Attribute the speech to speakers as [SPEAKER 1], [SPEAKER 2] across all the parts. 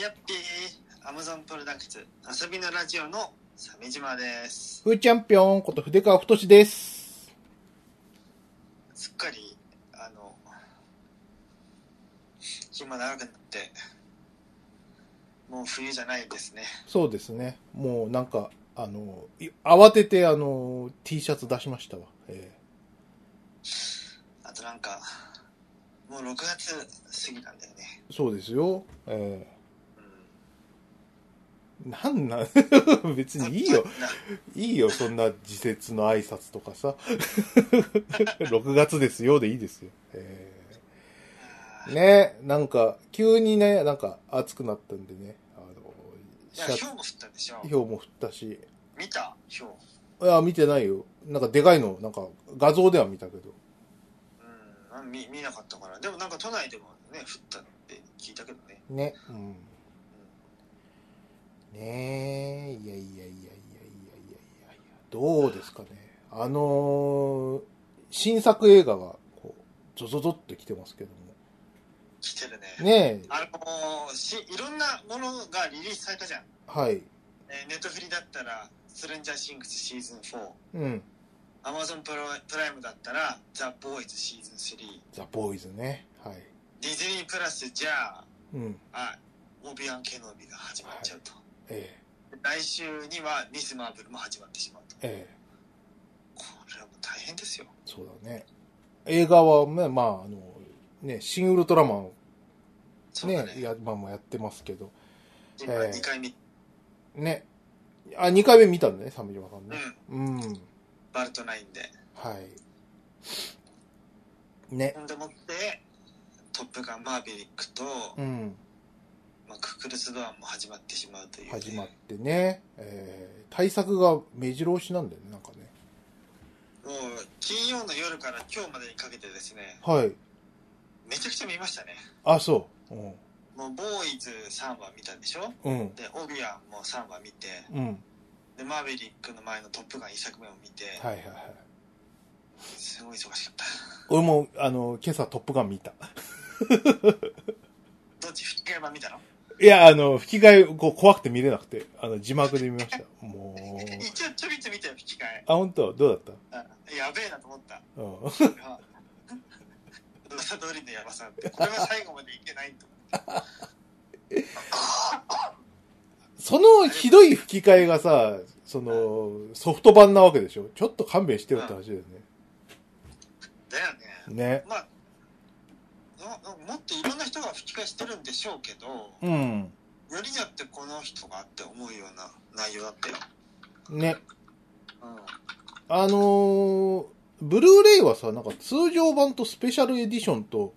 [SPEAKER 1] やっぴーアマゾンプロダクツ遊びのラジオの鮫島です
[SPEAKER 2] フーチャンピオンこと筆川太です。
[SPEAKER 1] すっかりあの日も長くなってもう冬じゃないですね
[SPEAKER 2] そうですね。もうなんか、あの、い慌ててあの、T シャツ出しましたわ。え
[SPEAKER 1] あとなんかもう6月過ぎたんだよね
[SPEAKER 2] ーそうですよ。え
[SPEAKER 1] う
[SPEAKER 2] ーなんなん 別
[SPEAKER 1] ん
[SPEAKER 2] にいいよ。
[SPEAKER 1] ない
[SPEAKER 2] いよ、そんな時節の挨拶とかさ。6月ですよでいいですよ。えーね、なんか、急にね、なんか暑くなったんでね。あの、
[SPEAKER 1] いや
[SPEAKER 2] シ
[SPEAKER 1] 氷
[SPEAKER 2] ャツ、
[SPEAKER 1] も降ったでしょ
[SPEAKER 2] ひょうも降ったし。
[SPEAKER 1] 見た氷う
[SPEAKER 2] いや、見てないよ。なんかでかいの、なんか画像では見たけど。
[SPEAKER 1] んあ見見なかったからでもなんか都内でもね降ったって聞いたけどね
[SPEAKER 2] ね。うん。ねえ、いやいやいやいやいやいやいやいや。どうですかね。あのー新作映画が、こう、ゾゾゾって来てますけども。
[SPEAKER 1] 来てるね
[SPEAKER 2] ねえ、
[SPEAKER 1] あのしいろんなものがリリースされたじゃん
[SPEAKER 2] はい。
[SPEAKER 1] えーネットフリだったら「ストレンジャーシングスシーズン4
[SPEAKER 2] うん。」
[SPEAKER 1] アマゾンプライムだったら「ザ・ボーイズシーズン3
[SPEAKER 2] ザ・ボーイズね。はい。」
[SPEAKER 1] ディズニープラスじゃあ
[SPEAKER 2] うん。
[SPEAKER 1] あオビアン・ケノビが始まっちゃうと、
[SPEAKER 2] え
[SPEAKER 1] 来週にはミス・マーブルも始まってしまうと
[SPEAKER 2] え、ええ、
[SPEAKER 1] これはもう大変ですよ
[SPEAKER 2] そうだね。映画は、ね、まあ、あの、ね、シン・ウルトラマンを
[SPEAKER 1] そうだ
[SPEAKER 2] ね、
[SPEAKER 1] ね
[SPEAKER 2] や、まあもうやってますけど。
[SPEAKER 1] 今
[SPEAKER 2] ええ
[SPEAKER 1] 2回目、
[SPEAKER 2] ね。あ、2回目見たんだね、鮫島さん
[SPEAKER 1] う
[SPEAKER 2] ね。
[SPEAKER 1] ん
[SPEAKER 2] うん。
[SPEAKER 1] バルトナインで
[SPEAKER 2] はい。ね。
[SPEAKER 1] ほんでもって「トップガンマーヴェリックと」
[SPEAKER 2] うん。
[SPEAKER 1] まあ、ククルス・ドアンも始まってしまうというね、
[SPEAKER 2] 始まってね。えー、対策が目白押しなんだよね、なんかね。
[SPEAKER 1] もう金曜の夜から今日までにかけてですね
[SPEAKER 2] はい。
[SPEAKER 1] めちゃくちゃ見ましたね
[SPEAKER 2] あ、そう。うん。
[SPEAKER 1] もうボーイズ3話見たでしょ
[SPEAKER 2] うん。
[SPEAKER 1] でオビアンも3話見て
[SPEAKER 2] うん。
[SPEAKER 1] でマーヴェリックの前の「トップガン」1作目を見て、
[SPEAKER 2] はいはいはい。
[SPEAKER 1] すごい忙しかった
[SPEAKER 2] 俺も、あの、今朝トップガン見た。
[SPEAKER 1] どっち吹き替え版見た の
[SPEAKER 2] いや、あの、吹き替え、こう、怖くて見れなくて、あの、字幕で見ました。もう、
[SPEAKER 1] 一応ちょびちょび見たよ吹き替え
[SPEAKER 2] あ、本当どうだっ
[SPEAKER 1] うんやべえなと思った
[SPEAKER 2] たうん。
[SPEAKER 1] 噂通りのやばさってこれは最後までいけないと思って
[SPEAKER 2] そのひどい吹き替えがさ、その、ソフト版なわけでしょちょっと勘弁してよって話だよね。
[SPEAKER 1] だよね
[SPEAKER 2] ね。
[SPEAKER 1] まあななもっといろんな人が吹き替えしてるんでしょうけど
[SPEAKER 2] うん。
[SPEAKER 1] よりによってこの人がって思うような内容だったよ、
[SPEAKER 2] ね。
[SPEAKER 1] うん、
[SPEAKER 2] あのーブルーレイはさ、なんか通常版とスペシャルエディションと、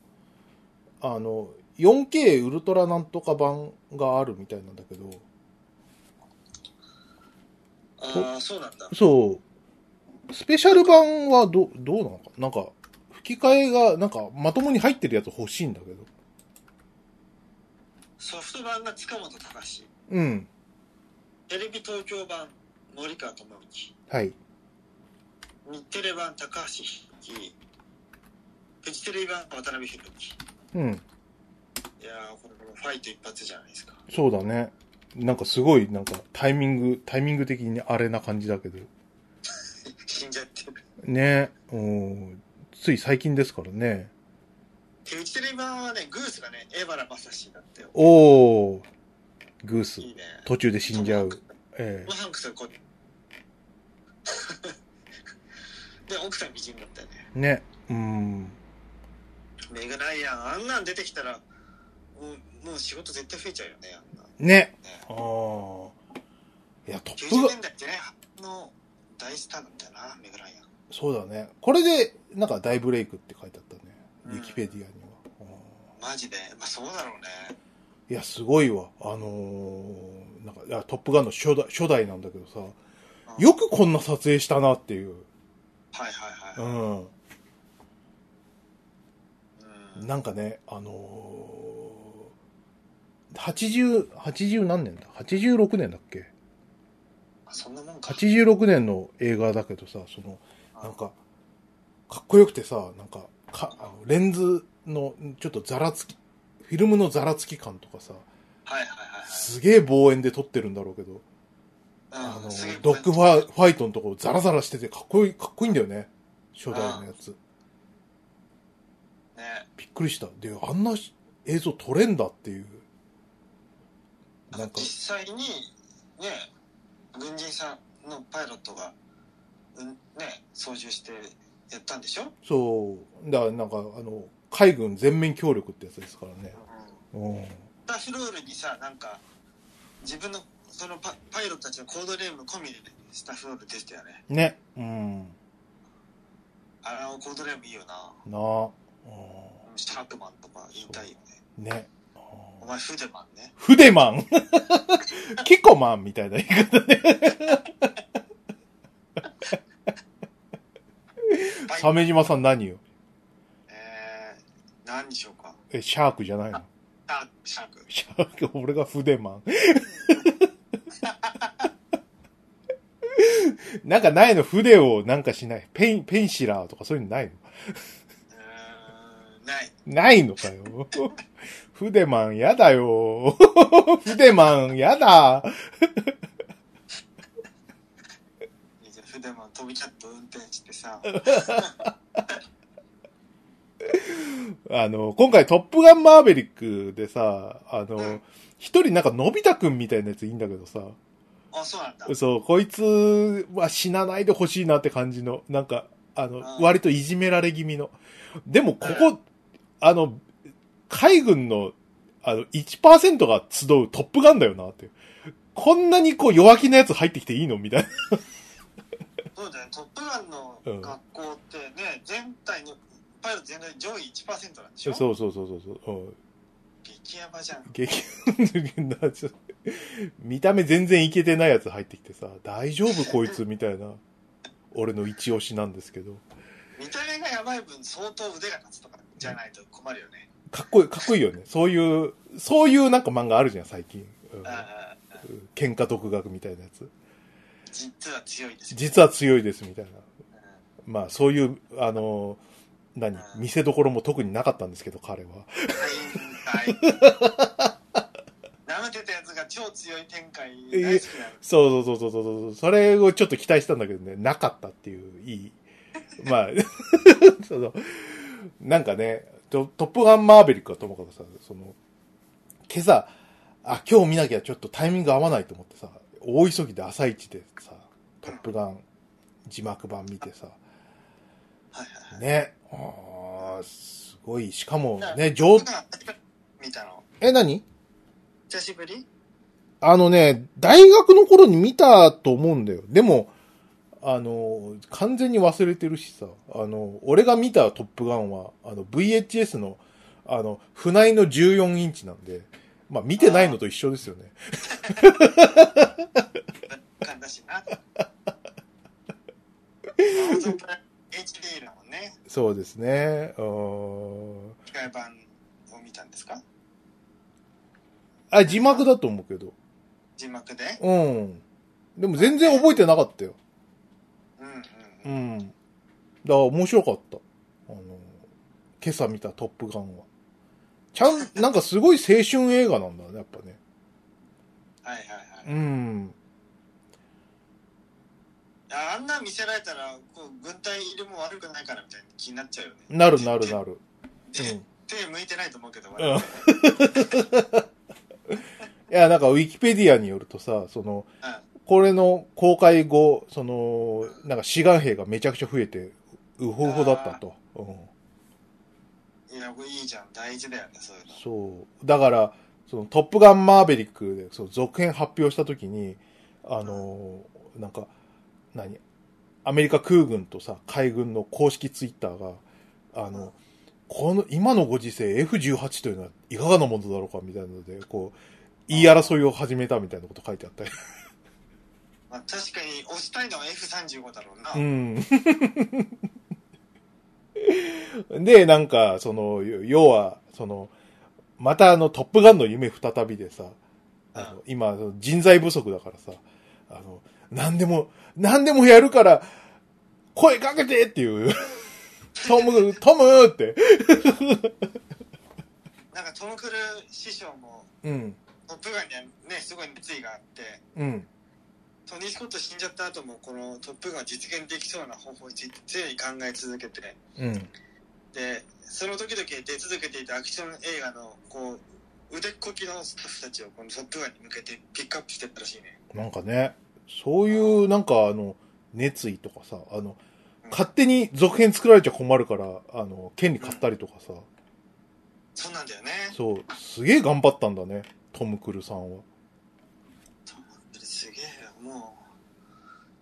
[SPEAKER 2] あの、4K ウルトラなんとか版があるみたいなんだけど、
[SPEAKER 1] ああそうなんだ
[SPEAKER 2] そう、スペシャル版はど、どうなのかなんか、吹き替えが、なんか、まともに入ってるやつ欲しいんだけど。
[SPEAKER 1] ソフト版が塚本隆
[SPEAKER 2] うん。
[SPEAKER 1] テレビ東京版森川智之
[SPEAKER 2] はい。
[SPEAKER 1] 日テレ版高橋きフジテレビ版渡辺裕樹
[SPEAKER 2] うん。
[SPEAKER 1] いやーこれもファイト一発じゃないですか
[SPEAKER 2] そうだね。なんかすごい、なんか、タイミング、タイミング的にあれな感じだけど。
[SPEAKER 1] 死んじゃってる
[SPEAKER 2] ね。うん。つい最近ですからね。
[SPEAKER 1] でフジテレビ版はねグースがね江原正史だってよ
[SPEAKER 2] おー。グース。
[SPEAKER 1] いいね
[SPEAKER 2] 途中で死んじゃう
[SPEAKER 1] ト。
[SPEAKER 2] え
[SPEAKER 1] ムハンクスがこう で奥さん美人だったよね
[SPEAKER 2] えね。うん。
[SPEAKER 1] メグライアンあんなん出てきたらもうもう仕事絶対増えちゃうよねあんな
[SPEAKER 2] ね。
[SPEAKER 1] ね
[SPEAKER 2] ああ。いや、トップ
[SPEAKER 1] 90
[SPEAKER 2] が、
[SPEAKER 1] 年代前半の大スターなんだよな、メグライアン。
[SPEAKER 2] そうだね。これで、なんか大ブレイクって書いてあったね。ウ
[SPEAKER 1] うん
[SPEAKER 2] ィキペディアには。ああ
[SPEAKER 1] マジで、まあそうだろうね。
[SPEAKER 2] いや、すごいわ。あのーなんかいや、トップガンの初代、初代なんだけどさ、
[SPEAKER 1] うん
[SPEAKER 2] よくこんな撮影したなっていう。
[SPEAKER 1] はいはいはい。
[SPEAKER 2] うん。
[SPEAKER 1] うん、
[SPEAKER 2] なんかね、あのー、80、80何年だ ?86 年だっけ
[SPEAKER 1] あそんなもんか。
[SPEAKER 2] 86年の映画だけどさ、その、なんか、かっこよくてさ、なんか、かあのレンズのちょっとざらつき、フィルムのざらつき感とかさ、
[SPEAKER 1] はいはい
[SPEAKER 2] すげえ望遠で撮ってるんだろうけど、
[SPEAKER 1] はい
[SPEAKER 2] あ
[SPEAKER 1] はい。
[SPEAKER 2] の
[SPEAKER 1] うんすげえ、
[SPEAKER 2] ドッグファファイトのところザラザラしててかっこいい、かっこいいんだよね。初代のやつ。
[SPEAKER 1] ね。
[SPEAKER 2] びっくりした。で、あんな映像撮れんだっていう。なんか、
[SPEAKER 1] 実際に、ね、軍人さんのパイロットが、うん、ね、操縦してやったんでしょ
[SPEAKER 2] そう、だからなんか、あの、海軍全面協力ってやつですからね。うん。
[SPEAKER 1] ダフロールにさ、なんか、自分の、そのパパイロットたちのコードネーム込みで、スタッフロールでしたよね。
[SPEAKER 2] ね。うん。
[SPEAKER 1] あのコードネームいいよな。
[SPEAKER 2] なあ。
[SPEAKER 1] シャークマンとか言いたいよね。
[SPEAKER 2] うん。ね。
[SPEAKER 1] お前、フデマンね。
[SPEAKER 2] フデマンキコマンみたいな言い方ね。鮫島さん何よ
[SPEAKER 1] えー、何にしようか。
[SPEAKER 2] え、シャークじゃないの
[SPEAKER 1] あ、シャーク。
[SPEAKER 2] シャーク、俺が筆マン。 なんかないの筆をなんかしない。ペン、ペンシラーとかそういうのない
[SPEAKER 1] えー、ない。
[SPEAKER 2] のないのかよ。筆マンやだよ。筆マンやだ。
[SPEAKER 1] じゃあフデマン飛びちゃって運転してさ。
[SPEAKER 2] あの、今回トップガンマーベリックでさ、あ
[SPEAKER 1] うん
[SPEAKER 2] の、一人なんかのび太くんみたいなやついいんだけどさ、
[SPEAKER 1] あ、そうなんだ。
[SPEAKER 2] そう、こいつは死なないでほしいなって感じの、なんか、あの、
[SPEAKER 1] うん
[SPEAKER 2] 割といじめられ気味の。でも、ここ、あの、海軍の、あの、1%が集うトップガンだよなって。こんなにこう弱気なやつ入ってきていいのみたいな。
[SPEAKER 1] そうだよね。トップガンの
[SPEAKER 2] うん
[SPEAKER 1] 学校ってね、全体の、パイロット全体の上位1%なんでし
[SPEAKER 2] そう
[SPEAKER 1] ょ
[SPEAKER 2] そうそうそうそう。うん。
[SPEAKER 1] 激ヤバじゃん。
[SPEAKER 2] 激な、 ちょっと見た目全然いけてないやつ入ってきてさ、大丈夫こいつみたいな。俺の一押しなんですけど。
[SPEAKER 1] 見た目がやばい分、相当腕が立つとかじゃないと困るよね。
[SPEAKER 2] かっこいい、かっこいいよね。そういう、そういうなんか漫画あるじゃん、最近。うん
[SPEAKER 1] うんうん
[SPEAKER 2] 喧嘩独学みたいなやつ。
[SPEAKER 1] 実は強いですよ、
[SPEAKER 2] 実は強いです、みたいな。
[SPEAKER 1] うん
[SPEAKER 2] まあ、そういう、あの、何見せどころも特になかったんですけど、彼は。
[SPEAKER 1] はい、はい。舐めてたやつが超強い展開大好きなの。
[SPEAKER 2] そうそうそうそうそうそう。それをちょっと期待したんだけどね、なかったっていう、いい。まあ、 その、なんかね、トトップガンマーベリックはともかくさ、その、今朝、あ、今日見なきゃちょっとタイミング合わないと思ってさ、大急ぎで朝一でさ、トップガン字幕版見てさ、
[SPEAKER 1] はい
[SPEAKER 2] ね、あーすごい、しかもね、
[SPEAKER 1] は
[SPEAKER 2] 上
[SPEAKER 1] い。、見たの
[SPEAKER 2] え、何
[SPEAKER 1] 久しぶり
[SPEAKER 2] あのね、大学の頃に見たと思うんだよ。でも、あの、完全に忘れてるしさ、あの、俺が見たトップガンは、あの、VHS の、あの、船井の14インチなんで、まあ、見てないのと一緒ですよね。
[SPEAKER 1] 感だしな。青空 HD だもんね。
[SPEAKER 2] そうですね。うーん
[SPEAKER 1] 機械版を見たんですか
[SPEAKER 2] あ、字幕だと思うけど。
[SPEAKER 1] 字幕で。
[SPEAKER 2] うん。でも全然覚えてなかったよ。
[SPEAKER 1] うんうん
[SPEAKER 2] う
[SPEAKER 1] うん。
[SPEAKER 2] ん。だから面白かった。あの、今朝見たトップガンは。ちゃん、なんかすごい青春映画なんだね、やっぱね。
[SPEAKER 1] はいはいは
[SPEAKER 2] う
[SPEAKER 1] い。
[SPEAKER 2] ん。
[SPEAKER 1] ああんな見せられたら、こう軍隊入りも悪くないからみたいな気になっちゃうよね。
[SPEAKER 2] なるなるなる。うん。い
[SPEAKER 1] 手向いてないと思うけど、
[SPEAKER 2] んや、なんかウィキペディアによるとさ、その、これの公開後、その、なんか志願兵がめちゃくちゃ増えて、うほうほだったと。うん。
[SPEAKER 1] いや、これいいじゃん。大事だよね、そういうの。
[SPEAKER 2] そう。だから、そのトップガンマーベリックで、その続編発表したときに、あのーなんか、何アメリカ空軍とさ、海軍の公式ツイッターが、あの、この、今のご時世 F18 というのはいかがなものだろうかみたいなので、こう、言い争いを始めたみたいなこと書いてあったり。
[SPEAKER 1] まあ、確かに、押したいのは F35 だろうな。
[SPEAKER 2] うん。で、なんか、その、よ要は、その、またあの、トップガンの夢再びでさ、あ
[SPEAKER 1] う
[SPEAKER 2] の今、その人材不足だからさ、あの、何でも、何でもやるから、声かけてっていう、トム、トムって。
[SPEAKER 1] なんか、トム・クルー師匠も、
[SPEAKER 2] うん。
[SPEAKER 1] トポップガンにはね、すごい熱意があって、
[SPEAKER 2] うん。
[SPEAKER 1] トニー・スコット死んじゃった後も、このトップガンを実現できそうな方法を常に考え続けて、
[SPEAKER 2] うん。
[SPEAKER 1] で、その時々出続けていたアクション映画の、こう、腕っこきのスタッフたちをこのトップガンに向けてピックアップしてったらしいね。
[SPEAKER 2] なんかね、そういう、なんかあの、熱意とかさ、あの、勝手に続編作られちゃ困るから、あの、権利買ったりとかさ、
[SPEAKER 1] そうなんだよね。
[SPEAKER 2] そう、すげえ頑張ったんだね、トム・クルさんは。
[SPEAKER 1] すげえよ、も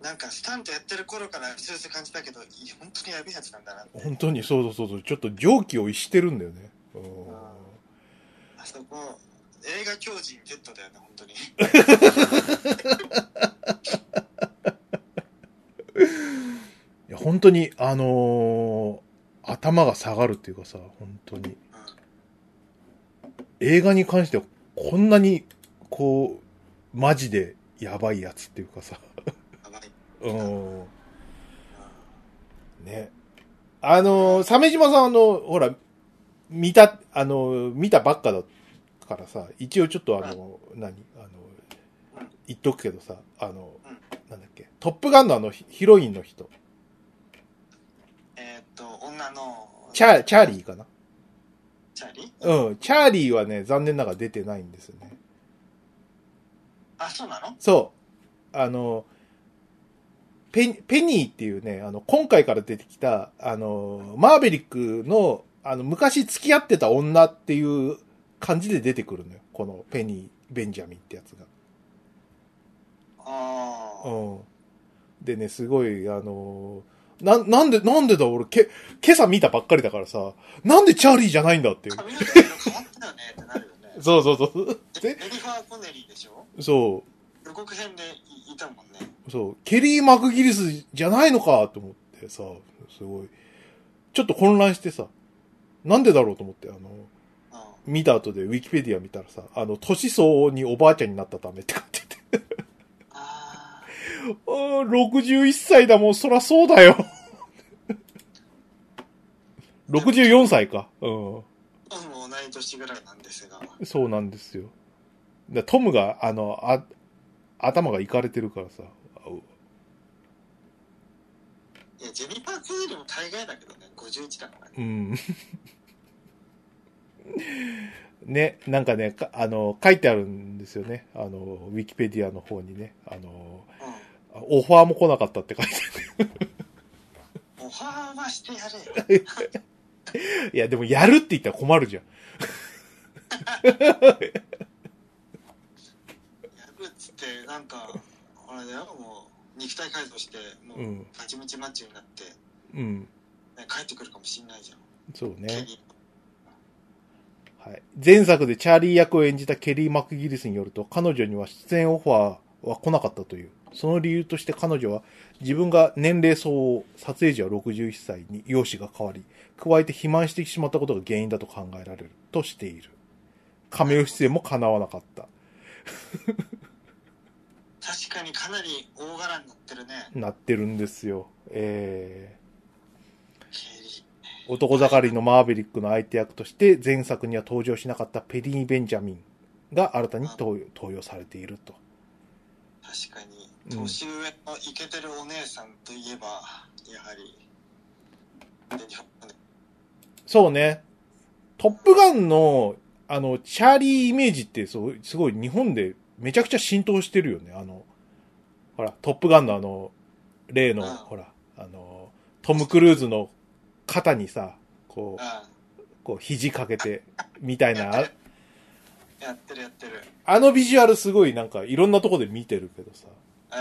[SPEAKER 1] う。なんかスタントやってる頃からうすうす感じたけど、いや本当にやべえやつなんだなって。
[SPEAKER 2] 本当に、そうそうそうそう、ちょっと常軌を逸してるんだよね。うん
[SPEAKER 1] あそこ、映画狂人 Z だよね、本当に。
[SPEAKER 2] いや、本当に、あのー頭が下がるっていうかさ、本当に。映画に関しては、こんなに、こう、マジでやばいやつっていうかさ、
[SPEAKER 1] やばい。
[SPEAKER 2] うん。ね。あのー、鮫島さんあの、ほら、見た、あのー、見たばっかだからさ、一応ちょっとあの、何あの、言っとくけどさ、あの、なんだっけ、トップガンのあの、ヒヒロインの人、
[SPEAKER 1] えーっと、女の、
[SPEAKER 2] チャー、チャーリーかな
[SPEAKER 1] チャーリー
[SPEAKER 2] うん、チャーリーはね、残念ながら出てないんですよね。
[SPEAKER 1] あ、そうなの
[SPEAKER 2] そう。あの、ペ、ペニーっていうね、あの、今回から出てきた、あの、マーベリックの、あの、昔付き合ってた女っていう感じで出てくるのよ。このペニー・ベンジャミンってやつが。
[SPEAKER 1] ああ。
[SPEAKER 2] うん。でね、すごい、あの、な、なんで、なんでだ、俺、け、今朝見たばっかりだからさ、なんでチャーリーじゃないんだっていう。
[SPEAKER 1] 髪の毛色変わったよねってなるよ ね。
[SPEAKER 2] そうそうそう。
[SPEAKER 1] エ
[SPEAKER 2] で
[SPEAKER 1] リファー・コネリーでしょ
[SPEAKER 2] そう。
[SPEAKER 1] 予告編でいいたもんね。
[SPEAKER 2] そう、ケリー・マクギリスじゃないのかと思ってさ、すごい、ちょっと混乱してさ、なんでだろうと思って、あの、
[SPEAKER 1] うん。
[SPEAKER 2] 見た後でウィキペディア見たらさ、あの、年相応におばあちゃんになったためって書いて て、
[SPEAKER 1] ああ。
[SPEAKER 2] ああ、61歳だもん、そらそうだよ。64歳か。う
[SPEAKER 1] 僕も同い年ぐらいなんですが。
[SPEAKER 2] ん。そうなんですよ。だトムが、あの、あ、頭がいかれてるからさ、
[SPEAKER 1] いや、ジェニファー・コネリーも大概だけどね、51だからね。
[SPEAKER 2] うん。 ね、なんかね、かあの、書いてあるんですよね。あの、ウィキペディアの方にね。あの、オファーも来なかったって書いて
[SPEAKER 1] うん。オファーはしてやれよ。
[SPEAKER 2] ある。いや、でもやるって言ったら困るじゃん。
[SPEAKER 1] やるっつって、なんか、あれだよ、もう、肉体改造して、も
[SPEAKER 2] う
[SPEAKER 1] う、
[SPEAKER 2] ん。
[SPEAKER 1] パチムチマッチョになって、ね、
[SPEAKER 2] うん。
[SPEAKER 1] 帰ってくるかもしんないじゃん。
[SPEAKER 2] そう
[SPEAKER 1] ケ
[SPEAKER 2] ね。
[SPEAKER 1] ニー
[SPEAKER 2] はい。前作でチャーリー役を演じたケリー・マクギリスによると、彼女には出演オファーは来なかったという。その理由として彼女は、自分が年齢相応、撮影時は61歳に容姿が変わり、加えて肥満してしまったことが原因だと考えられるとしている。亀メオ出演も叶わなかった。
[SPEAKER 1] 確かにかなり大柄になってるね。
[SPEAKER 2] なってるんですよ。え
[SPEAKER 1] ケリー。
[SPEAKER 2] ー、男盛りのマーベリックの相手役として、前作には登場しなかったペリー・ベンジャミンが新たに登用登用されていると。
[SPEAKER 1] 確かに
[SPEAKER 2] うん
[SPEAKER 1] 年上のイケてるお姉さんといえば、やはりで日本で
[SPEAKER 2] そうね。トップガンの、あの、チャーリーイメージってそう、すごい日本でめちゃくちゃ浸透してるよね。あの、ほら、トップガンのあの、例の、
[SPEAKER 1] うん
[SPEAKER 2] ほら、あの、トム・クルーズの肩にさ、こ
[SPEAKER 1] あ
[SPEAKER 2] う、こう肘かけて、みたいな、
[SPEAKER 1] あ
[SPEAKER 2] あ
[SPEAKER 1] やってるやってる
[SPEAKER 2] あのビジュアルすごいなんかいろんなとこで見てるけどさ、
[SPEAKER 1] うんう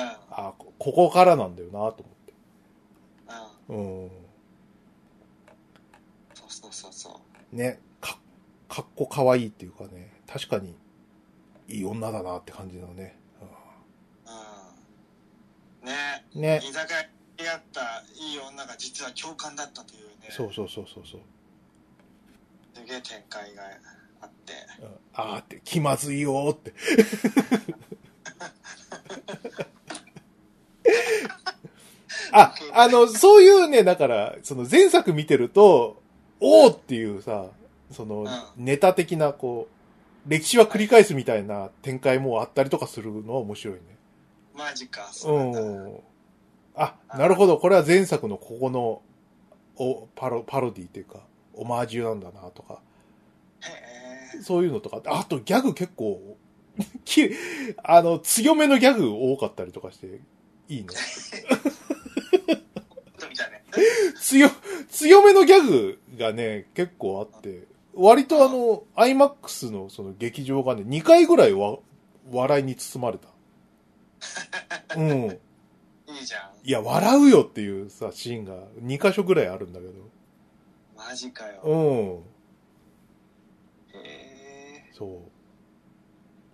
[SPEAKER 1] ん
[SPEAKER 2] あこここからなんだよなと思って。
[SPEAKER 1] そうそうそうそう
[SPEAKER 2] うん。ね、か、かっこかわいいっていうかね、確かに、いい女だなって感じのね。うん
[SPEAKER 1] うんね
[SPEAKER 2] ね。
[SPEAKER 1] 居酒屋にあったいい女が実は共感だったというね
[SPEAKER 2] そうそうそうそうそう。
[SPEAKER 1] すげえ展開があって
[SPEAKER 2] うんあーって、気まずいよー って。あ、あの、そういうね、だから、その前作見てると、おーっていうさ、その
[SPEAKER 1] う
[SPEAKER 2] ネタ的なこう、歴史は繰り返すみたいな展開もあったりとかするのは面白いね。
[SPEAKER 1] マジか。そうなんだ
[SPEAKER 2] うん。あ、なるほど。これは前作のここの、お、パロ、パロディっていうか、オマージュなんだなとか、
[SPEAKER 1] へえ。
[SPEAKER 2] そういうのとか。あとギャグ結構、 きあの、強めのギャグ多かったりとかして、いいね。
[SPEAKER 1] ことみた いね。
[SPEAKER 2] 強、強めのギャグがね、結構あって、割とあの、IMAX のその劇場がね、2回ぐらいわ、笑いに包まれた。うん。
[SPEAKER 1] いいじゃん。
[SPEAKER 2] いや、笑うよっていうさ、シーンが2箇所ぐらいあるんだけ
[SPEAKER 1] マジかよ。
[SPEAKER 2] ど。うん。
[SPEAKER 1] へえ。
[SPEAKER 2] そう。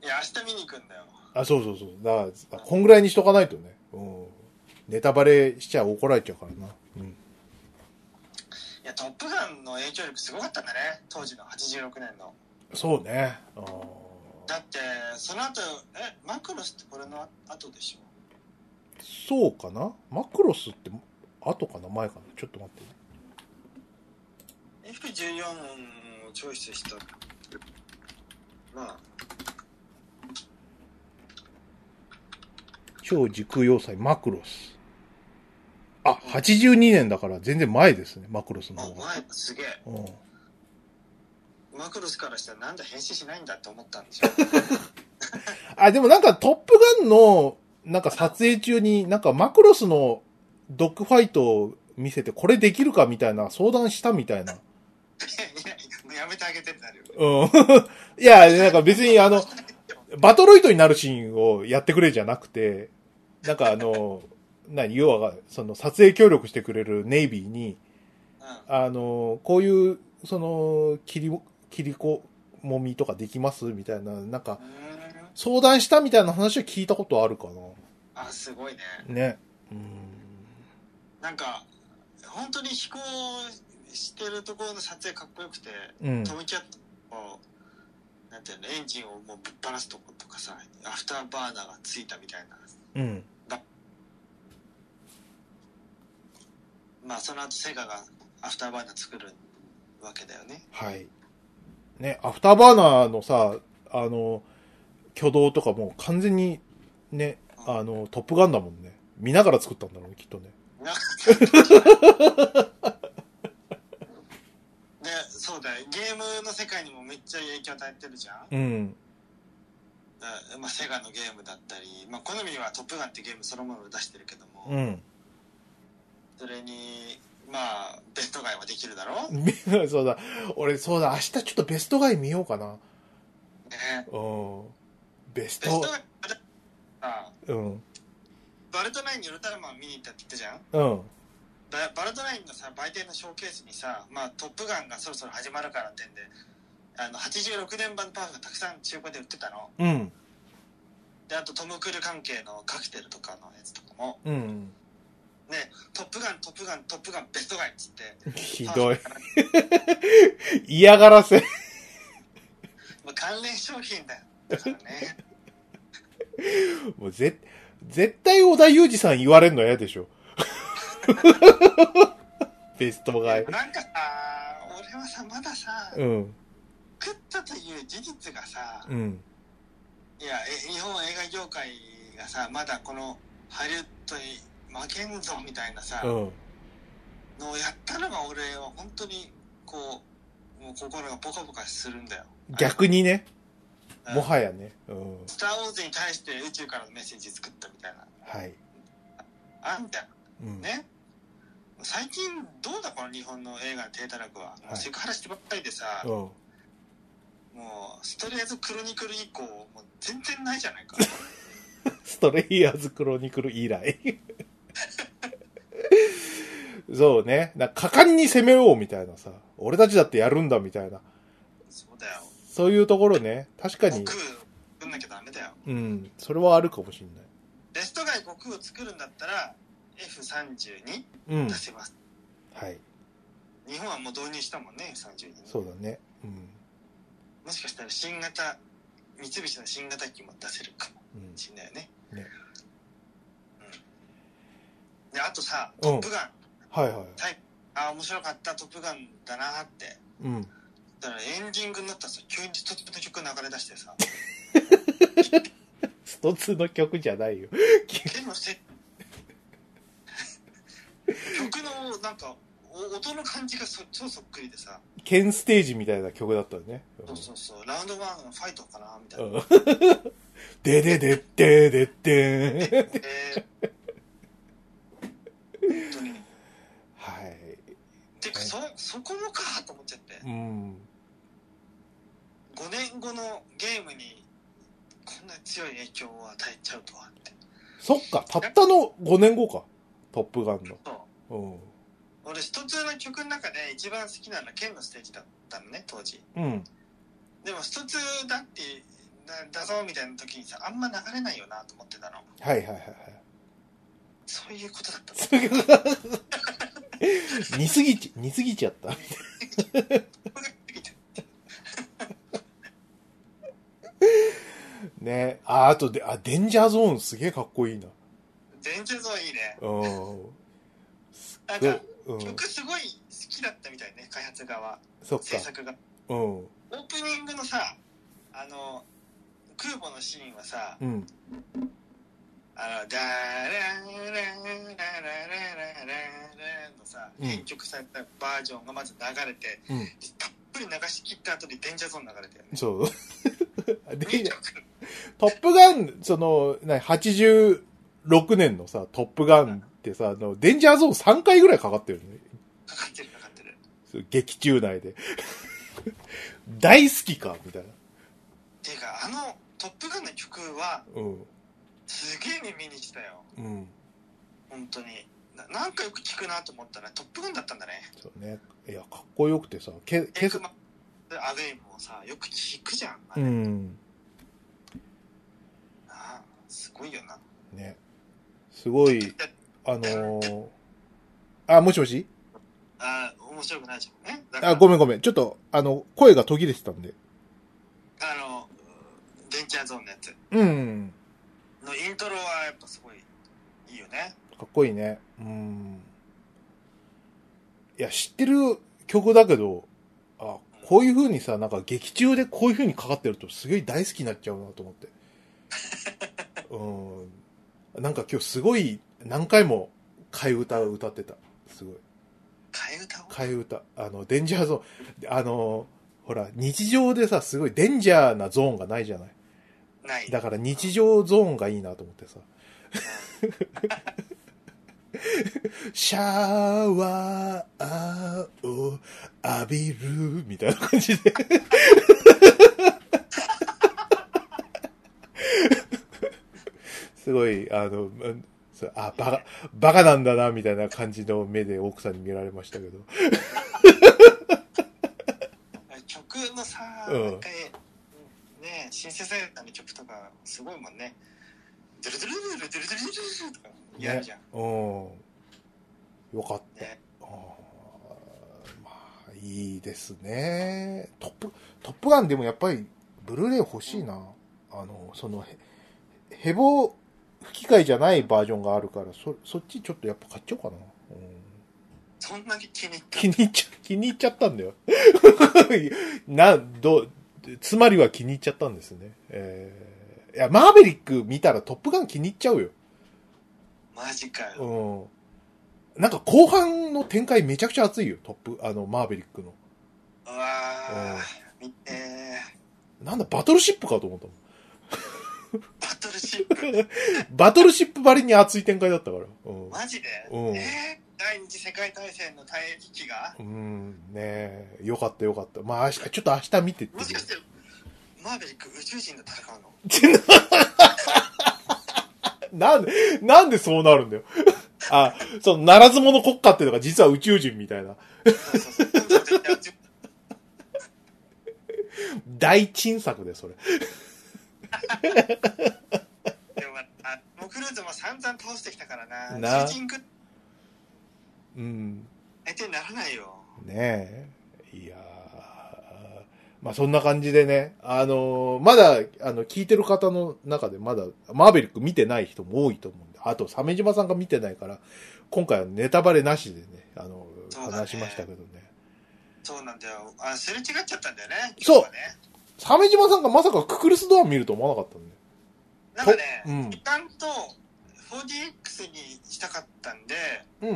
[SPEAKER 1] いや、明日見に行くんだよ。
[SPEAKER 2] あ、そうそうそう。だから、こんぐらいにしとかないとね。うん。ネタバレしちゃ怒られちゃうからな。うん。
[SPEAKER 1] いや、トップガンの影響力すごかったんだね。当時の86年の。
[SPEAKER 2] そうね。あ
[SPEAKER 1] だ
[SPEAKER 2] ー
[SPEAKER 1] って、その後、え、マクロスってこれの後でしょ
[SPEAKER 2] そうかなマクロスって、後かな前かなちょっと待ってね。
[SPEAKER 1] F14 をチョイスしたまあ
[SPEAKER 2] 超時空要塞マクロス。あ、82年だから全然前ですね、マクロスの
[SPEAKER 1] あ
[SPEAKER 2] 方が。
[SPEAKER 1] 前すげえ
[SPEAKER 2] うん。
[SPEAKER 1] マクロスからしたらなんだ返信しないんだって思ったんでしょ
[SPEAKER 2] あ、でもなんかトップガンの、なんか撮影中に、なんかマクロスのドッグファイトを見せて、これできるかみたいな相談したみたいな。
[SPEAKER 1] い ややめてあげてってなるよ
[SPEAKER 2] うん。 いや、なんか別にあの、バトロイドになるシーンをやってくれじゃなくて、なんかあの、 何、要は、その撮影協力してくれるネイビーに、
[SPEAKER 1] うん
[SPEAKER 2] あの、こういう、その、切り、切りこもみとかできますみたいな、なんか、
[SPEAKER 1] うん
[SPEAKER 2] 相談したみたいな話は聞いたことあるか
[SPEAKER 1] あすごいね
[SPEAKER 2] な。ね。うん。
[SPEAKER 1] なんか本当に飛行してるところの撮影かっこよくて、
[SPEAKER 2] うん。
[SPEAKER 1] トムキャットのなんていうのエンジンをもうぶっ放すとことかさアフターバーナーがついたみたいな
[SPEAKER 2] うん。
[SPEAKER 1] まあその後セガがアフターバーナー作るわけだよね。
[SPEAKER 2] はい。ね、アフターバーナーのさ、あの、挙動とかもう完全に、ね、あの、トップガンだもんね。見ながら作ったんだろうね、きっとね。
[SPEAKER 1] なで、そうだよ。ゲームの世界にもめっちゃ影響与えてるじゃん。
[SPEAKER 2] うん。
[SPEAKER 1] だまあセガのゲームだったり、まあ好みはトップガンってゲームそのものを出してるけども、
[SPEAKER 2] うん。
[SPEAKER 1] それに、まあベストガイはできるだろう。ね。
[SPEAKER 2] そうだ。俺、そうだ、明日ちょっとベストガイ見ようかな。うん。ベス
[SPEAKER 1] ベス
[SPEAKER 2] ト
[SPEAKER 1] ト、ガイあ
[SPEAKER 2] うん。
[SPEAKER 1] バルトナインにウルトラマン見に行ったって言ったじゃん
[SPEAKER 2] うん。
[SPEAKER 1] ババルトナインのさ売店のショーケースにさ「まあ、トップガン」がそろそろ始まるからってんであの86年版パーフがたくさん中古で売ってたの
[SPEAKER 2] うん。
[SPEAKER 1] であとトム・クルー関係のカクテルとかのやつとかも
[SPEAKER 2] うん。
[SPEAKER 1] 「ねトップガントップガントップガンベストガン」っつって
[SPEAKER 2] ひ
[SPEAKER 1] パー
[SPEAKER 2] どい
[SPEAKER 1] フ。から
[SPEAKER 2] 嫌がらせ。
[SPEAKER 1] まあ関連商品だよだから ね
[SPEAKER 2] もうぜ、絶対小田裕二さん言われるの嫌でしょ。 ベストガイ。
[SPEAKER 1] なんかさ俺はさまださ
[SPEAKER 2] うん。
[SPEAKER 1] 食ったという事実がさ
[SPEAKER 2] うん。
[SPEAKER 1] いやえ日本映画業界がさまだこのハリウッドに負けんぞみたいなさ、
[SPEAKER 2] うん。
[SPEAKER 1] のをやったのが俺は本当にこうもう心がポカポカするんだよ
[SPEAKER 2] 逆にね、
[SPEAKER 1] あの
[SPEAKER 2] も
[SPEAKER 1] うん
[SPEAKER 2] はやね。うん。
[SPEAKER 1] スター・ウォーズ」に対して宇宙からのメッセージ作ったみたいな
[SPEAKER 2] はい。
[SPEAKER 1] あんじゃん
[SPEAKER 2] うん。
[SPEAKER 1] ね最近どうだこの日本の映画の低たらくは、もうセクハラしてばっかりでさ、
[SPEAKER 2] うん。
[SPEAKER 1] もうとりあえずクロニクル以降もう全然ないじゃ ないか
[SPEAKER 2] ストレイヤーズクロニクル以来。 そうね。なんか果敢に攻めようみたいなさ。俺たちだってやるんだみたいな。
[SPEAKER 1] そうだよ
[SPEAKER 2] そういうところね。確か
[SPEAKER 1] 悟
[SPEAKER 2] に。
[SPEAKER 1] 空作んなきゃダメだよ
[SPEAKER 2] うん。それはあるかもしん
[SPEAKER 1] ベストガイ悟空を作るんだったら F32
[SPEAKER 2] ない。うん
[SPEAKER 1] 出。せます、
[SPEAKER 2] はい。
[SPEAKER 1] 日本はもう導入したもんね F32
[SPEAKER 2] そうだね。うん。
[SPEAKER 1] もしかしたら新型三菱の新型機も出せるかも
[SPEAKER 2] うん
[SPEAKER 1] しれないよね。
[SPEAKER 2] ね
[SPEAKER 1] うん、であとさ「
[SPEAKER 2] うん
[SPEAKER 1] トップガン
[SPEAKER 2] はいはい。」
[SPEAKER 1] タイあー面白かった「トップガン」だなーって
[SPEAKER 2] うん。
[SPEAKER 1] たらエンディングになったらさ、急に一つ目の曲流れ出してさ、
[SPEAKER 2] ストツーの曲じゃないよ。
[SPEAKER 1] でもせ、曲のなんか、お音の感じがそ超そっくりでさ、
[SPEAKER 2] ケンステージみたいな曲だったよね。
[SPEAKER 1] そうそうそう、ラウンドワンのファイトかなみたいな。
[SPEAKER 2] うん。 でででってでってん。
[SPEAKER 1] えー、本当に。
[SPEAKER 2] はい。
[SPEAKER 1] てか、そ、そこもかと思っちゃって。
[SPEAKER 2] うん。
[SPEAKER 1] 5年後のゲームに、こんな強い影響を与えちゃうとはって。
[SPEAKER 2] そっか、たったの5年後か。トップガンの。
[SPEAKER 1] そう。
[SPEAKER 2] うん。
[SPEAKER 1] 俺、一つの曲の中で一番好きなのは剣のステージだったのね、当時。
[SPEAKER 2] うん。
[SPEAKER 1] でも、一つだって、だだぞみたいな時にさ、あんま流れないよなと思ってたの。
[SPEAKER 2] はいはいはいはい。
[SPEAKER 1] そういうことだったの。
[SPEAKER 2] 似すぎち、似すぎちゃった。
[SPEAKER 1] 僕が見て
[SPEAKER 2] ね。あ、あとで、あ、デンジャーゾーンすげえかっこいいな。
[SPEAKER 1] 全然そういいね。
[SPEAKER 2] うん。
[SPEAKER 1] なん
[SPEAKER 2] で
[SPEAKER 1] か、
[SPEAKER 2] うん。
[SPEAKER 1] 曲すごい好きだったみたいね、開発側、
[SPEAKER 2] そっ
[SPEAKER 1] 制
[SPEAKER 2] か。
[SPEAKER 1] 作側。
[SPEAKER 2] うん。
[SPEAKER 1] オープニングのさ、あの、空母のシーンはさ、
[SPEAKER 2] うん。
[SPEAKER 1] あの、ダーラーラーラーラーラーラーのさ、
[SPEAKER 2] うん
[SPEAKER 1] 編曲されたバージョンがまず流れて、
[SPEAKER 2] うん。
[SPEAKER 1] たっぷり流し切った後にデンジャーゾーン流れたよね。
[SPEAKER 2] そう。
[SPEAKER 1] 見
[SPEAKER 2] で
[SPEAKER 1] ちゃ、うから
[SPEAKER 2] トップガン、その、な、86年のさ、トップガンってさ、あの、デンジャーゾーン3回ぐらいかかってるね。
[SPEAKER 1] かかってるかかってる。
[SPEAKER 2] そう劇中内で。大好きか、みたいな。
[SPEAKER 1] ていうか、あの、トップガンの曲は、
[SPEAKER 2] うん。
[SPEAKER 1] すげえ耳にしたよ。
[SPEAKER 2] うん。
[SPEAKER 1] 本当に。ななんかよく聞くなと思ったら、トップガンだったんだね。
[SPEAKER 2] そうね。いや、かっこよくてさ、け、
[SPEAKER 1] エ
[SPEAKER 2] け
[SPEAKER 1] グマ、アウェイもさ、よく聞くじゃん。あ
[SPEAKER 2] う
[SPEAKER 1] れ
[SPEAKER 2] ん。
[SPEAKER 1] なあすごいよな。
[SPEAKER 2] ね。すごい、あのー、あ、もしもし
[SPEAKER 1] あ面白くないじゃんね。だから
[SPEAKER 2] あ、ごめんごめん。ちょっと、あの、声が途切れてたんで。
[SPEAKER 1] あの、デンジャーゾーンのやつ。
[SPEAKER 2] うん。
[SPEAKER 1] のイントロはやっぱすごいいいよね。
[SPEAKER 2] かっこいいね。うん。いや、知ってる曲だけど、あ、こういう風にさ、なんか劇中でこういう風にかかってるとすげえ大好きになっちゃうなと思って。うん。なんか今日すごい何回も替え歌を歌ってた。すごい。
[SPEAKER 1] 替え歌を
[SPEAKER 2] 替え歌。あの、デンジャーゾーン。あの、ほら、日常でさ、すごいデンジャーなゾーンがないじゃない。
[SPEAKER 1] ない。
[SPEAKER 2] だから日常ゾーンがいいなと思ってさ。 シャワーを浴びるみたいな感じで。 すごい、あの、うんそうあ、バカ、バカなんだな、みたいな感じの目で奥さんに見られましたけど。
[SPEAKER 1] 曲のさ、
[SPEAKER 2] うん
[SPEAKER 1] なんかね、シンセサイザーの曲とかすごいもんね。ドゥルドゥルドゥルドゥルドゥルドゥルドゥルとかやるじゃん。
[SPEAKER 2] うん。よかった。
[SPEAKER 1] ね。
[SPEAKER 2] あーまあ、いいですね。トップ、トップガンでもやっぱり、ブルーレイ欲しいな。あの、その、へヘボ吹き替えじゃないバージョンがあるから、そ、そっちちょっとやっぱ買っちゃおうかな。うん
[SPEAKER 1] そんなに気に入った。
[SPEAKER 2] 気に入っちゃ、気に入っちゃったんだよ。 な、ど、つまりは気に入っちゃったんですね。えーいや、マーベリック見たらトップガン気に入っちゃうよ。
[SPEAKER 1] マジかよ。
[SPEAKER 2] うん。なんか後半の展開めちゃくちゃ熱いよ、トップ、あの、マーベリックの。
[SPEAKER 1] うわー、見て
[SPEAKER 2] なんだ、バトルシップかと思ったもん。
[SPEAKER 1] ーバトルシップ。
[SPEAKER 2] バトルシップばりに熱い展開だったから。うん。
[SPEAKER 1] マジで
[SPEAKER 2] うん
[SPEAKER 1] えー第二次世界大戦の退役期が
[SPEAKER 2] うん、ねえ。よかったよかった。まあ、明日、ちょっと明日見てって
[SPEAKER 1] もし
[SPEAKER 2] み
[SPEAKER 1] か
[SPEAKER 2] る
[SPEAKER 1] して、マーベリック宇宙人と戦うの
[SPEAKER 2] なんで、なんでそうなるんだよ。あ、その、ならず者国家っていうのが実は宇宙人みたいな。
[SPEAKER 1] そうそうそう。本当に宇宙
[SPEAKER 2] 大沈作で、それ。
[SPEAKER 1] でもあトム・クルーズも散々倒してきたからな。
[SPEAKER 2] な
[SPEAKER 1] 主人公
[SPEAKER 2] うん。
[SPEAKER 1] 相手にならないよ。
[SPEAKER 2] ねえ。いやーまあそんな感じでね、あのーまだ、あの、聞いてる方の中でまだ、マーベリック見てない人も多いと思うんで、あと、鮫島さんが見てないから、今回はネタバレなしでね、あの、
[SPEAKER 1] そうだね
[SPEAKER 2] 話しましたけどね。
[SPEAKER 1] そうなんだよ。あ、すれ違っちゃったんだよね。
[SPEAKER 2] そう
[SPEAKER 1] 今日はね
[SPEAKER 2] 鮫島さんがまさかククルスドアン見ると思わなかったんで。
[SPEAKER 1] なんか
[SPEAKER 2] とう
[SPEAKER 1] ね
[SPEAKER 2] ん、
[SPEAKER 1] 一旦と 4DX にしたかったんで、
[SPEAKER 2] うん。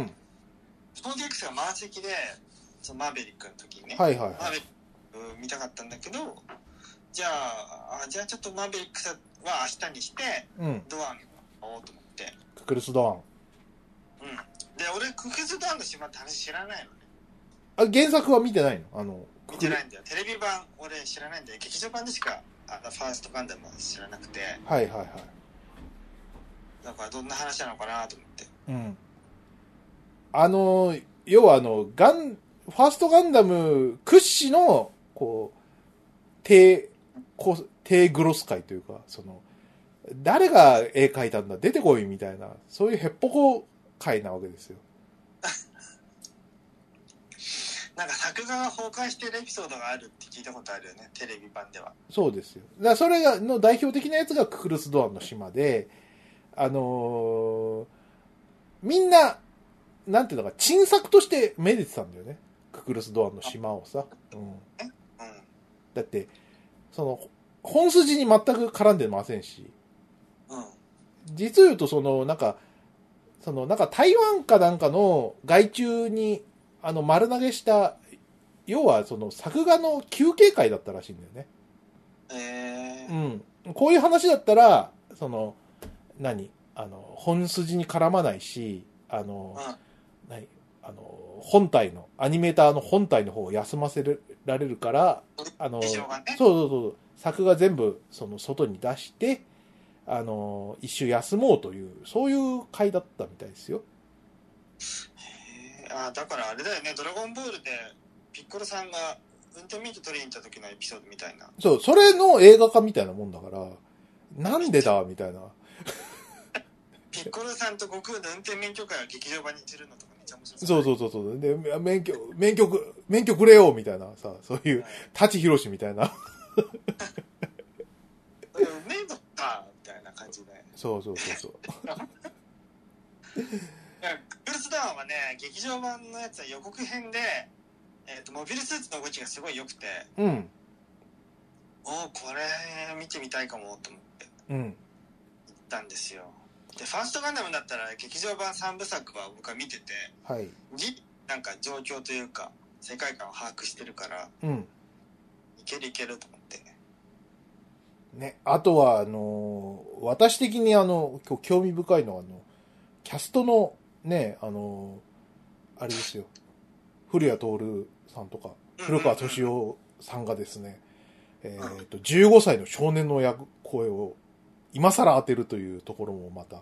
[SPEAKER 1] 4DX が満席で、そのマーベリックの時にね、
[SPEAKER 2] はいはい
[SPEAKER 1] マー
[SPEAKER 2] は
[SPEAKER 1] ベ
[SPEAKER 2] い。
[SPEAKER 1] リック見たかったんだけど、じゃあ、あじゃあちょっとマーベリックは明日にして、
[SPEAKER 2] うん。
[SPEAKER 1] ドアンを買おうと思って。
[SPEAKER 2] ククルスドアン。
[SPEAKER 1] うん。で、俺、ククズドアンの島って話知らないのね。
[SPEAKER 2] あ、原作は見てないのあの、。
[SPEAKER 1] 見てないいんだよ。テレビ版、俺知らないんだよ。劇場版でしか、あの、ファーストガンダムは知らなくて、
[SPEAKER 2] はいはいはい。
[SPEAKER 1] だからどんな話なのかなと思って。
[SPEAKER 2] うん。あの、要はあの、ガン、ファーストガンダム屈指の、こう、低、こう低グロス界というか、その、誰が絵描いたんだ出てこいみたいな、そういうヘッポコ界なわけですよ。
[SPEAKER 1] なんか作画が崩壊してるエピソードがあるって聞いたことあるよね、テレビ版では。
[SPEAKER 2] そうですよ。だからそれが、の代表的なやつがククルスドアンの島で、あのーみんな、なんていうのか、沈作としてめでてたんだよね。ククルスドアンの島をさ。うん、
[SPEAKER 1] うん。
[SPEAKER 2] だって、その、本筋に全く絡んでませんし、
[SPEAKER 1] うん。
[SPEAKER 2] 実を言うとその、なんか、その、なんか台湾かなんかの外注に、あの、丸投げした、要はその作画の休憩会だったらしいんだよね。
[SPEAKER 1] えー、
[SPEAKER 2] うん、こういう話だったらその何あの本筋に絡まないしあの、何あの本体のアニメーターの本体の方を休ませられるからあの、
[SPEAKER 1] 事
[SPEAKER 2] そう
[SPEAKER 1] 情がね
[SPEAKER 2] そうそう作が全部その外に出してあの一周休もうというそういう回だったみたいですよ
[SPEAKER 1] えー、あ、だからあれだよね、ドラゴンボールでピッコロさんが運転免許取りに行った時のエピソードみたいな。
[SPEAKER 2] そうそれの映画化みたいなもんだからなんでだみたいな
[SPEAKER 1] ピッコロさんと悟空の運転免許会を劇場版にするのとかめっちゃ面白。
[SPEAKER 2] そうそううそうそうで免許免許く免許くれよみたいなさそういう
[SPEAKER 1] うん
[SPEAKER 2] 舘ひろしみたいな。
[SPEAKER 1] うん免許か、みたいな感じで。
[SPEAKER 2] そうそうそうそう。
[SPEAKER 1] いやクルスダウンはね劇場版のやつは予告編で、えー、とモビルスーツの動きがすごい良くて
[SPEAKER 2] うん。
[SPEAKER 1] おおこれ見てみたいかもと思って
[SPEAKER 2] うん。
[SPEAKER 1] 行ったんですよでファーストガンダムだったら劇場版3部作は僕は見てて
[SPEAKER 2] はい。
[SPEAKER 1] ぎなんか状況というか世界観を把握してるから
[SPEAKER 2] うん。
[SPEAKER 1] いけるいけると思って
[SPEAKER 2] ね、あとは、あのー私的にあの、今日興味深いのは、あの、キャストの、ね、あのーあれですよ。古谷徹さんとか、古川敏夫さんがですね、えっと、15歳の少年の役、声を、今更当てるというところもまた、
[SPEAKER 1] あ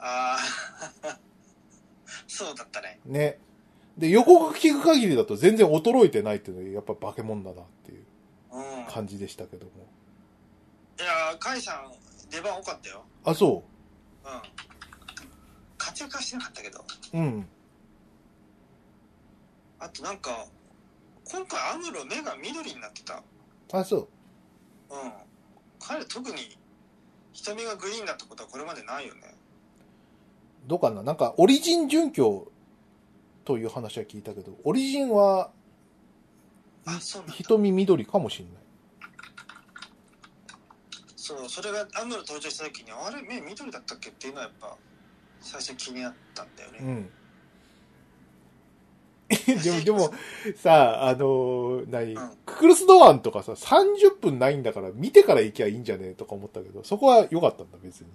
[SPEAKER 1] あ そうだったね
[SPEAKER 2] ね。で、予告聞く限りだと全然衰えてないっていうのは、やっぱ化け物だなっていう
[SPEAKER 1] うんい
[SPEAKER 2] 感じでしたけども。
[SPEAKER 1] やー甲斐さん出番多かったよ
[SPEAKER 2] あ、そう。
[SPEAKER 1] うん活躍はしてなかったけど
[SPEAKER 2] うん。
[SPEAKER 1] あとなんか、今回アムロ目が緑になってた。
[SPEAKER 2] あ、そう。
[SPEAKER 1] うん。彼特に瞳がグリーンだったことはこれまでないよね。
[SPEAKER 2] どうかななんか、オリジン準拠という話は聞いたけど、オリジンは
[SPEAKER 1] あ、そうなんだ。
[SPEAKER 2] 瞳緑かもしんない。
[SPEAKER 1] そう、それがアムロ登場した時に、あれ目緑だったっけっていうのはやっぱ、最初気になったんだよね。
[SPEAKER 2] ん。 でも、でも、さあ、あのー何、
[SPEAKER 1] うん
[SPEAKER 2] ククルスドアンとかさ、30分ないんだから見てから行きゃいいんじゃねえとか思ったけど、そこは良かったんだ、別に。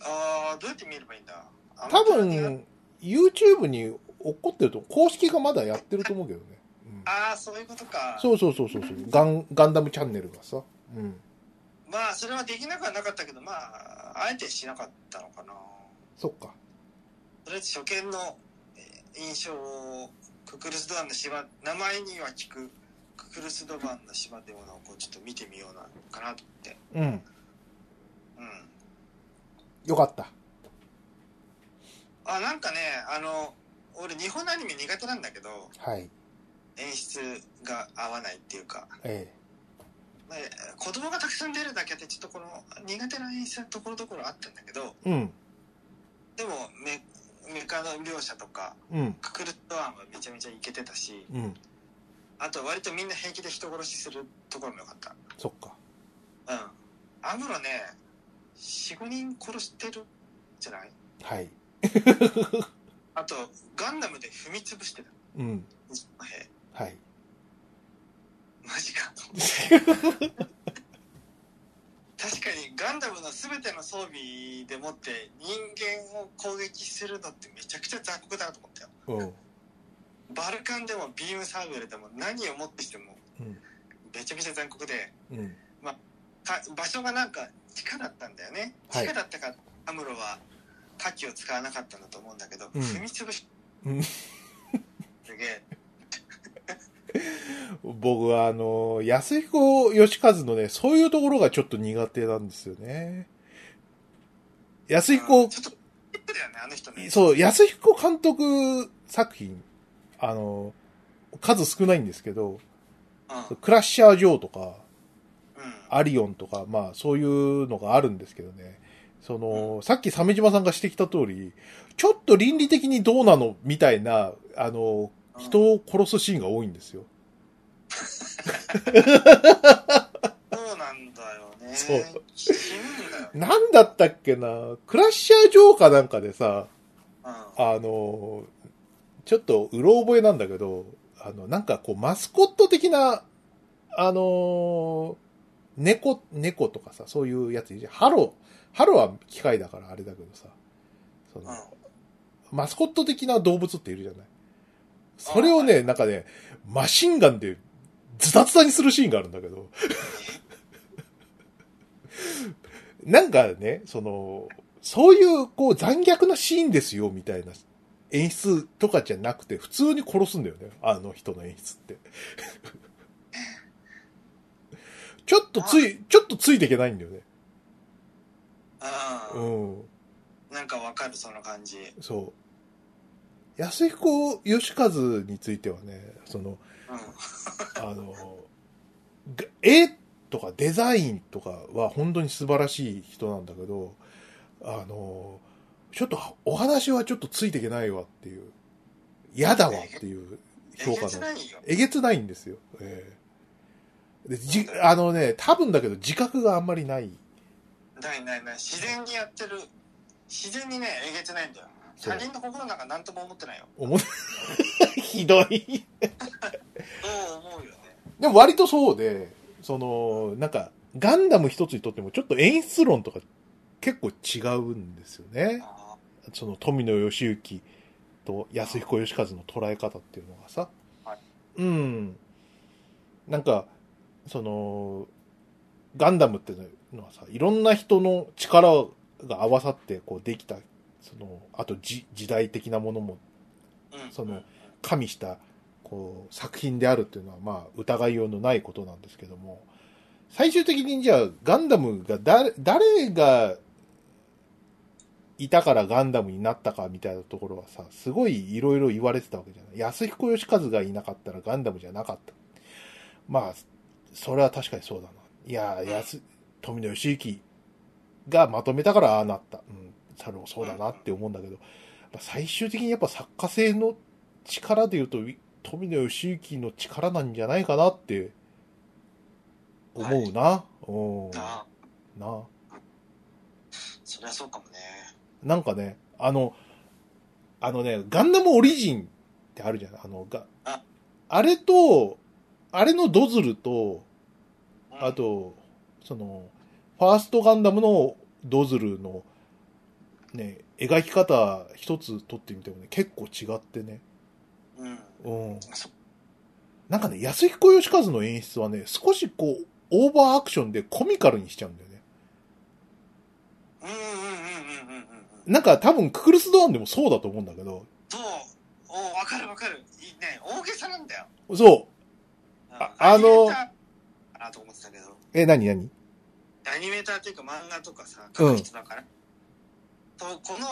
[SPEAKER 1] あー、どうやって見ればいいんだ
[SPEAKER 2] 多、
[SPEAKER 1] アマプ
[SPEAKER 2] 分、YouTube に落っこってると、公式がまだやってると思うけどね。うん
[SPEAKER 1] ラあー、そういうことか。
[SPEAKER 2] そうそうそうそうそうガン、ガンダムチャンネルがさ。うん。
[SPEAKER 1] まあ、それはできなくはなかったけど、まあ、あえてしなかったのかな。
[SPEAKER 2] そっか。
[SPEAKER 1] とりあえず初見のえー印象をククルスドアンの島名前には聞くククルスドアンの島でものをこうちょっと見てみようなかなと思って
[SPEAKER 2] うん。
[SPEAKER 1] うん
[SPEAKER 2] よかった。
[SPEAKER 1] あなんかねあの俺日本のアニメ苦手なんだけど
[SPEAKER 2] はい。
[SPEAKER 1] 演出が合わないっていうか、
[SPEAKER 2] ええ。
[SPEAKER 1] まあ、子供がたくさん出るだけでちょっとこの苦手な演出はところどころあったんだけど
[SPEAKER 2] うん。
[SPEAKER 1] でも目目隠カの描写とか
[SPEAKER 2] うん。
[SPEAKER 1] ククルスドアンはめちゃめちゃイケてたし
[SPEAKER 2] うん。
[SPEAKER 1] あと割とみんな平気で人殺しするところもよかった
[SPEAKER 2] そっか。
[SPEAKER 1] うんアムロね45人殺してるじゃない
[SPEAKER 2] はい。
[SPEAKER 1] あとガンダムで踏み潰してた
[SPEAKER 2] うん。
[SPEAKER 1] 日本兵
[SPEAKER 2] はい。
[SPEAKER 1] マジか 確かにガンダムの全ての装備でもって人間を攻撃するのってめちゃくちゃ残酷だなと思ったよ
[SPEAKER 2] うん。
[SPEAKER 1] バルカンでもビームサーベルでも何を持ってしても
[SPEAKER 2] うん
[SPEAKER 1] めちゃくちゃ残酷で
[SPEAKER 2] うん。
[SPEAKER 1] か場所がなんか地下だったんだよね
[SPEAKER 2] はい
[SPEAKER 1] 地下だったからアムロは火器を使わなかったんだと思うんだけど、
[SPEAKER 2] うん
[SPEAKER 1] 踏み潰し、
[SPEAKER 2] うん
[SPEAKER 1] すげ え
[SPEAKER 2] 僕は、あの、安彦義和のね、そういうところがちょっと苦手なんですよね。安
[SPEAKER 1] う
[SPEAKER 2] 彦
[SPEAKER 1] ん、ちょっとトリップだよねあの人ね
[SPEAKER 2] そう、安彦監督作品、あの、数少ないんですけど、
[SPEAKER 1] うん
[SPEAKER 2] クラッシャー・ジョーとか、
[SPEAKER 1] うん
[SPEAKER 2] アリオンとか、まあそういうのがあるんですけどね。その、さっき鮫島さんが指摘した通り、ちょっと倫理的にどうなのみたいな、あの、
[SPEAKER 1] うん
[SPEAKER 2] 人を殺すシーンが多いんですよ。
[SPEAKER 1] そうなんだよね。
[SPEAKER 2] そう
[SPEAKER 1] 死ぬんだよ。
[SPEAKER 2] なんだったっけな、クラッシャー・ジョーかなんかでさ、
[SPEAKER 1] うん。
[SPEAKER 2] あの、ちょっとうろ覚えなんだけど、あの、なんかこう、マスコット的な、あの、猫、猫とかさ、そういうやついるじゃん。ハロー、ハローは機械だからあれだけどさ、その
[SPEAKER 1] うん、
[SPEAKER 2] マスコット的な動物っているじゃない。それをね、なんかね、マシンガンでズタズタにするシーンがあるんだけど。なんかね、その、そういうこう残虐なシーンですよみたいな演出とかじゃなくて、普通に殺すんだよね。あの人の演出って。 ちょっとつい、ちょっとついていけないんだよね。
[SPEAKER 1] あ
[SPEAKER 2] う
[SPEAKER 1] ー
[SPEAKER 2] ん。
[SPEAKER 1] なんかわかる、その感じ。
[SPEAKER 2] そう。安彦義和についてはね、その、
[SPEAKER 1] うん。
[SPEAKER 2] あの、が絵とかデザインとかは本当に素晴らしい人なんだけど、あの、ちょっとお話はちょっとついていけないわっていう、嫌だわっていう
[SPEAKER 1] え
[SPEAKER 2] 評
[SPEAKER 1] げ
[SPEAKER 2] 価の
[SPEAKER 1] つ。ないよ。
[SPEAKER 2] えげつないんですよ。ええでじあのね、多分だけど自覚があんまりない。
[SPEAKER 1] ないないない。自然にやってる。自然にね、えげつないんだよ。
[SPEAKER 2] そう
[SPEAKER 1] 他人の心なんか何とも思ってないよ。
[SPEAKER 2] 思っひどい。
[SPEAKER 1] そう思うよね。
[SPEAKER 2] でも割とそうで、その、なんか、ガンダム一つにとってもちょっと演出論とか結構違うんですよね。
[SPEAKER 1] あ
[SPEAKER 2] その富野義行と安彦義和の捉え方っていうのがさ、
[SPEAKER 1] はい
[SPEAKER 2] うん。なんか、その、ガンダムっていうのはさ、いろんな人の力が合わさってこうできた、その、あとじ時代的なものも
[SPEAKER 1] ーうん。
[SPEAKER 2] その
[SPEAKER 1] うん
[SPEAKER 2] 加味したこう作品であるっていうのはまあ疑いようのないことなんですけども最終的にじゃあガンダムが誰誰がいたからガンダムになったかみたいなところはさすごいいろいろ言われてたわけじゃない安彦義和がいなかったらガンダムじゃなかったまあそれは確かにそうだないや安富野義行がまとめたからああなった、うん、それもそうだなって思うんだけど、まあ最終的にやっぱ作家性の力で言うと、い富野義行の力なんじゃないかなって思うな。うん。な
[SPEAKER 1] あーそりゃそうかもね。
[SPEAKER 2] なんかね、あの、あのね、ガンダムオリジンってあるじゃないあの、が、
[SPEAKER 1] あ
[SPEAKER 2] あれと、あれのドズルと、
[SPEAKER 1] うん
[SPEAKER 2] あ、と、その、ファーストガンダムのドズルの、ね、描き方一つ撮ってみてもね、結構違ってね。
[SPEAKER 1] うん。
[SPEAKER 2] うん。
[SPEAKER 1] そ
[SPEAKER 2] なんかね、安彦義和の演出はね、少しこう、オーバーアクションでコミカルにしちゃうんだよね。
[SPEAKER 1] うんうんうんうんうんうんうん。
[SPEAKER 2] なんか多分、ククルスドアンでもそうだと思うんだけど、
[SPEAKER 1] そう。おわかるわかる。いいね。大げさなんだよ。
[SPEAKER 2] そ
[SPEAKER 1] うん
[SPEAKER 2] ああ
[SPEAKER 1] ア
[SPEAKER 2] の
[SPEAKER 1] ニメーターかなと思ってたけど。
[SPEAKER 2] う。え、なになに
[SPEAKER 1] アニメーターというか漫画とかさ書く人だから、とこの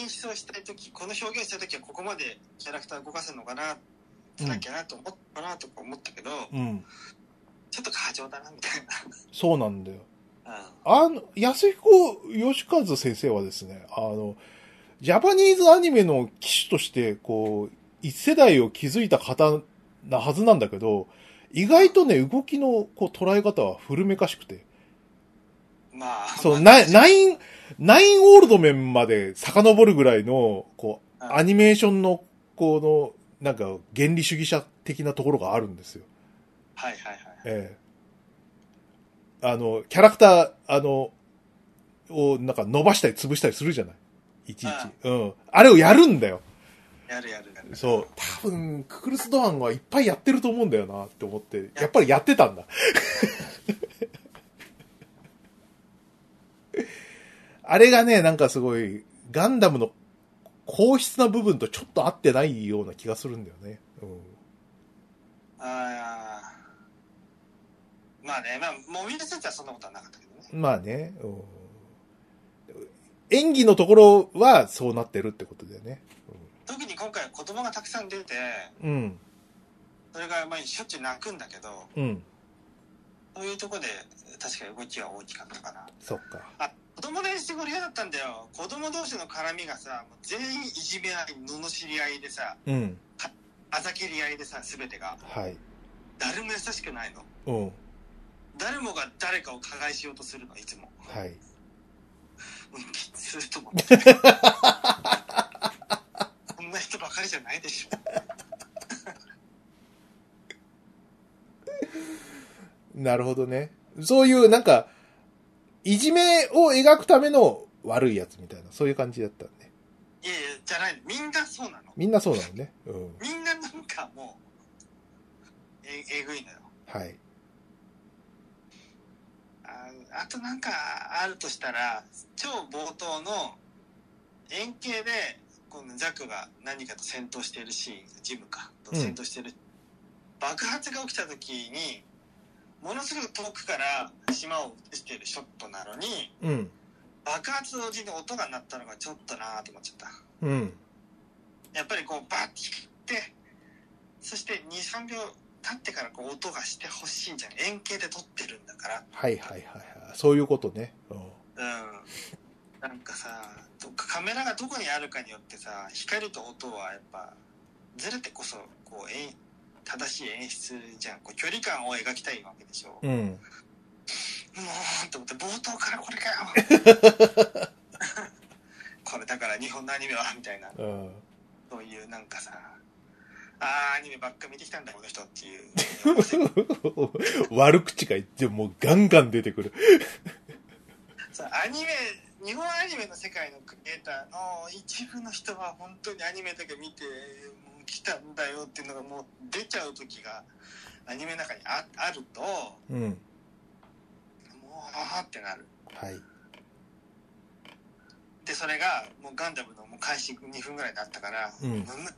[SPEAKER 1] 演出をしたい時この表現したい時はここまでキャラクター動かせるのかなしなきゃなと思ったかなとか思ったけど、
[SPEAKER 2] うん。
[SPEAKER 1] ちょっと過剰だなみたい
[SPEAKER 2] そうなんだよ。
[SPEAKER 1] な、
[SPEAKER 2] あの、安彦義和先生はですね、あの、ジャパニーズアニメの機種として、こう、一世代を築いた方なはずなんだけど、意外とね、動きのこう捉え方は古めかしくて。
[SPEAKER 1] まあ。
[SPEAKER 2] そう、
[SPEAKER 1] まあ
[SPEAKER 2] ナイン、ナイン、ナインオールドメンまで遡るぐらいの、こう、
[SPEAKER 1] うん
[SPEAKER 2] アニメーションの、この、なんか、原理主義者的なところがあるんですよ。
[SPEAKER 1] はいはいはい。
[SPEAKER 2] ええ。あの、キャラクター、あの、を、なんか伸ばしたり潰したりするじゃないいちいち。うん。あれをやるんだよ。
[SPEAKER 1] やるやるやる。
[SPEAKER 2] そう。多分、ククルスドアンはいっぱいやってると思うんだよなって思って、やっぱりやってた んだ。あれがね、なんかすごい、ガンダムの硬質な部分とちょっと合ってないような気がするんだよね。うん。
[SPEAKER 1] あーまあね、まあ、もみ出せたらそんなことはなかったけどね。
[SPEAKER 2] まあね、うん。演技のところはそうなってるってことだよね。
[SPEAKER 1] 特に今回は子供がたくさん出て、
[SPEAKER 2] うん。
[SPEAKER 1] それがまあしょっちゅう泣くんだけど、
[SPEAKER 2] うん。
[SPEAKER 1] そういうとこで確かに動きは大きかったかな。
[SPEAKER 2] そっか。
[SPEAKER 1] あ、子供の演出これ嫌だったんだよ。子供同士の絡みがさ、もう全員いじめ合い、罵り合いでさ、
[SPEAKER 2] うん。
[SPEAKER 1] あざけり合いでさ、すべてが。
[SPEAKER 2] はい。
[SPEAKER 1] 誰も優しくないの。
[SPEAKER 2] うん。
[SPEAKER 1] 誰もが誰かを加害しようとするの、いつも。
[SPEAKER 2] はい。
[SPEAKER 1] うんきついと思って。こんな人ばかりじゃないでしょ。
[SPEAKER 2] なるほどね。そういう、なんか、いじめを描くための悪いやつみたいな、そういう感じだったね。
[SPEAKER 1] いやいや、じゃない。みんなそうなの。
[SPEAKER 2] みんなそうなのね。うん。
[SPEAKER 1] みんななんかもう、ええぐいのよ。
[SPEAKER 2] はい。
[SPEAKER 1] ああとなんかあるとしたら、超冒頭の円形で、このザクが何かと戦闘しているシーン、ジムか、と
[SPEAKER 2] うん
[SPEAKER 1] 戦闘してる、爆発が起きた時に、ものすごく遠くから島を映しているショットなのに、
[SPEAKER 2] うん。
[SPEAKER 1] 爆発のうちに音が鳴ったのがちょっとなぁと思っちゃっ
[SPEAKER 2] うん。
[SPEAKER 1] た。やっぱりこうバッて光って、そして2、3秒経ってからこう音がしてほしいんじゃない円形で撮ってるんだから。
[SPEAKER 2] はいはいはいはい。そういうことね。うん。
[SPEAKER 1] うんなんかさどっかカメラがどこにあるかによってさ光と音はやっぱずれてこそこう演正しい演出じゃんこう距離感を描きたいわけでしょも
[SPEAKER 2] うん。
[SPEAKER 1] うと思って冒頭からこれかよ これだから日本のアニメはみたいな
[SPEAKER 2] うん。
[SPEAKER 1] そういうなんかさあーアニメばっか見てきたんだこの人って いう
[SPEAKER 2] 悪口が言ってもうガンガン出てくる。
[SPEAKER 1] さアニメ日本アニメの世界のクリエイターの一部の人は本当にアニメだけ見てもう来たんだよっていうのがもう出ちゃう時がアニメの中にああるとも
[SPEAKER 2] うん。
[SPEAKER 1] うあーってなる
[SPEAKER 2] はい。
[SPEAKER 1] でそれがもうガンダムのもう開始2分ぐらいだったから、
[SPEAKER 2] うん
[SPEAKER 1] むむ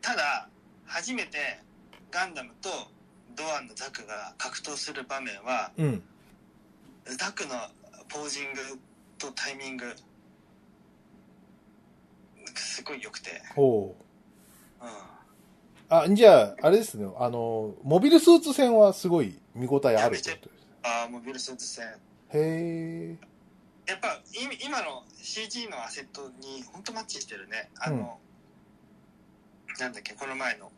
[SPEAKER 1] ただ初めてガンダムとドアンのザクが格闘する場面は
[SPEAKER 2] うん。
[SPEAKER 1] ザクのポージングとタイミングすごい良くて、
[SPEAKER 2] ほう。
[SPEAKER 1] うん、
[SPEAKER 2] あ、じゃあ、あれですね。あの、モビルスーツ戦はすごい見応えあるってことです。
[SPEAKER 1] ああモビルスーツ戦
[SPEAKER 2] へえ。
[SPEAKER 1] やっぱ今今の CG のアセットに本当マッチしてるねあの、なんだっけこの前の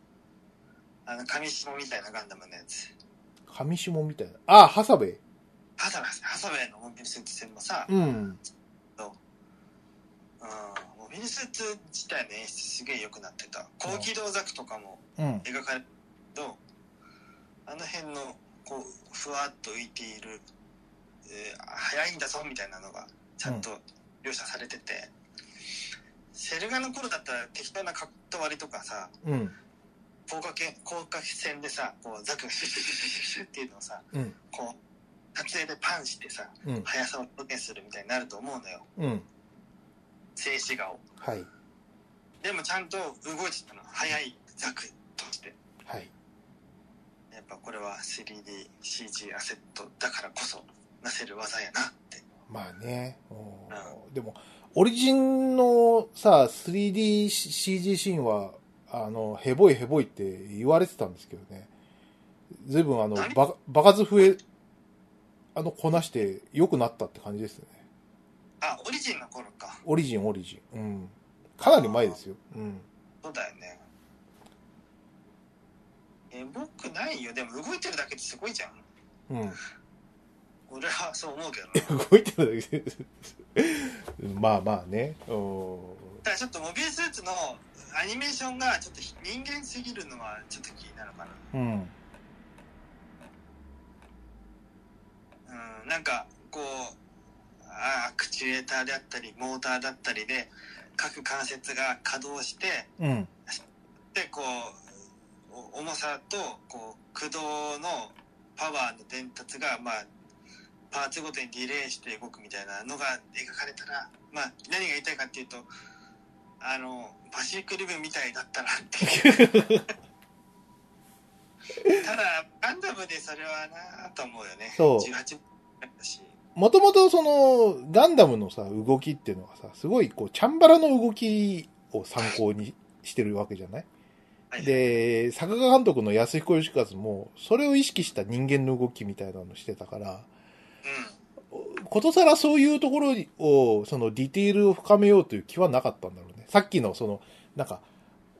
[SPEAKER 1] あの紙紐みたいなガンダムのやつ
[SPEAKER 2] 上下みたいな。あ、ハサベイ。
[SPEAKER 1] ハサウェイハサウェイのモビルスーツ戦もさ、うん
[SPEAKER 2] うん。
[SPEAKER 1] モビルスーツ自体の演出すげえ良くなってた高機動ザクとかも
[SPEAKER 2] うん。
[SPEAKER 1] 描かれるとあの辺のこうふわっと浮いている、えー早いんだぞみたいなのがちゃんと描写されてて、セルガの頃だったら適当なカット割りとかさ
[SPEAKER 2] うん。
[SPEAKER 1] 広角け広角線でさこうザクがシュシュシュシュシュシュっていうのをさ
[SPEAKER 2] うん。
[SPEAKER 1] こう撮影でパンしてさ
[SPEAKER 2] うん。
[SPEAKER 1] 速さを表現するみたいになると思うのよ
[SPEAKER 2] うん。
[SPEAKER 1] 静止画を
[SPEAKER 2] はい。
[SPEAKER 1] でもちゃんと動いてたの速いザクとして
[SPEAKER 2] はい。
[SPEAKER 1] やっぱこれは 3DCG アセットだからこそなせる技やなって。
[SPEAKER 2] まあね。うんでも、オリジンのさ、3DCG シーンは、あの、ヘボいヘボいって言われてたんですけどね。随分あの
[SPEAKER 1] 何、
[SPEAKER 2] ば、場数増え、あの、こなして良くなったって感じですね。
[SPEAKER 1] あ、オリジンの頃か。
[SPEAKER 2] オリジン、オリジン。うん。かなり前ですよ。うん。
[SPEAKER 1] そうだよね。え、僕ないよ。でも動いてるだけですごいじゃん。
[SPEAKER 2] うん。
[SPEAKER 1] 俺はそう思うけどね。
[SPEAKER 2] 動いてるだけで まあまあね。うん
[SPEAKER 1] ただちょっとモビルスーツのアニメーションがちょっと人間すぎるのはちょっと気になるかな。
[SPEAKER 2] うん。
[SPEAKER 1] うん、なんかこうあーアクチュエーターであったりモーターだったりで各関節が稼働して
[SPEAKER 2] うん。
[SPEAKER 1] でこうお重さとこう駆動のパワーの伝達がまあパーツごとにリレーして動くみたいなのが描かれたらまあ何が言いたいかっていうとあのパシフィックリブンみたいだったらって いうただガンダムでそれはなぁと思うよね
[SPEAKER 2] そう
[SPEAKER 1] 18だったし
[SPEAKER 2] もともとその、ガンダムのさ、動きっていうのはさ、すごいこう、チャンバラの動きを参考にしてるわけじゃない
[SPEAKER 1] はい
[SPEAKER 2] で、作画監督の安彦義和も、それを意識した人間の動きみたいなのしてたから、
[SPEAKER 1] う
[SPEAKER 2] ことさらそういうところを、そのディテールを深めようという気はなかったんだろうね。さっきのその、なんか、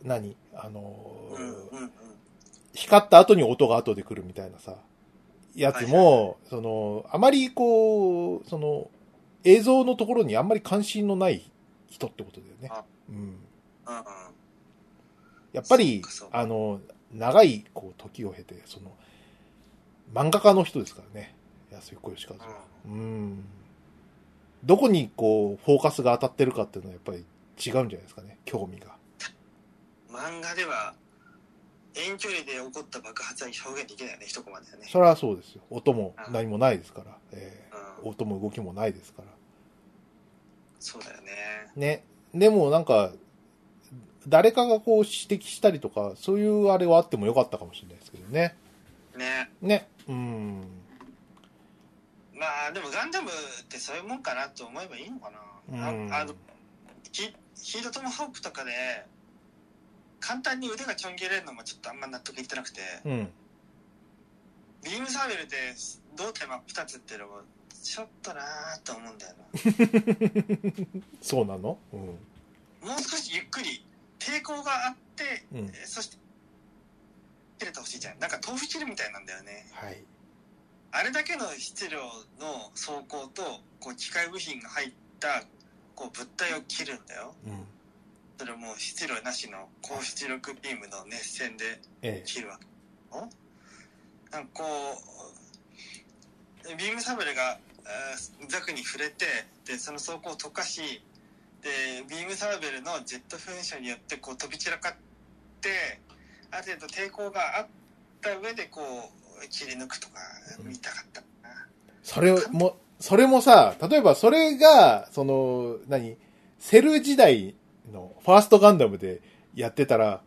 [SPEAKER 2] 何あの
[SPEAKER 1] ん、う
[SPEAKER 2] ー、
[SPEAKER 1] んうんうん
[SPEAKER 2] 光った後に音が後で来るみたいなさ、やつも、その、あまりこう、その、映像のところにあんまり関心のない人ってことだよね
[SPEAKER 1] あ。
[SPEAKER 2] うん。
[SPEAKER 1] うんうん
[SPEAKER 2] やっぱり
[SPEAKER 1] そうかそう、か
[SPEAKER 2] あの、長い、こう、時を経て、その、漫画家の人ですからね。安彦義和は。うん。どこに、こう、フォーカスが当たってるかっていうのは、やっぱり違うんじゃないですかね。興味が。
[SPEAKER 1] 漫画では遠距離で起こった爆発は表現できないよね一コマだよね
[SPEAKER 2] それはそうですよ。音も何もないですから。え
[SPEAKER 1] う
[SPEAKER 2] ー
[SPEAKER 1] ん
[SPEAKER 2] 音も動きもないですから。
[SPEAKER 1] そうだよね
[SPEAKER 2] ね。でもなんか、誰かがこう指摘したりとか、そういうあれはあってもよかったかもしれないですけどね。
[SPEAKER 1] ね
[SPEAKER 2] ね。うん。
[SPEAKER 1] まあでもガンダムってそういうもんかなと思えばいいのかな、
[SPEAKER 2] うん
[SPEAKER 1] ああのヒヒードトムホークとかで簡単に腕がちょん切れるのもちょっとあんま納得いってなくて、
[SPEAKER 2] うん。
[SPEAKER 1] ビームサーベルで胴体真っ二つっていうのもちょっとなーと思うんだよ
[SPEAKER 2] そうなのうん。
[SPEAKER 1] なもう少しゆっくり抵抗があって
[SPEAKER 2] うん。
[SPEAKER 1] えーそして切れてほしいじゃんなんか豆腐切るみたいなんだよね
[SPEAKER 2] はい。
[SPEAKER 1] あれだけの質量の走行とこう機械部品が入ったこう物体を切るんだよ
[SPEAKER 2] うん。
[SPEAKER 1] それもう質量なしの高出力ビームの熱線で
[SPEAKER 2] ええ。
[SPEAKER 1] 切るわけおなんかこうビームサブレがあーザクに触れてでその走行を溶かしでビームサーベルのジェット噴射によってこう飛び散らかってある程度抵抗があった上でこう切り抜くとか見たかったな、
[SPEAKER 2] それも、それもさ、例えばそれが、その、何セル時代のファーストガンダムでやってたら、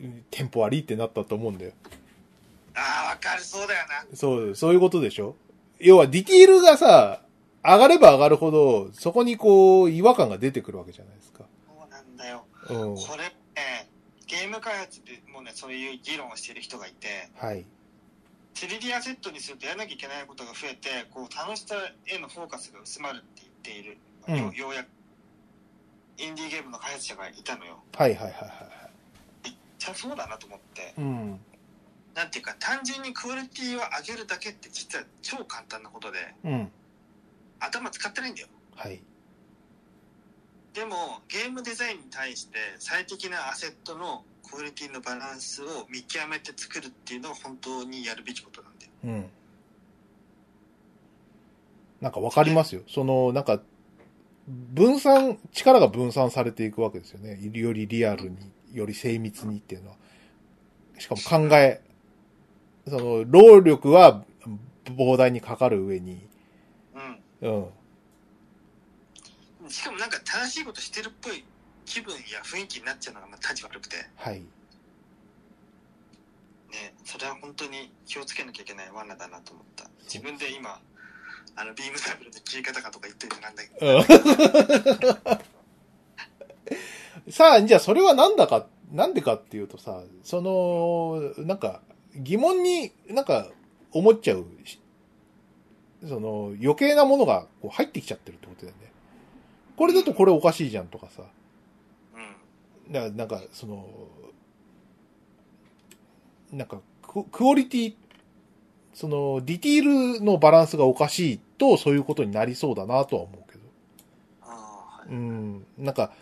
[SPEAKER 2] うんテンポ悪いってなったと思うんだよ。
[SPEAKER 1] ああわかるそうだよな
[SPEAKER 2] そう、そういうことでしょ要はディティールがさ、上がれば上がるほど、そこにこう、違和感が出てくるわけじゃないですか。
[SPEAKER 1] そうなんだよ
[SPEAKER 2] うん。
[SPEAKER 1] これねゲーム開発でもねそういう議論をしてる人がいて、
[SPEAKER 2] はい。
[SPEAKER 1] 3D アセットにするとやらなきゃいけないことが増えてこう楽しさへのフォーカスが薄まるって言っている、
[SPEAKER 2] うん
[SPEAKER 1] よようやくインディーゲームの開発者がいたのよ
[SPEAKER 2] はいはいはいは
[SPEAKER 1] じゃあそうだなと思って
[SPEAKER 2] い。うん。
[SPEAKER 1] なんていうか単純にクオリティを上げるだけって実は超簡単なことで
[SPEAKER 2] うん。
[SPEAKER 1] 頭使ってないんだよ
[SPEAKER 2] はい。
[SPEAKER 1] でもゲームデザインに対して最適なアセットのクオリティのバランスを見極めて作るっていうのが本当にやるべきことなんだよ
[SPEAKER 2] うん。なんかわかりますよ。その、なんか、分散、力が分散されていくわけですよね。よりリアルに、より精密にっていうのは。しかも考え、その、労力は膨大にかかる上に、
[SPEAKER 1] うん
[SPEAKER 2] うん。
[SPEAKER 1] しかもなんか正しいことしてるっぽい気分や雰囲気になっちゃうのがまあ立ち悪くて
[SPEAKER 2] はい。
[SPEAKER 1] ねそれは本当に気をつけなきゃいけない罠だなと思った自分で今あのビームサーブルの切り方かとか言ってるのなんだけど
[SPEAKER 2] さあ、じゃあそれはなんだか、なんでかっていうとさ、その、なんか、疑問になんか思っちゃうしその、余計なものがこう入ってきちゃってるってことだよね。これだとこれおかしいじゃんとかさ。
[SPEAKER 1] うん。
[SPEAKER 2] だからなんか、その、なんかク、クオリティ、その、ディティールのバランスがおかしいと、そういうことになりそうだなとは思うけど。
[SPEAKER 1] ああ、はい。
[SPEAKER 2] うん。なんか、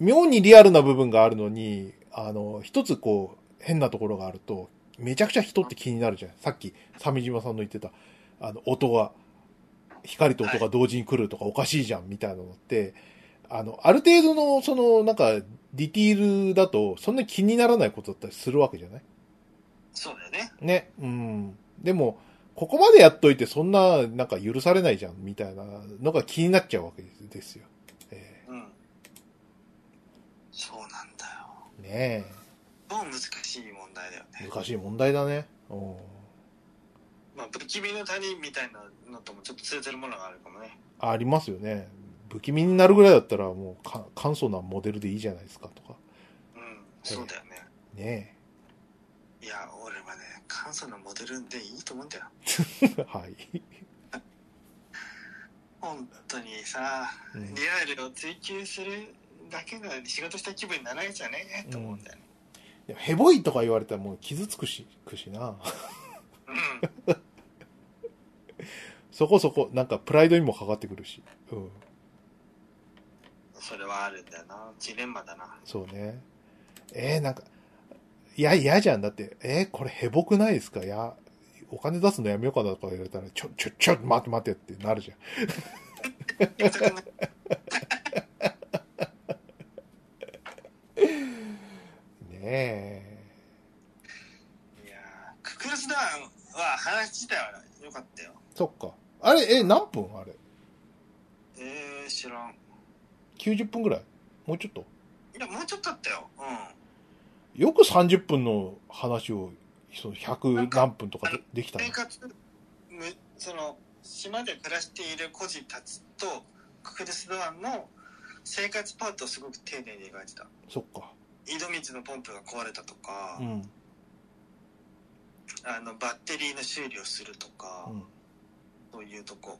[SPEAKER 2] 妙にリアルな部分があるのに、あの、一つこう、変なところがあると、めちゃくちゃ人って気になるじゃん。さっき、鮫島さんの言ってた、あの、音が、光と音が同時に来るとかおかしいじゃん、みたいなのって、あの、ある程度の、その、なんか、ディティールだと、そんなに気にならないことだったりするわけじゃない
[SPEAKER 1] そうだよね。
[SPEAKER 2] ね。うん。でも、ここまでやっといて、そんな、なんか許されないじゃん、みたいなのが気になっちゃうわけですよ。え
[SPEAKER 1] うん。そうなんだよ。
[SPEAKER 2] ーねえ。
[SPEAKER 1] 超難しい問題だよね。
[SPEAKER 2] 難しい問題だね。うん
[SPEAKER 1] まあ、不気味の谷みたいなのともちょっと通ずるものがあるかもね。
[SPEAKER 2] ありますよね。不気味になるぐらいだったらもうか簡素なモデルでいいじゃないですかとか。
[SPEAKER 1] うん。そうだよね。
[SPEAKER 2] ね
[SPEAKER 1] いや、俺はね、簡素なモデルでいいと思うんだよ。
[SPEAKER 2] え。 はい。
[SPEAKER 1] 本当にさ、
[SPEAKER 2] うん
[SPEAKER 1] リアルを追求するだけの仕事した気分にならないじゃねえと思うんだよね。
[SPEAKER 2] でもヘボいとか言われたらもう傷つくし、くしな。
[SPEAKER 1] うん。
[SPEAKER 2] そこそこ、なんかプライドにもかかってくるし。うん。
[SPEAKER 1] それはあるんだよな。ジレンマだ な。
[SPEAKER 2] そうね。えー、なんか、いや、嫌じゃん。だって、えー、これヘボくないですかいや、お金出すのやめようかなとか言われたら、ちょ、ちょ、ちょ、待って待ってってなるじゃん。
[SPEAKER 1] 言いたくない
[SPEAKER 2] ねえ。
[SPEAKER 1] いやーククルスダウンは話自体は良かったよ。
[SPEAKER 2] そっか。あれ、えー、何分あれ
[SPEAKER 1] えー、知らん。
[SPEAKER 2] 90分ぐらいもうちょっと
[SPEAKER 1] いや、もうちょっとあったよ。うん。
[SPEAKER 2] よく30分の話を、その100何分とかでできたね
[SPEAKER 1] 生活、むその、島で暮らしている孤児たちと、ククルスダウンの生活パートをすごく丁寧に描いてた。
[SPEAKER 2] そっか。
[SPEAKER 1] 井戸水のポンプが壊れたとか、
[SPEAKER 2] うん。
[SPEAKER 1] あの、バッテリーの修理をするとか、
[SPEAKER 2] うん
[SPEAKER 1] そういうとこ。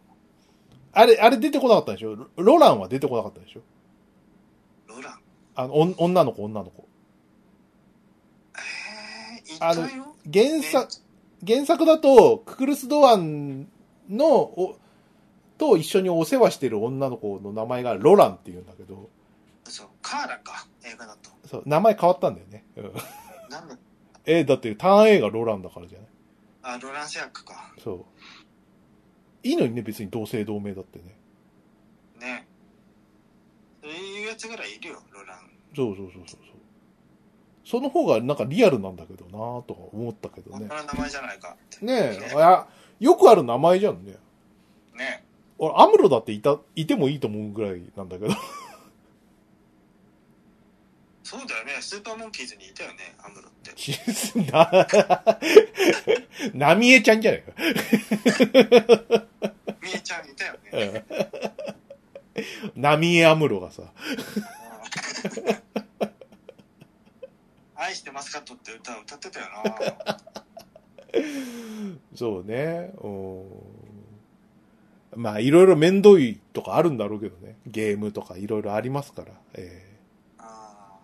[SPEAKER 2] あれ、あれ出てこなかったでしょロロランは出てこなかったでしょ
[SPEAKER 1] ロラン。
[SPEAKER 2] あの、おん女の子、女の子。
[SPEAKER 1] えー、い
[SPEAKER 2] あ
[SPEAKER 1] た
[SPEAKER 2] の
[SPEAKER 1] よ。
[SPEAKER 2] 原作、原作だと、ククルスドアンの、お、と一緒にお世話してる女の子の名前がロランって言うんだけど、
[SPEAKER 1] そう、カーラか、映画だと。
[SPEAKER 2] そう、名前変わったんだよね。うん
[SPEAKER 1] なんだ
[SPEAKER 2] えーだってターン A がロランだからじゃない
[SPEAKER 1] あ、ロラン・セアックか。
[SPEAKER 2] そう。いいのにね、別に同姓同名だってね。
[SPEAKER 1] ねそういうやつぐらいいるよ、ロラン。
[SPEAKER 2] そうそうそうそうそう。その方がなんかリアルなんだけどなぁとか思ったけど
[SPEAKER 1] こん
[SPEAKER 2] ね。
[SPEAKER 1] な名前じゃないかって。
[SPEAKER 2] ねえ、
[SPEAKER 1] ね
[SPEAKER 2] あよくある名前じゃんね。
[SPEAKER 1] ね
[SPEAKER 2] 俺、アムロだっていた、いてもいいと思うぐらいなんだけど。
[SPEAKER 1] そうだよね、スーパーモンキーズにいたよね、アムロ って。
[SPEAKER 2] ちな、なみえちゃんじゃない
[SPEAKER 1] みえちゃんいたよね。
[SPEAKER 2] か。なみえアムロがさ、
[SPEAKER 1] うん愛してますかとって歌を歌ってたよな。
[SPEAKER 2] そうね、うんまあ、いろいろ面倒いとかあるんだろうけどね。ゲームとかいろいろありますから。ええ
[SPEAKER 1] あ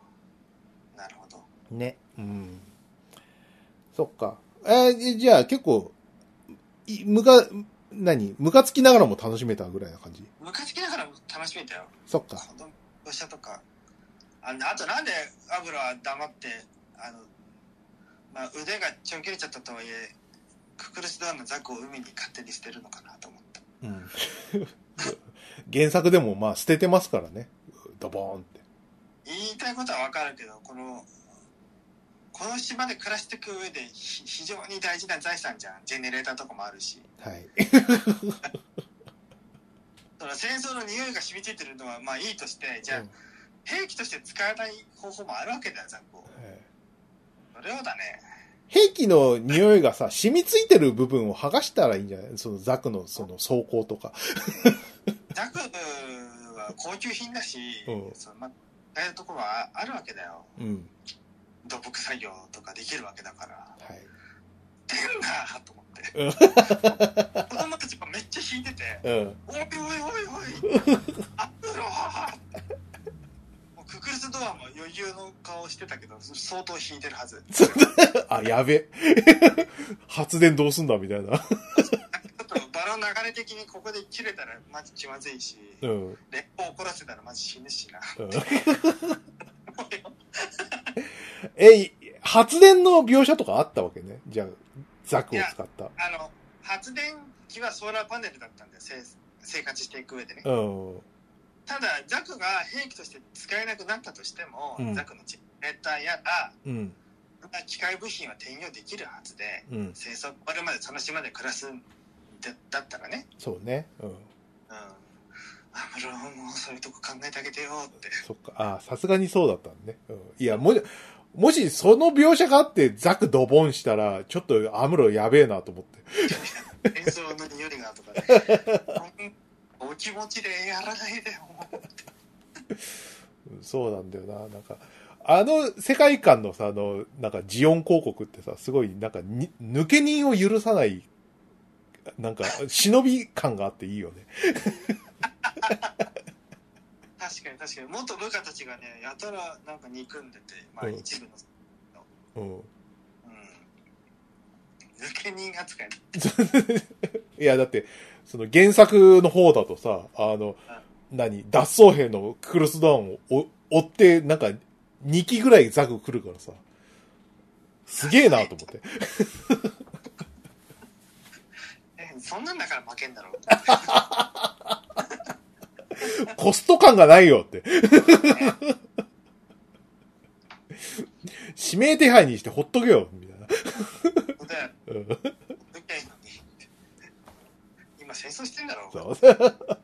[SPEAKER 1] ーなるほど。
[SPEAKER 2] ね。うん。そっか。えーじゃあ結構、いむか、何むかつきながらも楽しめたぐらいな感じ。
[SPEAKER 1] 昔きながらも楽しめたよ。
[SPEAKER 2] そっか。
[SPEAKER 1] 子供の下とか。ああとなんでアムロは黙って、あの、まあ、腕がちょん切れちゃったとはいえ、ククルスドアのザクを海に勝手に捨てるのかなと思った。
[SPEAKER 2] うん。 原作でもまあ捨ててますからね。ドボーンって。
[SPEAKER 1] 言いたいことはわかるけどこのこの島で暮らしていく上でひ非常に大事な財産じゃんジェネレーターとかもあるし
[SPEAKER 2] はい。
[SPEAKER 1] その戦争の匂いが染みついてるのはまあいいとしてじゃあ、
[SPEAKER 2] うん
[SPEAKER 1] 兵器として使わない方法もあるわけだよザコ
[SPEAKER 2] はい
[SPEAKER 1] それをだね
[SPEAKER 2] 兵器の匂いがさ、染みついてる部分を剥がしたらいいんじゃないそのザクのその装甲とか。
[SPEAKER 1] ザクは高級品だし、
[SPEAKER 2] うん
[SPEAKER 1] そのまあ使えるところはあるわけだよ
[SPEAKER 2] うん。
[SPEAKER 1] 土木作業とかできるわけだから
[SPEAKER 2] はい。
[SPEAKER 1] 天だと思って子供たちもめっっちゃ引いてて、
[SPEAKER 2] うん。
[SPEAKER 1] おいおいおいおい、 アップロもうククルスドアも余裕の顔してたけど、相当引いてるはず。ちょっ
[SPEAKER 2] あ、やべ。 発電どうすんだみたいな。
[SPEAKER 1] とバラの流れ的にここで切れたらマジ気まずいし、
[SPEAKER 2] うん。うん。
[SPEAKER 1] レッポ怒らせたらマジ死ぬしな。
[SPEAKER 2] え、い発電の描写とかあったわけね。じゃあ、ザクを使った。
[SPEAKER 1] あの、発電機はソーラーパネルだったんだよ、せい生活していく上でね。
[SPEAKER 2] うん。
[SPEAKER 1] ただ、ザクが兵器として使えなくなったとしても、
[SPEAKER 2] うん
[SPEAKER 1] ザクのチレーターやら、
[SPEAKER 2] うん。
[SPEAKER 1] 機械部品は転用できるはずで、
[SPEAKER 2] うん。
[SPEAKER 1] 生息終わるまでその島で暮らすんだだったらね、
[SPEAKER 2] そうね。うん。
[SPEAKER 1] うん、あむろもうそういうとこ考えてあげてよって、
[SPEAKER 2] そっか。あ、さすがにそうだったのね。うん。いや、もし、もしその描写があってザクドボンしたら、ちょっとアムロやべえなと思って。
[SPEAKER 1] 演奏の匂いがとかね、うんお気持ちでやらないでよ、
[SPEAKER 2] うんそうなんだよな。なんか、あの世界観のさ、あの、なんかジオン広告ってさ、すごい、なんかに、抜け人を許さない、なんか、忍び感があっていいよね。
[SPEAKER 1] 確かに確かに、元部下たちがね、やたらなんか憎んでて、まあ
[SPEAKER 2] うん
[SPEAKER 1] 一部の、
[SPEAKER 2] うん。
[SPEAKER 1] うん、抜け人扱い、
[SPEAKER 2] いや、だって、その原作の方だとさ、あの、何、脱走兵のクルスドアンをお追って、なんか、2機ぐらいザク来るからさ、すげえなと思って。
[SPEAKER 1] えそんなんだから負けんだ ろう。
[SPEAKER 2] コスト感がないよって。指名手配にしてほっとけよ、みたいな。
[SPEAKER 1] で、
[SPEAKER 2] うん
[SPEAKER 1] 抜けいいのに、今戦争してんだろ
[SPEAKER 2] そう。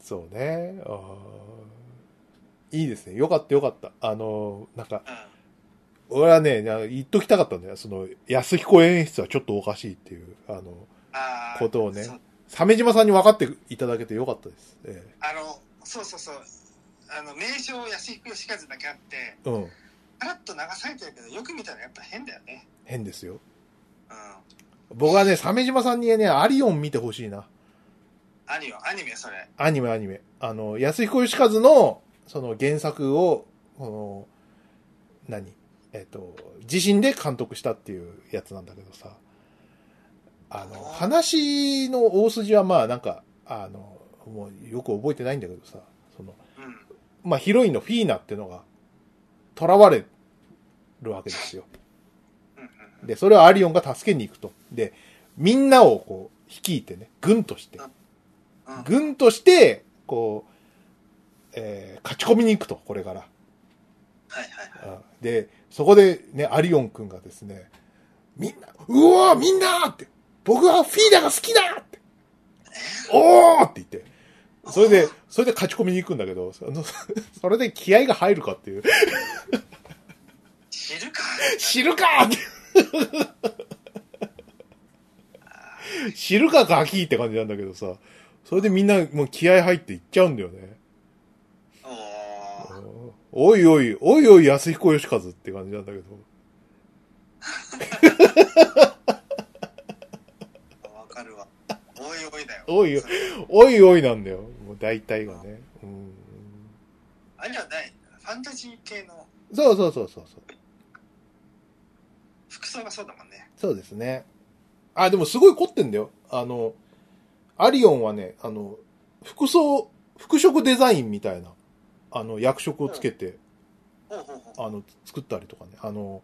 [SPEAKER 2] そうね。あーいいですね。よかったよかった。あの、なんか、
[SPEAKER 1] うん
[SPEAKER 2] 俺はね、な言っときたかったんだよ。その、安彦演出はちょっとおかしいっていう、あの、
[SPEAKER 1] あー
[SPEAKER 2] ことをね
[SPEAKER 1] そう
[SPEAKER 2] 鮫島さんに分かっていただけてよかったです。え
[SPEAKER 1] あのそうそうそうあの名称安彦義和だけあって
[SPEAKER 2] えうん。
[SPEAKER 1] パラッと流されてるけどよく見たらやっぱ変だよね
[SPEAKER 2] 変ですよ。
[SPEAKER 1] うん
[SPEAKER 2] 僕はね、鮫島さんにね、アリオン見てほしいな。
[SPEAKER 1] アニメアニメそれ
[SPEAKER 2] アニメアニメ。あの、安彦義和の、その原作を、この、何えっと、自身で監督したっていうやつなんだけどさ。あの、話の大筋はまあなんか、あの、もうよく覚えてないんだけどさ、その、
[SPEAKER 1] うん
[SPEAKER 2] まあヒロインのフィーナってのが、囚われるわけですよ。
[SPEAKER 1] うんうん
[SPEAKER 2] で、それをアリオンが助けに行くと。で、みんなをこう、率いてね、軍として。
[SPEAKER 1] うんうん
[SPEAKER 2] 軍として、こう、えー勝ち込みに行くと、これから。
[SPEAKER 1] はいはい
[SPEAKER 2] うんで、そこでね、アリオン君がですね、みんな、うおーみんなーって、僕はフィーダが好きだーって、おーって言って、それで、それで勝ち込みに行くんだけど、そのそれで気合が入るかっていう、
[SPEAKER 1] 知 るか
[SPEAKER 2] 知るかーって。知るかガキーって感じなんだけどさ、それでみんなもう気合入って行っちゃうんだよね。
[SPEAKER 1] おー
[SPEAKER 2] おいおい、おいおい、安彦義和って感じなんだけど。
[SPEAKER 1] わかるわおいおいだよ
[SPEAKER 2] おいおい
[SPEAKER 1] それ
[SPEAKER 2] おいおいなんだよ。もう大体がね。うん、
[SPEAKER 1] あれはないファンタジー系の
[SPEAKER 2] そうそうそうそうそう。
[SPEAKER 1] 服装がそうだもんね
[SPEAKER 2] そうですね。あ、でもすごい凝ってんだよ。あの、アリオンはね、あの、服装、服飾デザインみたいな、あの、役職をつけて、
[SPEAKER 1] ほうほうほう
[SPEAKER 2] あの、作ったりとかね。あの、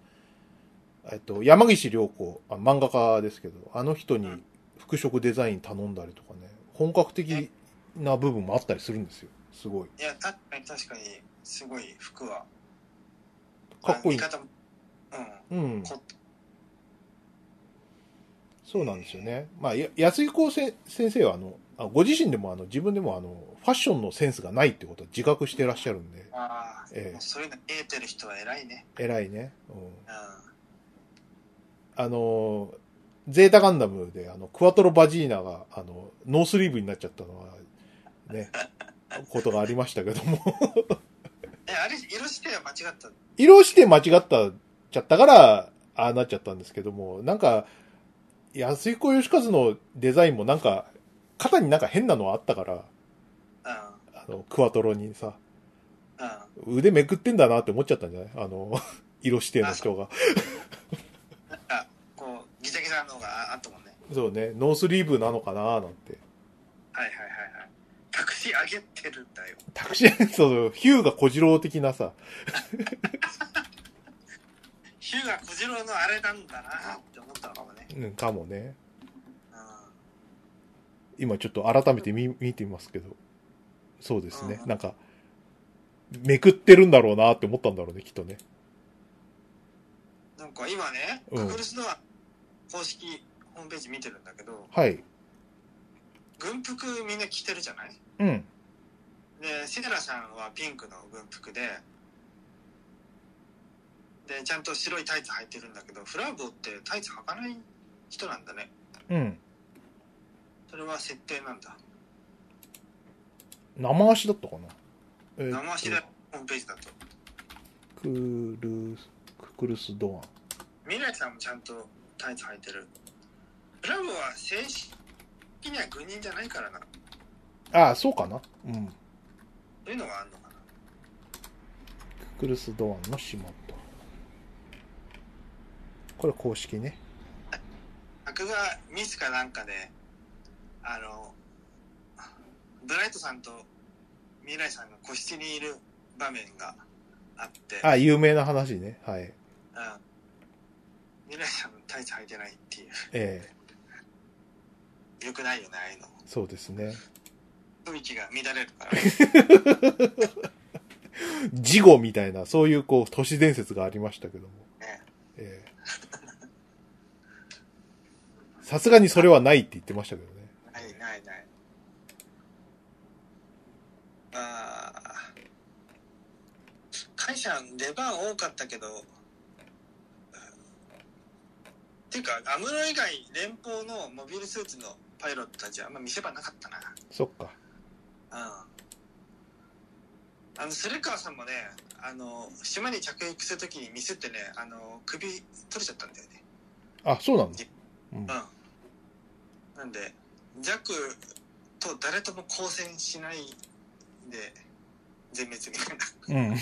[SPEAKER 2] えっと、山岸良子、あ漫画家ですけど、あの人
[SPEAKER 1] う
[SPEAKER 2] に
[SPEAKER 1] ん
[SPEAKER 2] 服飾デザイン頼んだりとかね、本格的な部分もあったりするんですよ。すごい。
[SPEAKER 1] いや確かに確かにすごい服は
[SPEAKER 2] かっこいい
[SPEAKER 1] あ見。方もうん
[SPEAKER 2] うん。
[SPEAKER 1] こ
[SPEAKER 2] そうなんですよね。まあ、や安井光先生は、あの、あご自身でも、あの、自分でも、あの、ファッションのセンスがないってことは自覚してらっしゃるんで、
[SPEAKER 1] ああ、
[SPEAKER 2] ええ
[SPEAKER 1] もうそういうの得てる人は偉いね。
[SPEAKER 2] 偉いね。う
[SPEAKER 1] う
[SPEAKER 2] ん
[SPEAKER 1] ん。
[SPEAKER 2] あの、ゼータガンダムで、あの、クワトロバジーナが、あの、ノースリーブになっちゃったのは、ね、ことがありましたけども、
[SPEAKER 1] え、あれ、色指定は間違った。
[SPEAKER 2] 色して間違った、ちゃったから、ああなっちゃったんですけども、なんか、安彦義和のデザインもなんか、肩になんか変なのあったから、
[SPEAKER 1] う
[SPEAKER 2] あの、クワトロにさ、
[SPEAKER 1] ん。うん。
[SPEAKER 2] 腕めくってんだなって思っちゃったんじゃないあの、 色指定の人が。
[SPEAKER 1] なんか、こう、ギザギザの方がああったもんね。
[SPEAKER 2] そうね、ノースリーブなのかななんて。
[SPEAKER 1] はいはいはいはい。タクシー上げてるんだよ。
[SPEAKER 2] タクシー、 そう、ヒューが小次郎的なさ、
[SPEAKER 1] ヒューが小次郎のあれなんだなって思ったのかもね。
[SPEAKER 2] うん、かもね。
[SPEAKER 1] う
[SPEAKER 2] 今ちょっと改めて見見てみますけど、そうですね、
[SPEAKER 1] うん
[SPEAKER 2] なんか、めくってるんだろうなって思ったんだろうね、きっとね。
[SPEAKER 1] ん。なんか今ね、
[SPEAKER 2] うん
[SPEAKER 1] カクルスドア公式ホームページ見てるんだけど、
[SPEAKER 2] はい。
[SPEAKER 1] 軍服みんな着てるじゃない
[SPEAKER 2] うん。
[SPEAKER 1] で、セラさんはピンクの軍服で、で、ちゃんと白いタイツ履いてるんだけど、フラーボってタイツ履かない人なんだね。
[SPEAKER 2] うん。
[SPEAKER 1] それは設定なんだ。
[SPEAKER 2] 生足だったかな。えーと
[SPEAKER 1] 生足でホームページだと。
[SPEAKER 2] クールス、ククルスド
[SPEAKER 1] ミライさんもちゃんとタイツ履いてる。フラーボは正式には軍人じゃないからな。
[SPEAKER 2] アン。ああ、そうかな。うん。ク
[SPEAKER 1] そういうのがあるのかな。
[SPEAKER 2] クルスドアンの島と。これ公式ね。
[SPEAKER 1] 僕がミスかなんかで、あの、ブライトさんとミライさんが個室にいる場面があって、
[SPEAKER 2] ああ、有名な話ね。はい。
[SPEAKER 1] うん。ミライさんのタイツ履いてないってい
[SPEAKER 2] え
[SPEAKER 1] う、よくないよね、ああいうの。
[SPEAKER 2] えそうですね。
[SPEAKER 1] 雰囲気が乱れるから。
[SPEAKER 2] 事後みたいな、そういうこう、都市伝説がありましたけども。
[SPEAKER 1] ね
[SPEAKER 2] ええさすがにそれはないって言ってましたけどね。
[SPEAKER 1] ないないない。ああ。会社出番多かったけど、うんていうか、アムロ以外連邦のモビルスーツのパイロットたちはあんま見せ場なかったな。
[SPEAKER 2] そっか。
[SPEAKER 1] うん。あの、スレカーさんもね、あの、島に着陸するときにミスってね、あの、首取れちゃったんだよね。
[SPEAKER 2] あ、そうなんだ。うん。
[SPEAKER 1] うん。なんで、ジャックと誰とも交戦しないで、全滅みたい
[SPEAKER 2] うん。
[SPEAKER 1] な。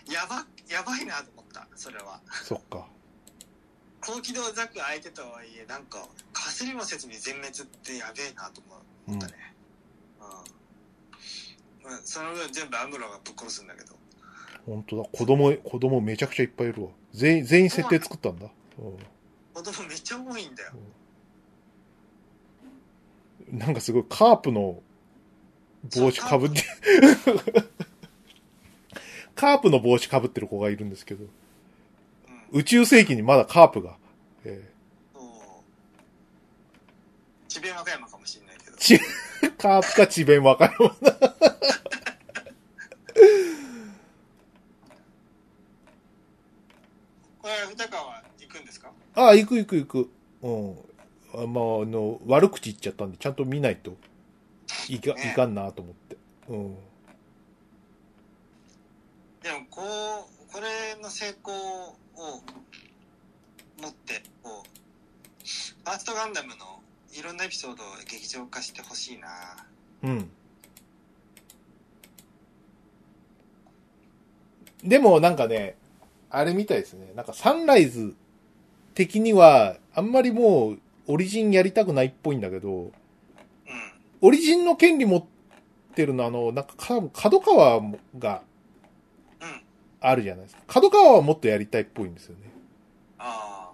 [SPEAKER 1] やば、やばいなと思った、それは。
[SPEAKER 2] そっか。
[SPEAKER 1] 高機動ザク相手とはいえ、なんか、かすりもせずに全滅ってやべえなと
[SPEAKER 2] うん
[SPEAKER 1] 思った。ね。うん。まあ、その分全部アムロがぶっ殺すんだけど。
[SPEAKER 2] 本当だ。子供、子供めちゃくちゃいっぱいいるわ。全員、全員設定作ったんだ。う
[SPEAKER 1] 子供めっちゃ多いんだよ。
[SPEAKER 2] ん。なんかすごい、カープの帽子かぶって、カープの帽子かぶってる子がいるんですけ
[SPEAKER 1] う
[SPEAKER 2] ど、
[SPEAKER 1] ん。
[SPEAKER 2] 宇宙世紀にまだカープが、え
[SPEAKER 1] そう。智弁和歌山かもしれないけど。
[SPEAKER 2] ちえカープか智弁和歌山。
[SPEAKER 1] これ、二川は行くんですか
[SPEAKER 2] ああ、行く行く行く。うん。あまあ、あの、悪口言っちゃったんで、ちゃんと見ないといか、
[SPEAKER 1] ね
[SPEAKER 2] いかんなと思って。うん。
[SPEAKER 1] でもこうこれの成功を持ってこうファーストガンダムのいろんなエピソードを劇場化してほしいな
[SPEAKER 2] うん。でもなんかね、あれみたいですね。なんかサンライズ的には、あんまりもうオリジンやりたくないっぽいんだけど、
[SPEAKER 1] うん
[SPEAKER 2] オリジンの権利持ってるのはあの、なんかか角川が
[SPEAKER 1] うん
[SPEAKER 2] あるじゃないですか。角川はもっとやりたいっぽいんですよね。
[SPEAKER 1] あ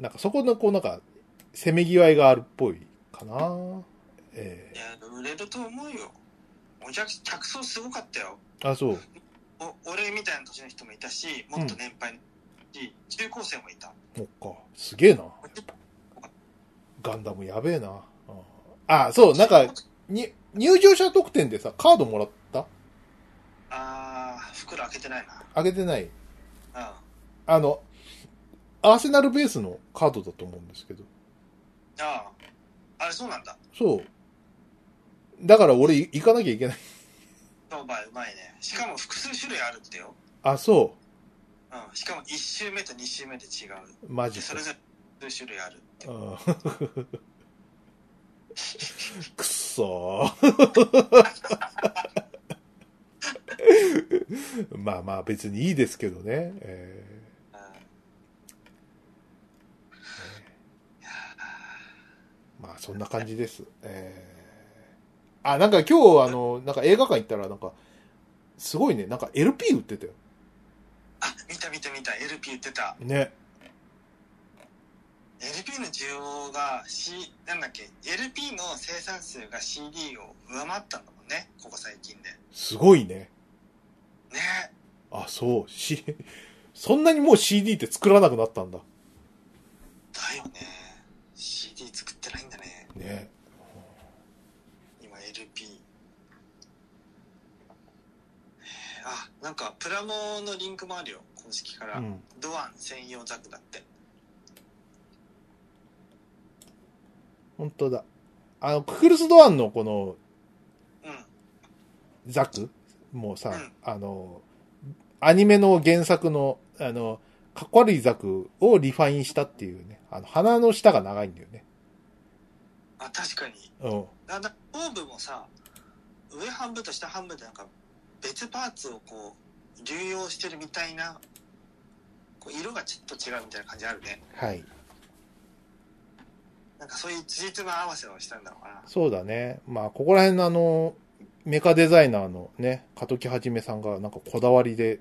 [SPEAKER 2] なんかそこのこうなんか、せめぎ合いがあるっぽいかな。え
[SPEAKER 1] あいや売れると思うよお客客層すごかったよ
[SPEAKER 2] えあ、そう。
[SPEAKER 1] お俺みたいな年の人もいたしもっと年配の、し中高生もいた
[SPEAKER 2] そっか。すげえな。ガンダムやべえな。ああ、そう、なんか、に、入場者特典でさ、カードもらった
[SPEAKER 1] ああ袋開けてない
[SPEAKER 2] あげてない。
[SPEAKER 1] なうん
[SPEAKER 2] あの、アーセナルベースのカードだと思うんですけど。
[SPEAKER 1] あああれそうなんだ
[SPEAKER 2] そう。だから俺、い行かなきゃいけない。
[SPEAKER 1] 商売うまいねしかも複数種類あるってよ
[SPEAKER 2] あ、そ
[SPEAKER 1] うん、しかも1周目と2周目で違う
[SPEAKER 2] マ
[SPEAKER 1] で
[SPEAKER 2] ジ
[SPEAKER 1] そ
[SPEAKER 2] か
[SPEAKER 1] れ。ぞれ数種類あるって
[SPEAKER 2] うん くっそー まあまあ別にいいですけどね。え
[SPEAKER 1] うん
[SPEAKER 2] ーまあそんな感じです。えーあ、なんか今日あの、なんか映画館行ったらなんか、すごいね、なんか LP 売ってたよ。
[SPEAKER 1] あ見た見た見た LP 言ってた
[SPEAKER 2] ね。
[SPEAKER 1] LP の需要が、C、なんだっけ LP の生産数が CD を上回ったんだもんねここ最近です
[SPEAKER 2] ごいね。
[SPEAKER 1] ね
[SPEAKER 2] あ、そう。し、そんなにもう CD って作らなくなったんだ。
[SPEAKER 1] だよね CD 作ってないんだね
[SPEAKER 2] ね。
[SPEAKER 1] 今 LP えーあなんかプラモのリンクもあるよ公式から、
[SPEAKER 2] うん。
[SPEAKER 1] ドアン専用ザクだって
[SPEAKER 2] 本当だ。あの、ククルスドアンのこの
[SPEAKER 1] うん
[SPEAKER 2] ザクもうさ、
[SPEAKER 1] うん
[SPEAKER 2] あの、アニメの原作の、あの、かっこ悪いザクをリファインしたっていうね。あの、鼻の下が長いんだよね。
[SPEAKER 1] あ確かに
[SPEAKER 2] うん。
[SPEAKER 1] だんだオーブもさ上半分と下半分でなんか別パーツをこう流用してるみたいなこう色がちょっと違うみたいな感じあるね
[SPEAKER 2] はい。
[SPEAKER 1] なんかそういうつじつま合わせをしたんだろうな
[SPEAKER 2] そうだね。まあ、ここら辺のあの、メカデザイナーのね、カトキはじめさんがなんかこだわりで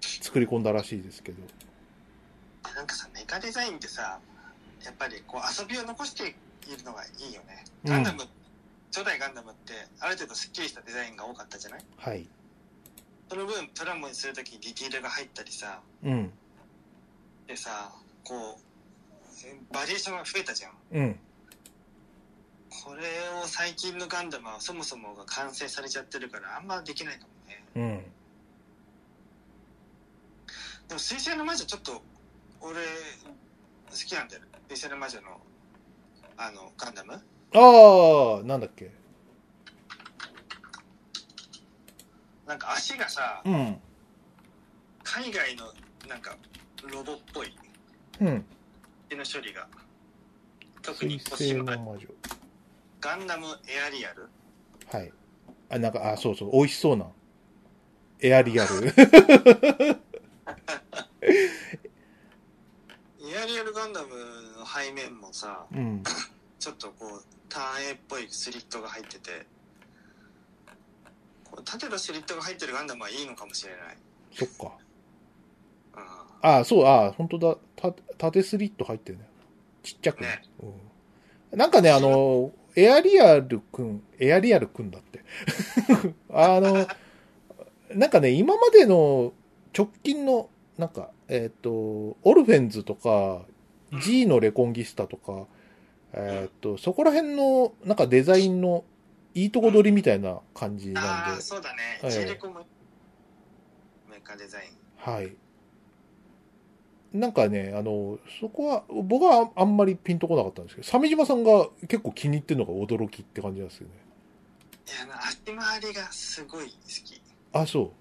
[SPEAKER 2] 作り込んだらしいですけど。
[SPEAKER 1] なんかさメカデザインってさやっぱりこう遊びを残しているのがいいよね
[SPEAKER 2] うん
[SPEAKER 1] ガンダム、初代ガンダムってある程度すっきりしたデザインが多かったじゃない
[SPEAKER 2] はい。
[SPEAKER 1] その分プラモにするときにディティールが入ったりさ
[SPEAKER 2] うん。
[SPEAKER 1] でさこうバリエーションが増えたじゃん
[SPEAKER 2] うん。
[SPEAKER 1] これを最近のガンダムはそもそもが完成されちゃってるからあんまできないかもね
[SPEAKER 2] うん。
[SPEAKER 1] でも水星の魔女ちょっと俺好きなんだよ水星の魔女のあのガンダム
[SPEAKER 2] ああ、なんだっけ。
[SPEAKER 1] なんか足がさ
[SPEAKER 2] うん。
[SPEAKER 1] 海外のなんかロボっぽい
[SPEAKER 2] うん。
[SPEAKER 1] 手の処理が特
[SPEAKER 2] 水
[SPEAKER 1] に
[SPEAKER 2] 星
[SPEAKER 1] 腰
[SPEAKER 2] の
[SPEAKER 1] の
[SPEAKER 2] 魔女。
[SPEAKER 1] ガンダムエアリアル
[SPEAKER 2] はい。あ、なんか、あ、そうそう、美味しそうな。エアリアル。
[SPEAKER 1] エアリアルガンダムの背面もさ
[SPEAKER 2] うん。
[SPEAKER 1] ちょっとこうターン A っぽいスリットが入っててこう縦のスリットが入ってるガンダムはいいのかもしれない、
[SPEAKER 2] そっか。
[SPEAKER 1] うん、
[SPEAKER 2] あ、そう、あ、本当だ。た、縦スリット入ってるね。ちっちゃくね
[SPEAKER 1] ね。
[SPEAKER 2] うん、なんかね、あの、エアリアルくん、エアリアルくんだって。 あの、なんかね、今までの直近の、なんか、えっ、と、オルフェンズとか、
[SPEAKER 1] うん
[SPEAKER 2] G のレコンギスタとか、えっ、と、そこら辺の、なんかデザインのいいとこ取りみたいな感じな
[SPEAKER 1] あ
[SPEAKER 2] ん
[SPEAKER 1] あ
[SPEAKER 2] で、
[SPEAKER 1] そうだね、
[SPEAKER 2] ええ
[SPEAKER 1] J レコもメーカーデザイン
[SPEAKER 2] はい。なんかね、あの、そこは、僕はあんまりピンとこなかったんですけど、鮫島さんが結構気に入ってるのが驚きって感じなんですよね。
[SPEAKER 1] いやな足回りがすごい好き
[SPEAKER 2] あ、そ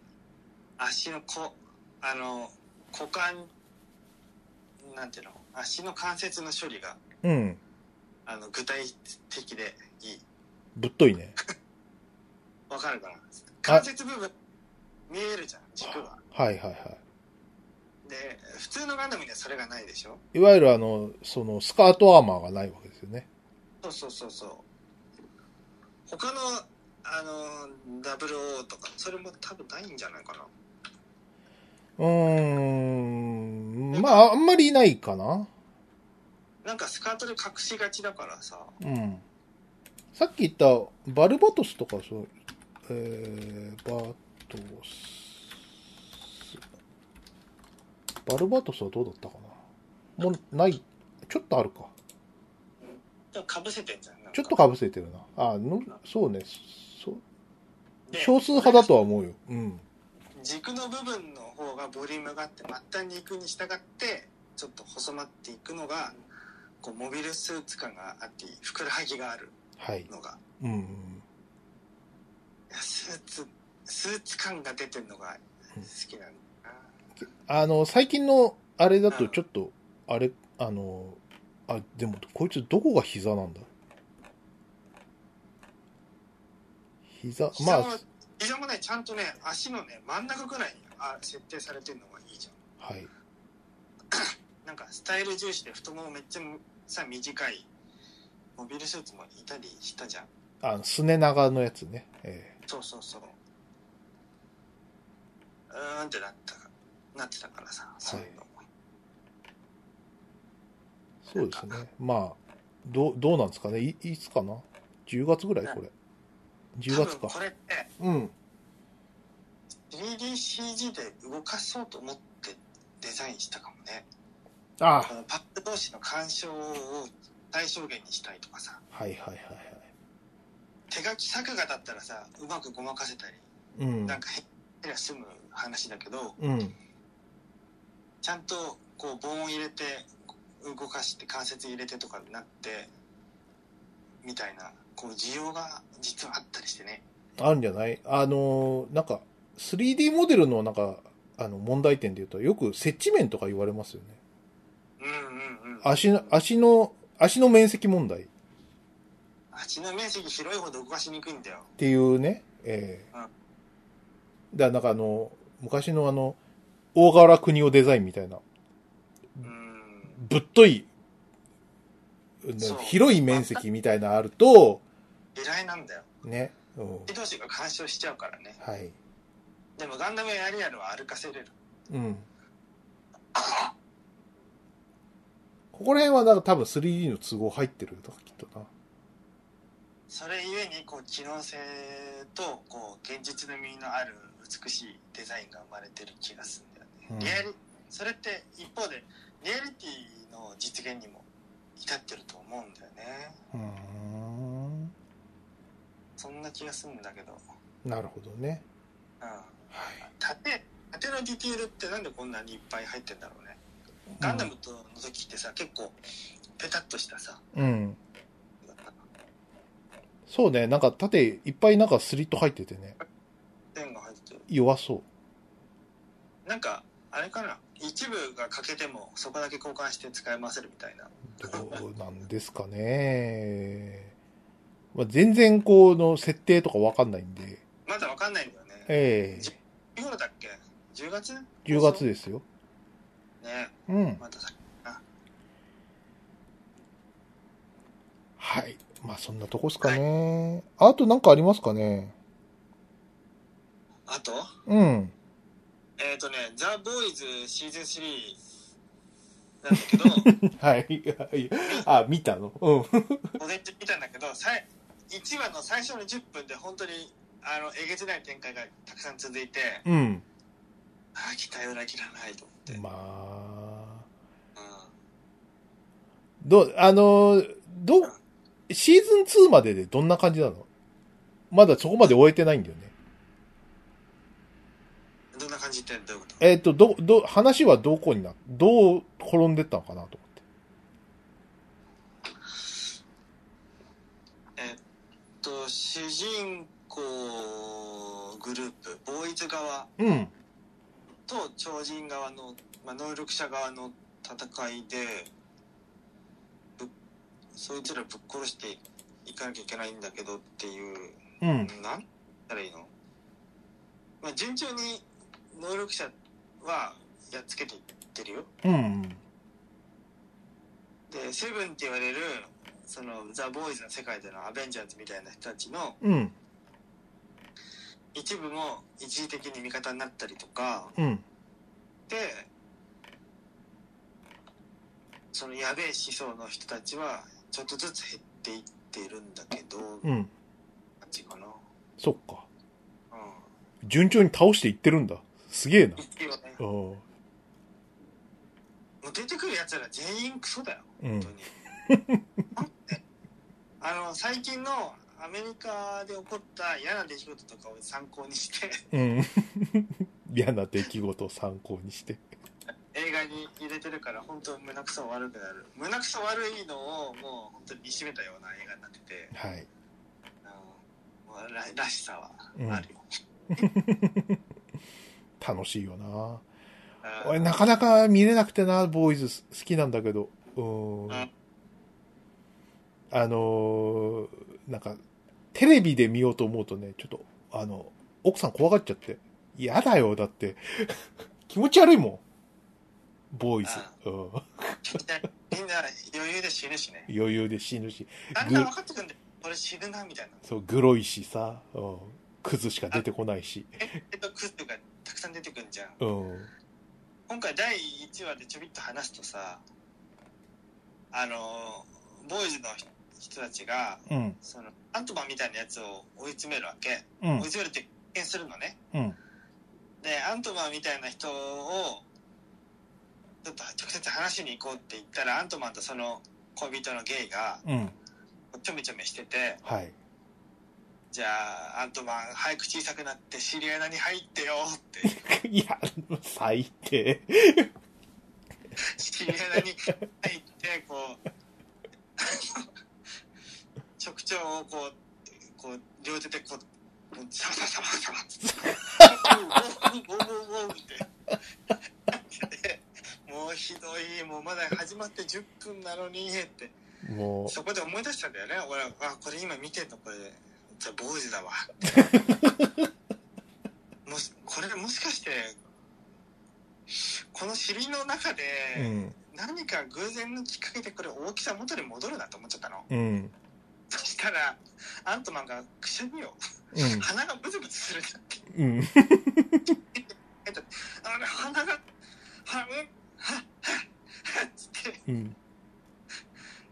[SPEAKER 1] 足のこあの股間なんていうの足の関節の処理が
[SPEAKER 2] う。うん。
[SPEAKER 1] あの具体的でいい
[SPEAKER 2] ぶっといね。
[SPEAKER 1] わかるかな関節部分見えるじゃん軸は
[SPEAKER 2] はいはいは
[SPEAKER 1] で普通のガンダムにはそれがないでしょ
[SPEAKER 2] い。いわゆるあの、その、スカートアーマーがないわけですよね。
[SPEAKER 1] そうそうそうそう他のあの WO とかそれも多分ないんじゃないかな
[SPEAKER 2] うーん。まあ、あんまりいないかな。
[SPEAKER 1] なんかスカートで隠しがちだからさ
[SPEAKER 2] うん。さっき言った、バルバトスとか、そう、えー、バトス。バルバトスはどうだったかなもう、ない、ちょっとあるか。
[SPEAKER 1] でもかぶせてんじゃんなん
[SPEAKER 2] ちょっとかぶせてるな。あ、のそうね。そう
[SPEAKER 1] で
[SPEAKER 2] 少数派だとは思うよ。うん。
[SPEAKER 1] 軸の部分の方がボリュームがあって末端に行くに従ってちょっと細まっていくのがこうモビルスーツ感があってふくらはぎがある
[SPEAKER 2] はい。
[SPEAKER 1] のが
[SPEAKER 2] うんうん。
[SPEAKER 1] いやスーツスーツ感が出てるのが好きなんだな
[SPEAKER 2] あの、最近の、あれだとちょっと、あれ、あの、あ、でも、こいつどこが膝なんだ膝、ま
[SPEAKER 1] 膝も
[SPEAKER 2] あ、
[SPEAKER 1] 膝もね、ちゃんとね、足のね、真ん中ぐらいにあ設定されてるのがいいじゃ
[SPEAKER 2] はい。
[SPEAKER 1] ん。なんか、スタイル重視で太ももめっちゃさ、短い、モビルスーツもいたりしたじゃん。
[SPEAKER 2] あの、すね長のやつね。え
[SPEAKER 1] そうそうそう。うーんってなった、なってたからさ、そういうの。
[SPEAKER 2] えそうですね。まあ、どう、どうなんですかね。い、いつかな ?10 月ぐらいこれ。10
[SPEAKER 1] 多
[SPEAKER 2] 月
[SPEAKER 1] 分
[SPEAKER 2] か
[SPEAKER 1] こ。れって、
[SPEAKER 2] うん。
[SPEAKER 1] 3DCG で動かそうと思ってデザインしたかもね。
[SPEAKER 2] あ
[SPEAKER 1] このパッド同士の干渉を最小限にしたいとかさ、
[SPEAKER 2] はいはいはいは
[SPEAKER 1] 手書き作画だったらさ、うまくごまかせたり、
[SPEAKER 2] い。うん
[SPEAKER 1] な。んかへっら済む話だけど、
[SPEAKER 2] うん。
[SPEAKER 1] ちゃんとこう棒を入れて動かして関節入れてとかになってみたいなこう需要が実はあったりしてね
[SPEAKER 2] あるんじゃないあのー、なんか、3D モデルのなんか、あの、問題点で言うと、よく接地面とか言われますよね。
[SPEAKER 1] うんうんうん
[SPEAKER 2] 足の、足の、足の面積問題っ
[SPEAKER 1] 足の面積広いほど動かしにくいんだよ
[SPEAKER 2] ていうね、ええだからなんかあの、昔のあの、大河原国をデザインみたいな、
[SPEAKER 1] うん
[SPEAKER 2] ぶっとい、ね
[SPEAKER 1] そう
[SPEAKER 2] 広い面積みたいなあると、
[SPEAKER 1] 嫌いなんだよ
[SPEAKER 2] ね、うん
[SPEAKER 1] 手同士が干渉しちゃうからね
[SPEAKER 2] はい。
[SPEAKER 1] でもガンダムエアリアルは歩かせれる
[SPEAKER 2] うん。ここら辺はなんか多分 3D の都合入ってるとかきっとな。
[SPEAKER 1] それゆえにこう機能性とこう現実の味のある美しいデザインが生まれてる気がするんだよね、リアリそれって一方でリアリティの実現にも至ってると思うんだよね
[SPEAKER 2] うん。
[SPEAKER 1] そんな気がするんだけど、
[SPEAKER 2] なるほどね。
[SPEAKER 1] うん、
[SPEAKER 2] はい。
[SPEAKER 1] 縦縦のディティールってなんでこんなにいっぱい入ってんだろうねガンダムとの時ってさ結構ペタッとしたさ
[SPEAKER 2] うん。そうね、なんか縦いっぱいなんかスリット入っててね、
[SPEAKER 1] 線が入ってる
[SPEAKER 2] 弱そう。
[SPEAKER 1] なんかあれかな一部が欠けてもそこだけ交換して使い回せるみたいな
[SPEAKER 2] どうなんですかね。まあ、全然こうの設定とかわかんないんで。
[SPEAKER 1] まだわかんないんだよね。
[SPEAKER 2] ええ
[SPEAKER 1] いつ頃だっけ ?10 月
[SPEAKER 2] 10月ですよ。
[SPEAKER 1] ね
[SPEAKER 2] うん。
[SPEAKER 1] まださ
[SPEAKER 2] はい。まあそんなとこですかね。あとなんかありますかね。
[SPEAKER 1] あと、
[SPEAKER 2] うん。
[SPEAKER 1] えっ、とね、ザ・ボーイズシーズン3なんだ けど、
[SPEAKER 2] はい。あ、見たの。うん。
[SPEAKER 1] 午前中見たんだけど、さい1話の最初の10分で本当にあのえげつない展開がたくさん続いて、
[SPEAKER 2] うん。
[SPEAKER 1] ああ、期待を裏切らないと思って。うん
[SPEAKER 2] まあ、どう、あのー、どう、シーズン2まででどんな感じなのまだそこまで終えてないんだよね。
[SPEAKER 1] どんな感じってどういうこと
[SPEAKER 2] えっ、と、ど、ど、話はどこにな、どう転んでったのかなと思って。
[SPEAKER 1] と主人公グループ、ボーイズ側
[SPEAKER 2] うん。
[SPEAKER 1] と超人側の、まあ、能力者側の戦いでぶそいつらぶっ殺していかなきゃいけないんだけどっていう、
[SPEAKER 2] うん。
[SPEAKER 1] なんたらいいの、まあ、順調に能力者はやっつけていってるよ
[SPEAKER 2] うん。
[SPEAKER 1] でセブンって言われるそのザ・ボーイズの世界でのアベンジャーズみたいな人たちの
[SPEAKER 2] うん。
[SPEAKER 1] 一部も一時的に味方になったりとか
[SPEAKER 2] うん。
[SPEAKER 1] でそのやべえ思想の人たちはちょっとずつ減っていっているんだけど、
[SPEAKER 2] うん。
[SPEAKER 1] 感じかな、
[SPEAKER 2] そっか。
[SPEAKER 1] う、。
[SPEAKER 2] 順調に倒していってるんだ。すげえなん
[SPEAKER 1] 一応ね
[SPEAKER 2] う
[SPEAKER 1] も
[SPEAKER 2] ん。
[SPEAKER 1] う出てくるやつら全員クソだよ
[SPEAKER 2] うん
[SPEAKER 1] 本当。になんであの最近のアメリカで起こった嫌な出来事とかを参考にして
[SPEAKER 2] うん。嫌な出来事を参考にして。
[SPEAKER 1] 映画に入れてるから本当胸くそ悪くなる胸くそ悪いのをもう本当に見しめたような映画になってて、
[SPEAKER 2] はい。
[SPEAKER 1] あのもうららしさはあるよ、
[SPEAKER 2] 楽しいよな。俺、なかなか見れなくてな、ボーイズ好きなんだけど。うーん。
[SPEAKER 1] うん
[SPEAKER 2] あのーなんか、テレビで見ようと思うとね、ちょっと、あの、奥さん怖がっちゃって。嫌だよ、だって。 気持ち悪いもん。ボーイズ。うん、
[SPEAKER 1] みんな余裕で死ぬしね。
[SPEAKER 2] 余裕で死ぬし。
[SPEAKER 1] だんだん分かってくんで、俺死ぬな、みたいな。
[SPEAKER 2] そう、グロいしさ。うん。クズしか出てこないし。
[SPEAKER 1] えっと、クズとかたくさん出てくんじゃん。
[SPEAKER 2] うん。
[SPEAKER 1] 今回第1話でちょびっと話すとさ、あの、ボーイズの人たちが、
[SPEAKER 2] うん。
[SPEAKER 1] その、アントマンみたいなやつを追い詰めるわけ。
[SPEAKER 2] う
[SPEAKER 1] 追い
[SPEAKER 2] ん。
[SPEAKER 1] 詰めるって実験するのね。
[SPEAKER 2] うん。
[SPEAKER 1] で、アントマンみたいな人を、ちょっと直接話しに行こうって言ったら、アントマンとその恋人のゲイが、
[SPEAKER 2] うん。
[SPEAKER 1] ちょめちょめしてて、
[SPEAKER 2] はい。
[SPEAKER 1] じゃあ、アントマン、早く小さくなって、知り合いなに入ってよって、
[SPEAKER 2] いや、最低。
[SPEAKER 1] 知り合いなに入って、こう、直腸をこう、こう、両手でこう、サバサバサバサバって、おうおうおうおうおうって。もうひどい、もうまだ始まって10分なのに、って。
[SPEAKER 2] も
[SPEAKER 1] そこで思い出したんだよね。俺は、あ、これ今見てんの、これ。じゃあ、坊主だわ。もし、これもしかして、この尻の中で
[SPEAKER 2] う、う、ん。
[SPEAKER 1] 何か偶然のきっかけでこれ大きさ元に戻るなと思っちゃったの。
[SPEAKER 2] うん。
[SPEAKER 1] そしたら、アントマンがくしゃみを、
[SPEAKER 2] うん。
[SPEAKER 1] 鼻がブツブツするんだって。
[SPEAKER 2] う
[SPEAKER 1] あ
[SPEAKER 2] ん。
[SPEAKER 1] れ、鼻が、は、うん、は、は、は、つって、
[SPEAKER 2] うん。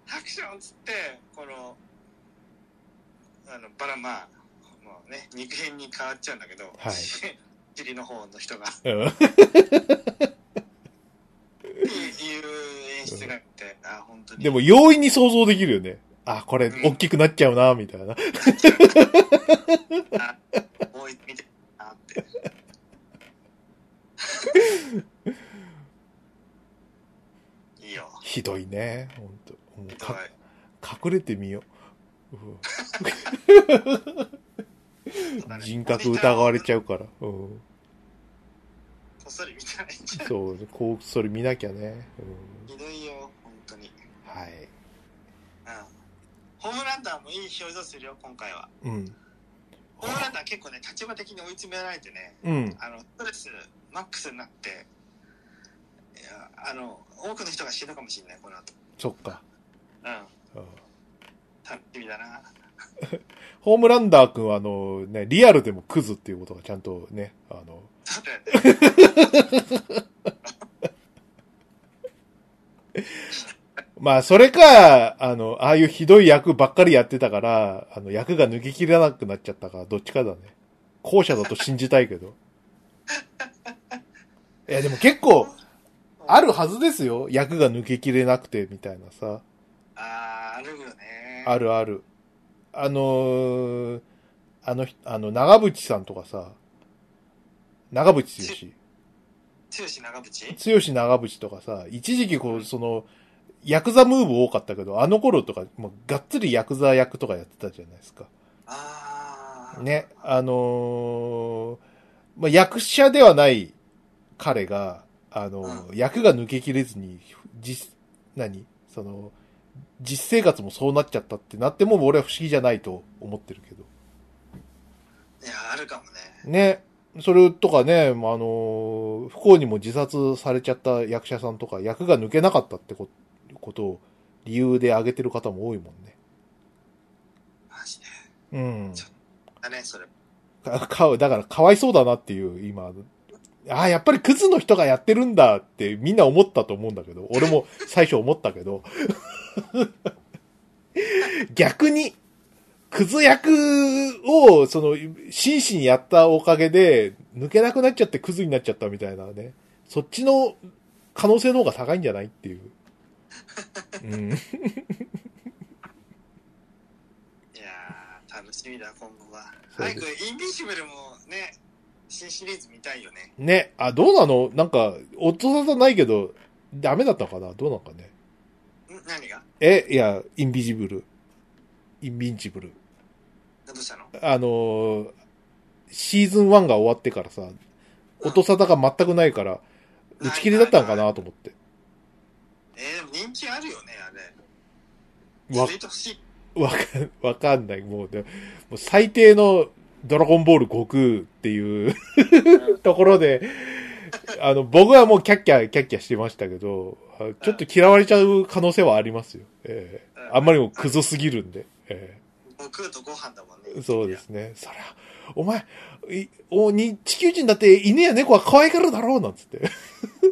[SPEAKER 1] ハクションっつって、この、あの、バラまあ、もうね、肉片に変わっちゃうんだけど、
[SPEAKER 2] はい
[SPEAKER 1] 尻の方の人が、っ
[SPEAKER 2] うん
[SPEAKER 1] ていう演出があって、あ、本当に。
[SPEAKER 2] でも、容易に想像できるよね。あ、これ、大きくなっちゃうな、みたいな。
[SPEAKER 1] あ、もう一見てなって。いいよ。
[SPEAKER 2] ひどいね。ほんと。もう
[SPEAKER 1] ひどい
[SPEAKER 2] か隠れてみよう。うん人格疑われちゃうから。うん、
[SPEAKER 1] こっそり見たらいいんじゃん。
[SPEAKER 2] そう、こう、それ見なきゃね。うん
[SPEAKER 1] ひどいよ、本当に。
[SPEAKER 2] はい。
[SPEAKER 1] うん。ホームランダーもいい表情するよ、今回は。
[SPEAKER 2] うん。
[SPEAKER 1] ホームランダー結構ね、立場的に追い詰められてね、
[SPEAKER 2] うん。
[SPEAKER 1] あの、ストレスマックスになって、いや、あの、多くの人が死ぬかもしれない、この後。
[SPEAKER 2] そっか。
[SPEAKER 1] うん。
[SPEAKER 2] うん
[SPEAKER 1] 楽しみだな。
[SPEAKER 2] ホームランダー君は、あの、ね、リアルでもクズっていうことがちゃんとね、あの、
[SPEAKER 1] そうだよね。
[SPEAKER 2] まあ、それか、あの、ああいうひどい役ばっかりやってたから、あの、役が抜けきれなくなっちゃったから、どっちかだね。後者だと信じたいけど。いや、でも結構、あるはずですよ。役が抜けきれなくて、みたいなさ。
[SPEAKER 1] あー、あるよね。
[SPEAKER 2] あ
[SPEAKER 1] る。
[SPEAKER 2] るある。あのーあの人、あの、長渕さんとかさ、長渕
[SPEAKER 1] 剛長渕
[SPEAKER 2] 剛。剛長渕とかさ、一時期こう、その、ヤクザムーブ多かったけど、あの頃とか、もう、がっつりヤクザ役とかやってたじゃないですか。
[SPEAKER 1] あー。
[SPEAKER 2] ね、あのーまあ、役者ではない彼が、あのー役が抜けきれずに、実、何その、実生活もそうなっちゃったってなっても、俺は不思議じゃないと思ってるけど。
[SPEAKER 1] いや、あるかもね。
[SPEAKER 2] ね、それとかね、まああのー不幸にも自殺されちゃった役者さんとか、役が抜けなかったってこことを理由で挙げてる方も多いもんね。
[SPEAKER 1] マジで。
[SPEAKER 2] うん。
[SPEAKER 1] だね、それ。
[SPEAKER 2] か、か、だからかわいそうだなっていう、今。ああ、やっぱりクズの人がやってるんだってみんな思ったと思うんだけど、俺も最初思ったけど。 逆に、クズ役を、その、真摯にやったおかげで、抜けなくなっちゃってクズになっちゃったみたいなね。そっちの可能性の方が高いんじゃないっていう。う
[SPEAKER 1] い
[SPEAKER 2] ん。
[SPEAKER 1] やー、楽しみだ、今後は。
[SPEAKER 2] そう
[SPEAKER 1] 早
[SPEAKER 2] です
[SPEAKER 1] く、インビジブルもね、新シリーズ見たいよね。
[SPEAKER 2] ね。あ、どうなのなんか、大人じゃないけど、ダメだったのかなどうなのかね。
[SPEAKER 1] ん何が
[SPEAKER 2] え、いや、インビジブル。インビンジブル。
[SPEAKER 1] どうしたの
[SPEAKER 2] あのーシーズン1が終わってからさ、音沙汰が全くないから、打ち切りだったのかなと思って。
[SPEAKER 1] えー、でも人気あるよね、あれ。
[SPEAKER 2] わ
[SPEAKER 1] 続いてほしい。
[SPEAKER 2] わか、わかんない。もうね、もう最低のドラゴンボール悟空っていうところで、あの、僕はもうキャッキャ、キャッキャしてましたけど、あちょっと嫌われちゃう可能性はありますよ。ええあんまりもクズすぎるんで。え
[SPEAKER 1] 僕とご飯だもん
[SPEAKER 2] え
[SPEAKER 1] ね。
[SPEAKER 2] そうですね。そりゃ、お前、いおに、地球人だって犬や猫は可愛がるだろうなんつって。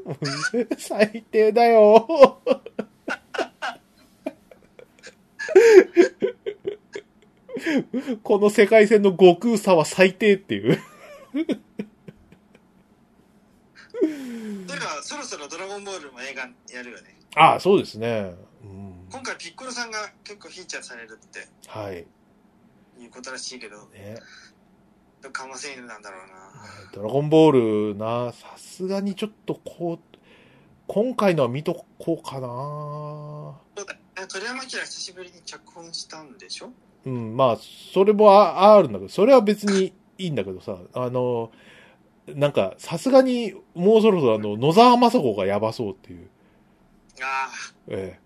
[SPEAKER 2] もうね最低だよ。この世界線の悟空さは最低っていう。
[SPEAKER 1] それはそろそろドラゴンボールも映画やるよね。
[SPEAKER 2] ああ、そうですね。うん、
[SPEAKER 1] 今回ピッコロさんが結構フィーチャーされるって
[SPEAKER 2] はい。
[SPEAKER 1] いうことらしいけど、
[SPEAKER 2] ね。
[SPEAKER 1] カマセイヌなんだろうな。
[SPEAKER 2] ドラゴンボールな、さすがにちょっとこう、今回のは見とこうかな。
[SPEAKER 1] そうだね鳥山明久しぶりに脚本したんでしょ
[SPEAKER 2] うん、まあ、それもああるんだけど、それは別にいいんだけどさ、あの、なんか、さすがに、もうそろそろあの、野沢雅子がやばそうっていう。
[SPEAKER 1] あ
[SPEAKER 2] え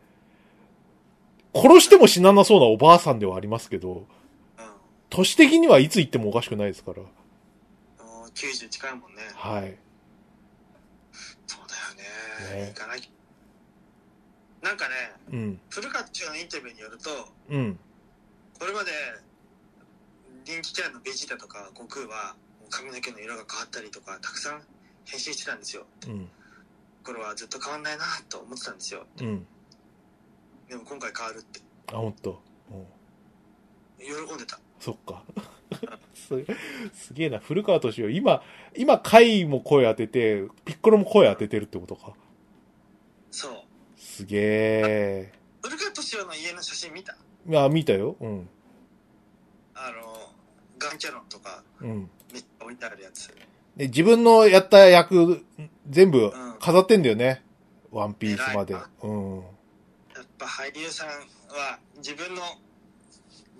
[SPEAKER 2] え。殺しても死ななそうなおばあさんではありますけど、
[SPEAKER 1] あ、うん。
[SPEAKER 2] 年的にはいつ行ってもおかしくないですから。
[SPEAKER 1] あの90近いもんね。
[SPEAKER 2] はい。
[SPEAKER 1] そうだよね。
[SPEAKER 2] ね
[SPEAKER 1] 行かなきゃ。なんかね、
[SPEAKER 2] うん。
[SPEAKER 1] 古川中のインタビューによると、
[SPEAKER 2] うん。
[SPEAKER 1] これまで人気キャラのベジータとか悟空はもう髪の毛の色が変わったりとかたくさん変身してたんですよ。
[SPEAKER 2] うん。
[SPEAKER 1] これはずっと変わんないなと思ってたんですよ。
[SPEAKER 2] うん。
[SPEAKER 1] でも今回変わるって
[SPEAKER 2] あ、ほんと。うん
[SPEAKER 1] 喜んでた。
[SPEAKER 2] そっか。 すすげえな。古川敏夫。今、今、海も声当てて、ピッコロも声当ててるってことか。
[SPEAKER 1] そう。
[SPEAKER 2] すげえ。
[SPEAKER 1] 古川敏夫の家の写真見た
[SPEAKER 2] まあ、見たよ。うん。
[SPEAKER 1] あの、ガンキャノンとか
[SPEAKER 2] うん。
[SPEAKER 1] めっちゃ置いてあるやつ。
[SPEAKER 2] で、自分のやった役、全部
[SPEAKER 1] うん
[SPEAKER 2] 飾ってんだよね。ワンピースまで
[SPEAKER 1] 偉い。
[SPEAKER 2] うん。
[SPEAKER 1] やっぱ俳優さんは自分の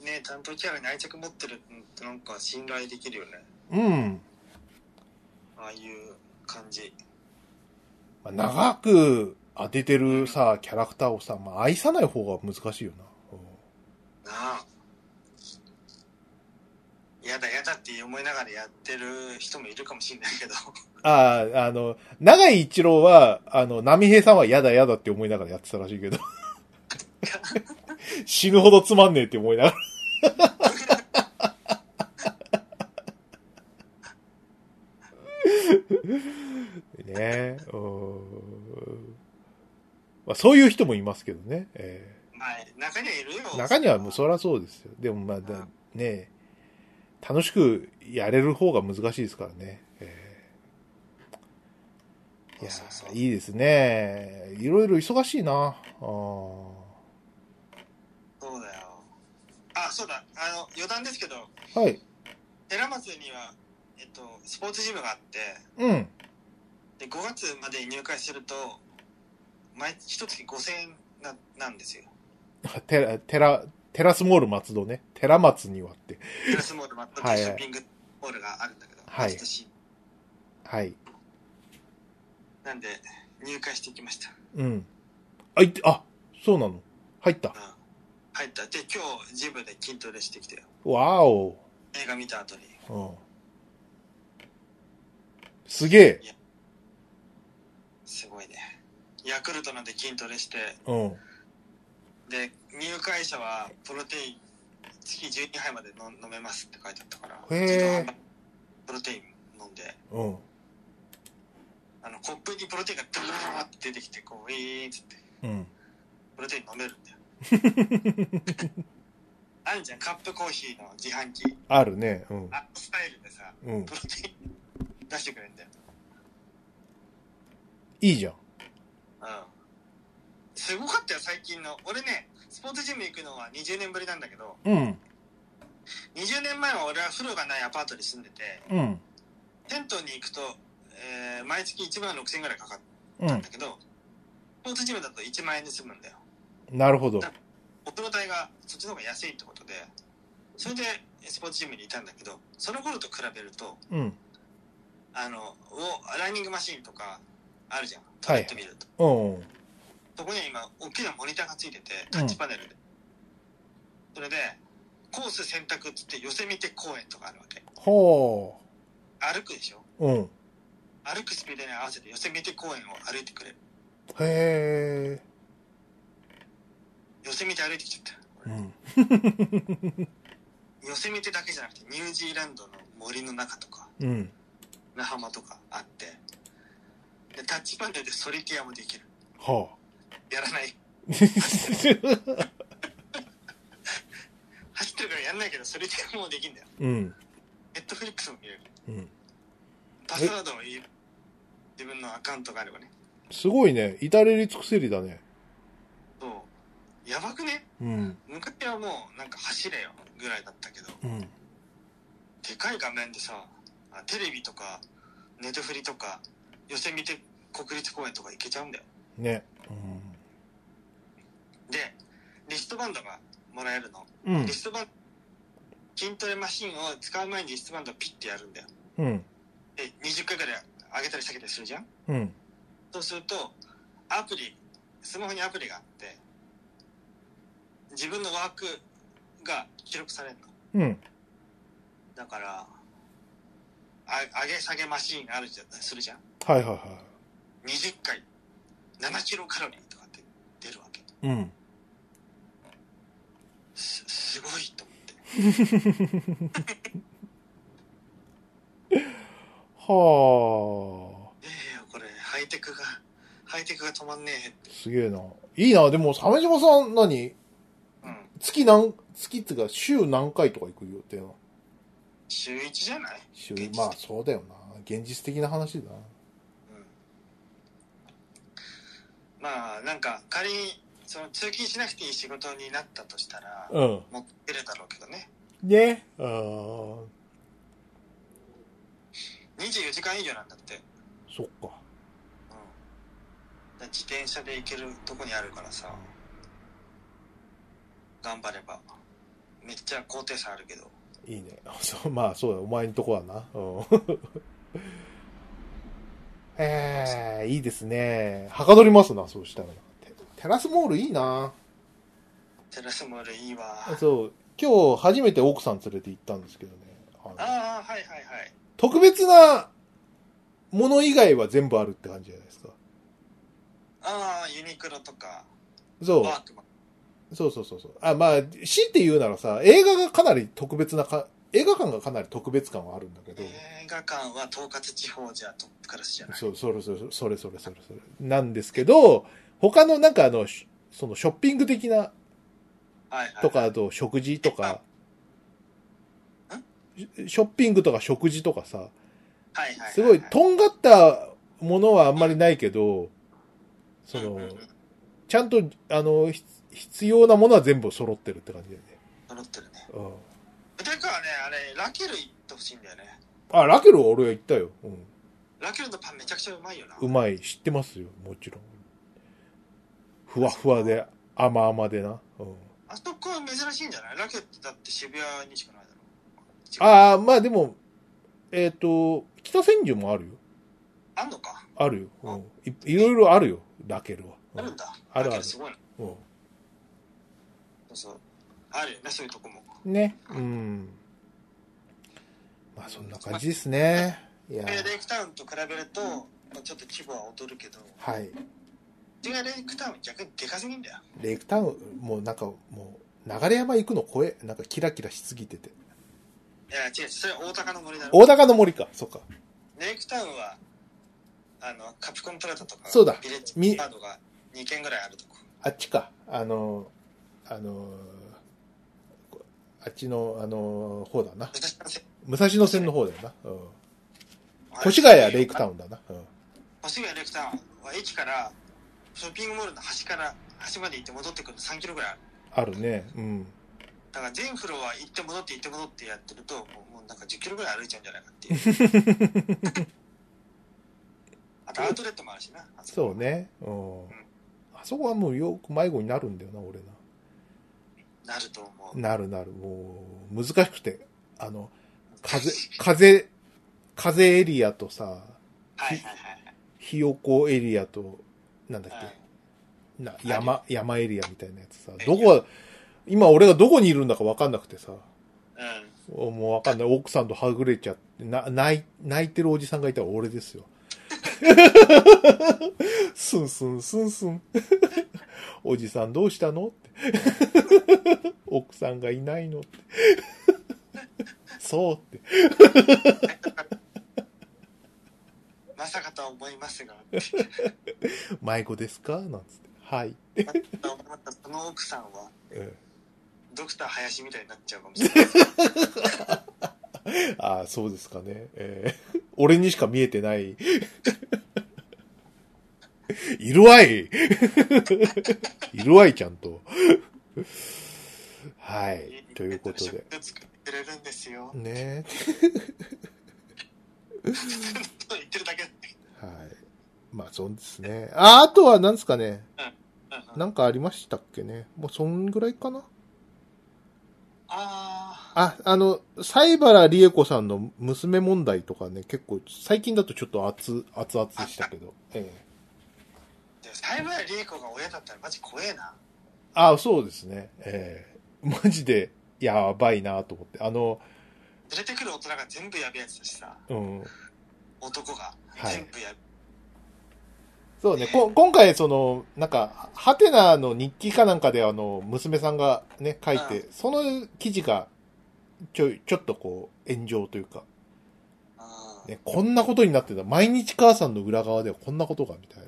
[SPEAKER 1] ね、担当キャラに愛着持ってるってなんか信頼できるよね。
[SPEAKER 2] うん。
[SPEAKER 1] ああいう感じ。
[SPEAKER 2] まあ、長く当ててるさ、キャラクターをさ、まあ、愛さない方が難しいよな。う
[SPEAKER 1] なあ。やだやだって思いながらやってる人もいるかもしれないけど。
[SPEAKER 2] んああ、あの、長井一郎は、あの、波平さんは嫌だ嫌だって思いながらやってたらしいけ ど。死ぬほどつまんねえって思いながら。ねえ、うんまあ、そういう人もいますけどね。ええ
[SPEAKER 1] まあ、中にはいるよ。
[SPEAKER 2] 中にはもうそりゃそうですよ。でもまあだ、ねえ楽しくやれる方が難しいですからね。ええいや
[SPEAKER 1] そうそうそう
[SPEAKER 2] いいですね。いろいろ忙しいな。あー
[SPEAKER 1] そうだよ。あ、そうだ。あの、余談ですけど、
[SPEAKER 2] はい。
[SPEAKER 1] 寺松には、えっと、スポーツジムがあって、
[SPEAKER 2] うん。
[SPEAKER 1] で、5月までに入会すると、毎一月5000円ななんですよ。
[SPEAKER 2] テラ、テラ、テラスモール松戸ね。テラ松にはって。
[SPEAKER 1] テラスモール、マット
[SPEAKER 2] はいはい
[SPEAKER 1] ショッピングモールがあるんだけど、
[SPEAKER 2] はい
[SPEAKER 1] 懐かしい
[SPEAKER 2] はい。
[SPEAKER 1] なんで、入会してきました。
[SPEAKER 2] うん。あ、いって、あ、そうなの。入った。
[SPEAKER 1] 入った。で、今日、ジムで筋トレしてきたよ。
[SPEAKER 2] わーお。
[SPEAKER 1] 映画見た後に。
[SPEAKER 2] うん。すげえ。
[SPEAKER 1] すごいね。ヤクルトなんで筋トレして、
[SPEAKER 2] うん。
[SPEAKER 1] で、入会者はプロテイン月12杯までの飲めますって書いてあったから、
[SPEAKER 2] へー
[SPEAKER 1] 自動販売プロテイン飲んで、
[SPEAKER 2] うん。
[SPEAKER 1] あの、コップにプロテインがドーって出てきて、こう、ウィーンっつって、
[SPEAKER 2] うん。
[SPEAKER 1] プロテイン飲めるんだよ。あるじゃん、カップコーヒーの自販機。
[SPEAKER 2] あるね。うん。
[SPEAKER 1] あスタイルでさ、
[SPEAKER 2] うん
[SPEAKER 1] プ。ロテイン出してくれんだよ。
[SPEAKER 2] いいじゃん。
[SPEAKER 1] うん。すごかったよ、最近の。俺ね、スポーツジム行くのは20年ぶりなんだけど、
[SPEAKER 2] うん。
[SPEAKER 1] 20年前は俺は風呂がないアパートに住んでて、
[SPEAKER 2] うん。
[SPEAKER 1] テントに行くと、えー毎月1万6000円ぐらいかかっ
[SPEAKER 2] う
[SPEAKER 1] たん
[SPEAKER 2] ん
[SPEAKER 1] だ。けど、スポーツジムだと1万円で済むんだよ。
[SPEAKER 2] なるほど。
[SPEAKER 1] お風呂代がそっちの方が安いってことで、それでスポーツジムにいたんだけど、その頃と比べると、
[SPEAKER 2] うん。
[SPEAKER 1] あの、をランニングマシンとか、あるじゃん。タブレット見ると。
[SPEAKER 2] うん。
[SPEAKER 1] そこには今、大きなモニターがついてて、タッチパネルで。それで、コース選択っつって、寄せ見て公園とかあるわけ。
[SPEAKER 2] ほ
[SPEAKER 1] 歩くでしょ
[SPEAKER 2] う。うん。
[SPEAKER 1] 歩くスピードに合わせて寄せ見て公園を歩いてくれる。
[SPEAKER 2] へえ。
[SPEAKER 1] 寄せ見て歩いてきちゃった
[SPEAKER 2] う
[SPEAKER 1] よ。
[SPEAKER 2] ん。
[SPEAKER 1] 寄せ見てだけじゃなくて、ニュージーランドの森の中とか、
[SPEAKER 2] うん。
[SPEAKER 1] 那覇間とかあって、で、タッチパネルでソリティアもできる。
[SPEAKER 2] は
[SPEAKER 1] やらない。
[SPEAKER 2] あ。
[SPEAKER 1] 走ってるからやんないけど、ソリティアもできるんだよ。
[SPEAKER 2] うん。
[SPEAKER 1] ネットフリックスも見れる。
[SPEAKER 2] うん。
[SPEAKER 1] パスワードもいい。自分のアカウントがあればね。
[SPEAKER 2] すごいね。至れり尽くせりだね。
[SPEAKER 1] そう。やばくね
[SPEAKER 2] うん。
[SPEAKER 1] 昔はもうなんか走れよぐらいだったけど、
[SPEAKER 2] うん。
[SPEAKER 1] でかい画面でさ、あテレビとか、ネットフリとか、寄せ見て国立公園とか行けちゃうんだよ。
[SPEAKER 2] ね。
[SPEAKER 1] で、リストバンドがもらえるの。
[SPEAKER 2] うん。うん
[SPEAKER 1] リ。ストバンド、筋トレマシンを使う前にリストバンドをピッてやるんだよ。
[SPEAKER 2] うん。
[SPEAKER 1] で、20回ぐらい上げたり下げたりするじゃん
[SPEAKER 2] うん。
[SPEAKER 1] そうすると、アプリ、スマホにアプリがあって、自分のワークが記録されるの。
[SPEAKER 2] うん。
[SPEAKER 1] だから、あ上げ下げマシーンあるじゃん、するじゃん。
[SPEAKER 2] はいはいは
[SPEAKER 1] 20回、7キロカロリーとかって出るわけ。
[SPEAKER 2] い。うん。
[SPEAKER 1] す、すごいと思って。ええ
[SPEAKER 2] は
[SPEAKER 1] これ、ハイテクが、ハイテクが止まんねえって
[SPEAKER 2] あ。。すげえな。いいな。でも、鮫島さん何
[SPEAKER 1] うん。
[SPEAKER 2] 月何、月っていうか週何回とか行く予定なの
[SPEAKER 1] 週1じゃない
[SPEAKER 2] 週
[SPEAKER 1] 現実、的
[SPEAKER 2] まあそうだよな。現実的な話だな。
[SPEAKER 1] うん。まあ、なんか、仮に、その、通勤しなくていい仕事になったとしたら、
[SPEAKER 2] うん。
[SPEAKER 1] 持ってるだろうけどね。
[SPEAKER 2] ね。ああ。
[SPEAKER 1] 24時間以上なんだって。
[SPEAKER 2] そっか。
[SPEAKER 1] うん。だから自転車で行けるとこにあるからさ。頑張ればめっちゃ高低差あるけど
[SPEAKER 2] いいね。 そうまあそうだ。お前んとこはな。うん。 ええいいですね。はかどりますな、そうしたら。テテラスモールいいな。
[SPEAKER 1] テラスモールいいわ
[SPEAKER 2] そう。今日初めて奥さん連れて行ったんですけどね。あの
[SPEAKER 1] ああはいはいはい
[SPEAKER 2] 特別なもの以外は全部あるって感じじゃないですか。
[SPEAKER 1] ああユニクロとか
[SPEAKER 2] そう。
[SPEAKER 1] ワークマン
[SPEAKER 2] そうそうそうそう。あ、まあ、強いて言うならさ、映画がかなり特別なか、映画館がかなり特別感はあるんだけど、
[SPEAKER 1] 映画館は統括地方じゃトップクラスじゃない
[SPEAKER 2] そう、それそれそれそれそれそれ。なんですけど、他のなんかあの、しそのショッピング的な
[SPEAKER 1] はいはい
[SPEAKER 2] とか、あと食事とか
[SPEAKER 1] あん、
[SPEAKER 2] シショッピングとか食事とかさ、
[SPEAKER 1] はいはいはは
[SPEAKER 2] すごいとんがったものはあんまりないけど、そ
[SPEAKER 1] うんうん
[SPEAKER 2] の
[SPEAKER 1] うん、
[SPEAKER 2] ちゃんと、あの、ひ必要なものは全部揃ってるって感じだよね。
[SPEAKER 1] 揃ってるね
[SPEAKER 2] うん
[SPEAKER 1] てかはねあれラケル行ってほしいんだよね
[SPEAKER 2] あ、ラケルは俺は行ったよ。うん。
[SPEAKER 1] ラケルのパンめちゃくちゃうまいよな
[SPEAKER 2] うまい、知ってますよ、もちろん。ふわふわで、甘々でな。うん、
[SPEAKER 1] あそこは珍しいんじゃないラケルってだって渋谷にしかないだろあ
[SPEAKER 2] ああ、まあでも、えっ、と、北千住もあるよ。
[SPEAKER 1] あんのか
[SPEAKER 2] あるよ、うんい。いろいろあるよ、ラケルは。う
[SPEAKER 1] あるん
[SPEAKER 2] ん
[SPEAKER 1] だ
[SPEAKER 2] あるある
[SPEAKER 1] ラケルすごいなそうそうあるよねそういうとこも
[SPEAKER 2] うん、ね。うん。まあそんな感じですね。いやー、
[SPEAKER 1] えーレイクタウンと比べると、まあ、ちょっと規模は劣るけど、
[SPEAKER 2] はい。
[SPEAKER 1] 違うレイクタウン逆にでかすぎんだよ。
[SPEAKER 2] レイクタウン、もうなんか、もう、流山行くの声、なんかキラキラしすぎてて。
[SPEAKER 1] いや、違う、それは大高の森だろ。
[SPEAKER 2] 大高の森か、そっか。
[SPEAKER 1] レイクタウンは、あの、カプコンプラザとか、
[SPEAKER 2] そうだ
[SPEAKER 1] ビレッジ
[SPEAKER 2] み
[SPEAKER 1] カードが2軒ぐらいあるとこ。
[SPEAKER 2] あっちか、あの、あの、あっちの、あの、方だな。
[SPEAKER 1] 私のせ
[SPEAKER 2] 武蔵野線の方だよな。うん。
[SPEAKER 1] 越
[SPEAKER 2] 越谷レイクタ
[SPEAKER 1] ン。
[SPEAKER 2] ウンだな。うん。
[SPEAKER 1] 越谷レイクタウンは駅から、ショッピングモールの端から端まで行って戻ってくるの3キロぐらいある。
[SPEAKER 2] あるね。うん。
[SPEAKER 1] だから全フロア行って戻って行って戻ってやってると、もうもうなんか10キロぐらい歩いちゃうんじゃないかっていう。 あとアウトレットもあるしな。あこ
[SPEAKER 2] そう。ね。うん。あそこはもうよく迷子になるんだよな、俺
[SPEAKER 1] なると思う。
[SPEAKER 2] な。なるなる。もう、難しくて。あの、風、風、風エリアとさ、
[SPEAKER 1] はいはいはいはい。
[SPEAKER 2] ひよこエリアと、なんだっ
[SPEAKER 1] はい
[SPEAKER 2] け、な
[SPEAKER 1] 有
[SPEAKER 2] 山、山エリアみたいなやつさ
[SPEAKER 1] エリ、ア
[SPEAKER 2] どこは、今俺がどこにいるんだかわかんなくてさ、
[SPEAKER 1] うん。
[SPEAKER 2] もうわかんない。奥さんとはぐれちゃって、な、泣い、泣いてるおじさんがいたら俺ですよ。 スンスン、スンスン。おじさんどうしたのって。 奥さんがいないのって。そうって。
[SPEAKER 1] まさかとは思いますが、
[SPEAKER 2] 迷子ですかなんつって。はい。
[SPEAKER 1] またその奥さんは、
[SPEAKER 2] うん
[SPEAKER 1] ドクター林みたいになっちゃうかもしれない。
[SPEAKER 2] ああ、そうですかね。えー 俺にしか見えてない。 いるわい いるわい、ちゃんと。はい。 ということで。
[SPEAKER 1] 植物作ってくれるんですよ。
[SPEAKER 2] ね
[SPEAKER 1] と 言ってるだけだけ
[SPEAKER 2] はい。まあ、そうですね。あ、あとは何ですかね。
[SPEAKER 1] ど。うんうん
[SPEAKER 2] なんかありましたっけね。もう、そんぐらいかな。
[SPEAKER 1] ああ、
[SPEAKER 2] あ、あの、西原理恵子さんの娘問題とかね、結構、最近だとちょっと熱、熱々でしたけど。ええ
[SPEAKER 1] でも幸い理恵子が親だったらマジ怖えな。
[SPEAKER 2] ああ、そうですね。ええマジで、やばいなと思って。あの、
[SPEAKER 1] 連れてくる大人が全部やべえやつだしさ、
[SPEAKER 2] うん。
[SPEAKER 1] 男が
[SPEAKER 2] はい
[SPEAKER 1] 全部やべ
[SPEAKER 2] そうね、こ今回、その、なんか、ハテナの日記かなんかで、あの、娘さんがね、書いて、その記事が、ちょい、ちょっとこう、炎上というか、
[SPEAKER 1] え、うん
[SPEAKER 2] ね、こんなことになってた。毎日母さんの裏側ではこんなことが、みたいな。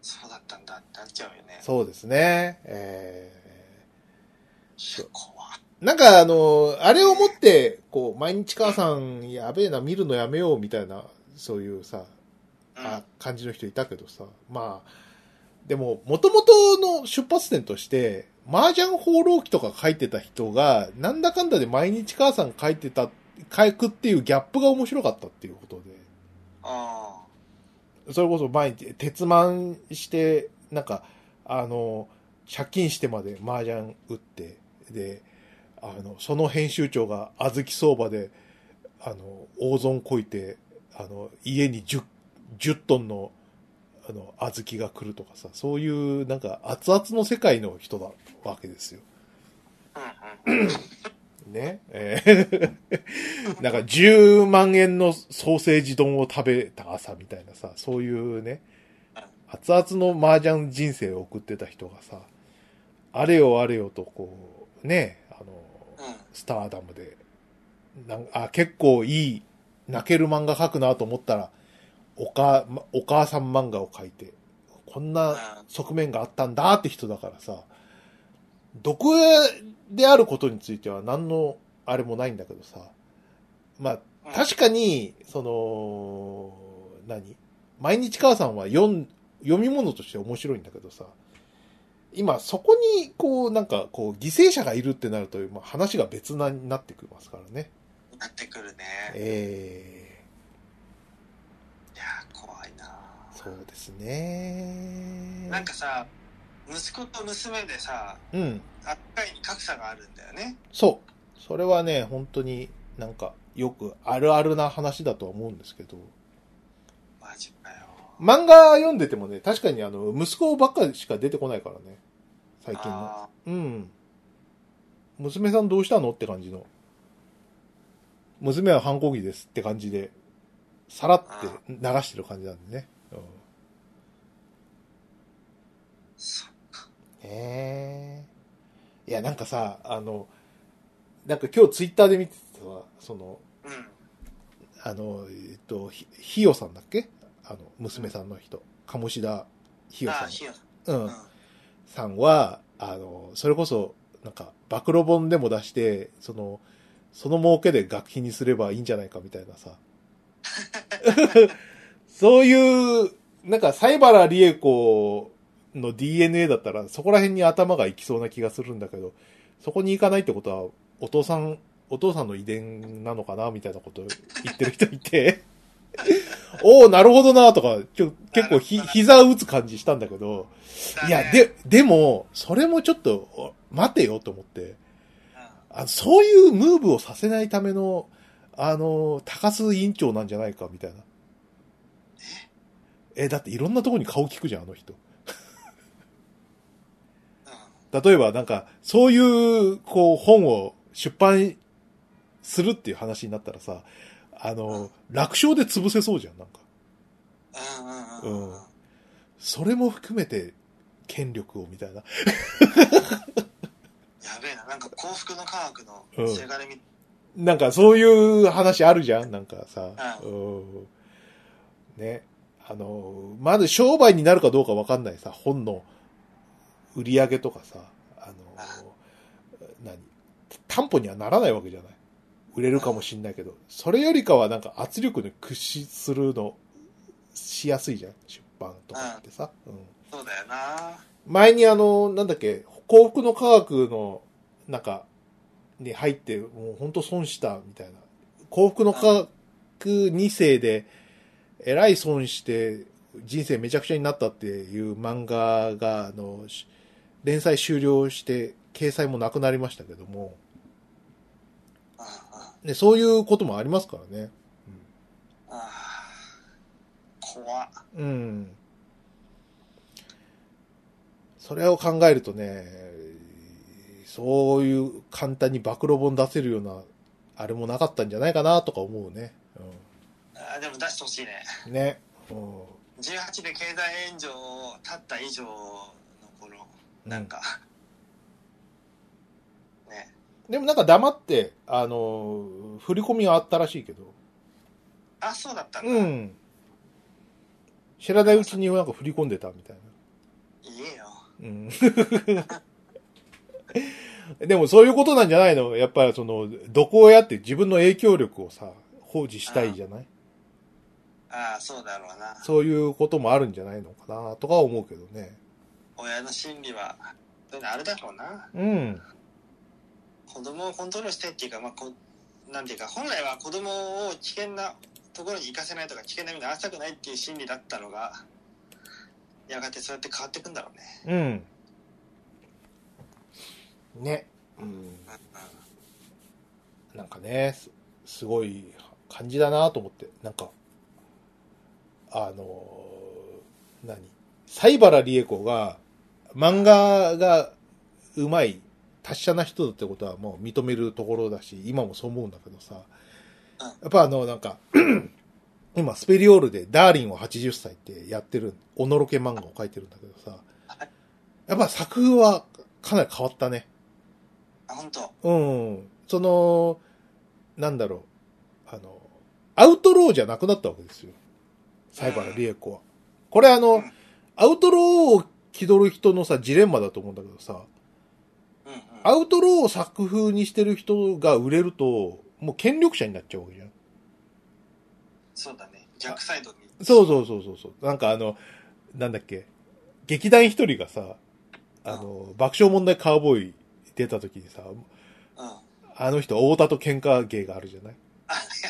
[SPEAKER 1] そうだったんだってなっちゃうよね。
[SPEAKER 2] そうですね。ええう
[SPEAKER 1] 怖っ
[SPEAKER 2] なんかあの、あれを持って、こう、毎日母さん、やべえな、見るのやめよう、みたいな、そういうさ、
[SPEAKER 1] うん
[SPEAKER 2] あ感じの人いたけどさ。まあ、でも、元々の出発点として、麻雀放浪記とか書いてた人が、なんだかんだで毎日母さん書いてた、書くっていうギャップが面白かったっていうこと
[SPEAKER 1] あ
[SPEAKER 2] で。それこそ毎日、鉄満して、なんか、あの、借金してまで麻雀打って、で、あの、その編集長が小豆相場で、あの、大損こいて、あの、家に10、10トンの、あの、小豆が来るとかさ、そういう、なんか、熱々の世界の人だわけですよ。
[SPEAKER 1] あ。うんうん。
[SPEAKER 2] ね。えー なんか、10万円のソーセージ丼を食べた朝みたいなさ、そういうね、熱々の麻雀人生を送ってた人がさ、あれよあれよと、こう、ね、あの、
[SPEAKER 1] うん。
[SPEAKER 2] スターダムで、なんあ結構いい、泣ける漫画描くなと思ったら、おか、まお母さん漫画を描いて、こんな
[SPEAKER 1] あ
[SPEAKER 2] 側面があったんだって人だからさ、毒であることについては何のあれもないんだけどさ、まあ、
[SPEAKER 1] うん
[SPEAKER 2] 確かに、その、何毎日母さんは読ん読み物として面白いんだけどさ、今そこに、こう、なんか、こう、犠牲者がいるってなると、まあ、話が別な、になってきますからね。
[SPEAKER 1] なってくるね。
[SPEAKER 2] え
[SPEAKER 1] いやー、怖いな。
[SPEAKER 2] ー、そうですね。
[SPEAKER 1] なんかさ、息子と娘でさ、
[SPEAKER 2] うん、
[SPEAKER 1] 扱いに格差があるんだよね。
[SPEAKER 2] そう。それはね、本当になんか、よくあるあるな話だとは思うんですけど、
[SPEAKER 1] マジかよ。
[SPEAKER 2] 漫画読んでてもね、確かにあの、息子ばっかりしか出てこないからね。最近の。
[SPEAKER 1] あ
[SPEAKER 2] うん。娘さんどうしたのって感じの。娘は反抗期ですって感じで、さらって流してる感じなんでね。うん、
[SPEAKER 1] ーそ
[SPEAKER 2] ええいや、なんかさ、あの、なんか今日ツイッターで見てたさ、その、
[SPEAKER 1] うん。
[SPEAKER 2] あの、えっと、ひ、ひよさんだっけあの、娘さんの人。鴨志田ひよ
[SPEAKER 1] あ
[SPEAKER 2] さ
[SPEAKER 1] あ、ひよ。
[SPEAKER 2] ん。う
[SPEAKER 1] うんん。。
[SPEAKER 2] さんは、あの、それこそ、なんか、暴露本でも出して、その、その儲けで学費にすればいいんじゃないかみたいなさ。そういう、なんか、西原理恵子の DNA だったら、そこら辺に頭が行きそうな気がするんだけど、そこに行かないってことは、お父さん、お父さんの遺伝なのかなみたいなこと言ってる人いて、おおなるほどなとか、ちょ結構ひ、膝を打つ感じしたんだけど、いや、
[SPEAKER 1] だね、
[SPEAKER 2] で、でも、それもちょっと、お待てよと思って、
[SPEAKER 1] うん
[SPEAKER 2] あそういうムーブをさせないための、あの、高須委員長なんじゃないか、みたいな。え、だっていろんなとこに顔聞くじゃん、あの人。
[SPEAKER 1] うん
[SPEAKER 2] 例えばなんか、そういう、こう、本を出版するっていう話になったらさ、あの、楽勝で潰せそうじゃん、なんか。
[SPEAKER 1] うんうんうんうん
[SPEAKER 2] それも含めて、権力をみたいな。
[SPEAKER 1] やべえななんか幸福の科学のせがれみ、
[SPEAKER 2] なんかそういう話あるじゃん、なんかさ。
[SPEAKER 1] う
[SPEAKER 2] うんね。あの、まず商売になるかどうかわかんないさ、本の売り上げとかさ、あの
[SPEAKER 1] あ、
[SPEAKER 2] 何担保にはならないわけじゃない。売れるかもしんないけど、それよりかはなんか圧力に屈しするの、しやすいじゃん、出版とかってさ。うん
[SPEAKER 1] そうだよな
[SPEAKER 2] 前にあの、なんだっけ、幸福の科学の中に入って、もう本当損したみたいな。幸福の科学2世で、えらい損して、人生めちゃくちゃになったっていう漫画が、あの、し連載終了して、掲載もなくなりましたけども、
[SPEAKER 1] うんうん
[SPEAKER 2] ね、そういうこともありますからね。
[SPEAKER 1] あー怖っ
[SPEAKER 2] うん。それを考えるとね、そういう簡単に暴露本出せるような、あれもなかったんじゃないかなとか思うね。
[SPEAKER 1] あーでも出してほしいね
[SPEAKER 2] うん、ね、うん
[SPEAKER 1] 18で経済援助を立った以上の頃なん。か、ね
[SPEAKER 2] うんでもなんか黙って、あの、振り込みはあったらしいけど。
[SPEAKER 1] あそうだったんだ、
[SPEAKER 2] う
[SPEAKER 1] 言
[SPEAKER 2] ん。知らないうちになんか振り込んでたみたいな。
[SPEAKER 1] えよ
[SPEAKER 2] うん。 でもそういうことなんじゃないのやっぱりその、どこをやって自分の影響力をさ、保持したいじゃない
[SPEAKER 1] ああそうだろうな
[SPEAKER 2] そういうこともあるんじゃないのかなとか思うけどね。
[SPEAKER 1] 親の心理はそういうのあるだろうな
[SPEAKER 2] うん。
[SPEAKER 1] 子供をコントロールしてっていうか、まあ、こなんていうか本来は子供を危険なところに行かせないとか危険な目に遭わせたくないっていう心理だったのがやがてそうやって変わっていくんだろうね、
[SPEAKER 2] うん。ね。う
[SPEAKER 1] う
[SPEAKER 2] ん。
[SPEAKER 1] んうん
[SPEAKER 2] なんかね、すすごい感じだなと思って。なんか、あのー何西原理恵子が漫画がうまい、達者な人だってことはもう認めるところだし、今もそう思うんだけどさ。
[SPEAKER 1] うん
[SPEAKER 2] やっぱあの、なんか、今、スペリオールでダーリンを80歳ってやってる、おのろけ漫画を描いてるんだけどさ
[SPEAKER 1] はい。
[SPEAKER 2] やっぱ作風はかなり変わったね。
[SPEAKER 1] あ本当
[SPEAKER 2] うん。その、なんだろう。あの、アウトローじゃなくなったわけですよ。サイバー理恵子は。これあ
[SPEAKER 1] う
[SPEAKER 2] の
[SPEAKER 1] ん、
[SPEAKER 2] アウトローを気取る人のさ、ジレンマだと思うんだけどさ、
[SPEAKER 1] うんうん
[SPEAKER 2] アウトローを作風にしてる人が売れると、もう権力者になっちゃうわけじゃん。
[SPEAKER 1] そうだね逆サイドに
[SPEAKER 2] そうそうそうそうそう。なんかあの、なんだっけ、劇団一人がさ、あの、爆笑問題カーボーイ出た時にさ、
[SPEAKER 1] うん や
[SPEAKER 2] あの人、太田と喧嘩芸があるじゃない
[SPEAKER 1] っ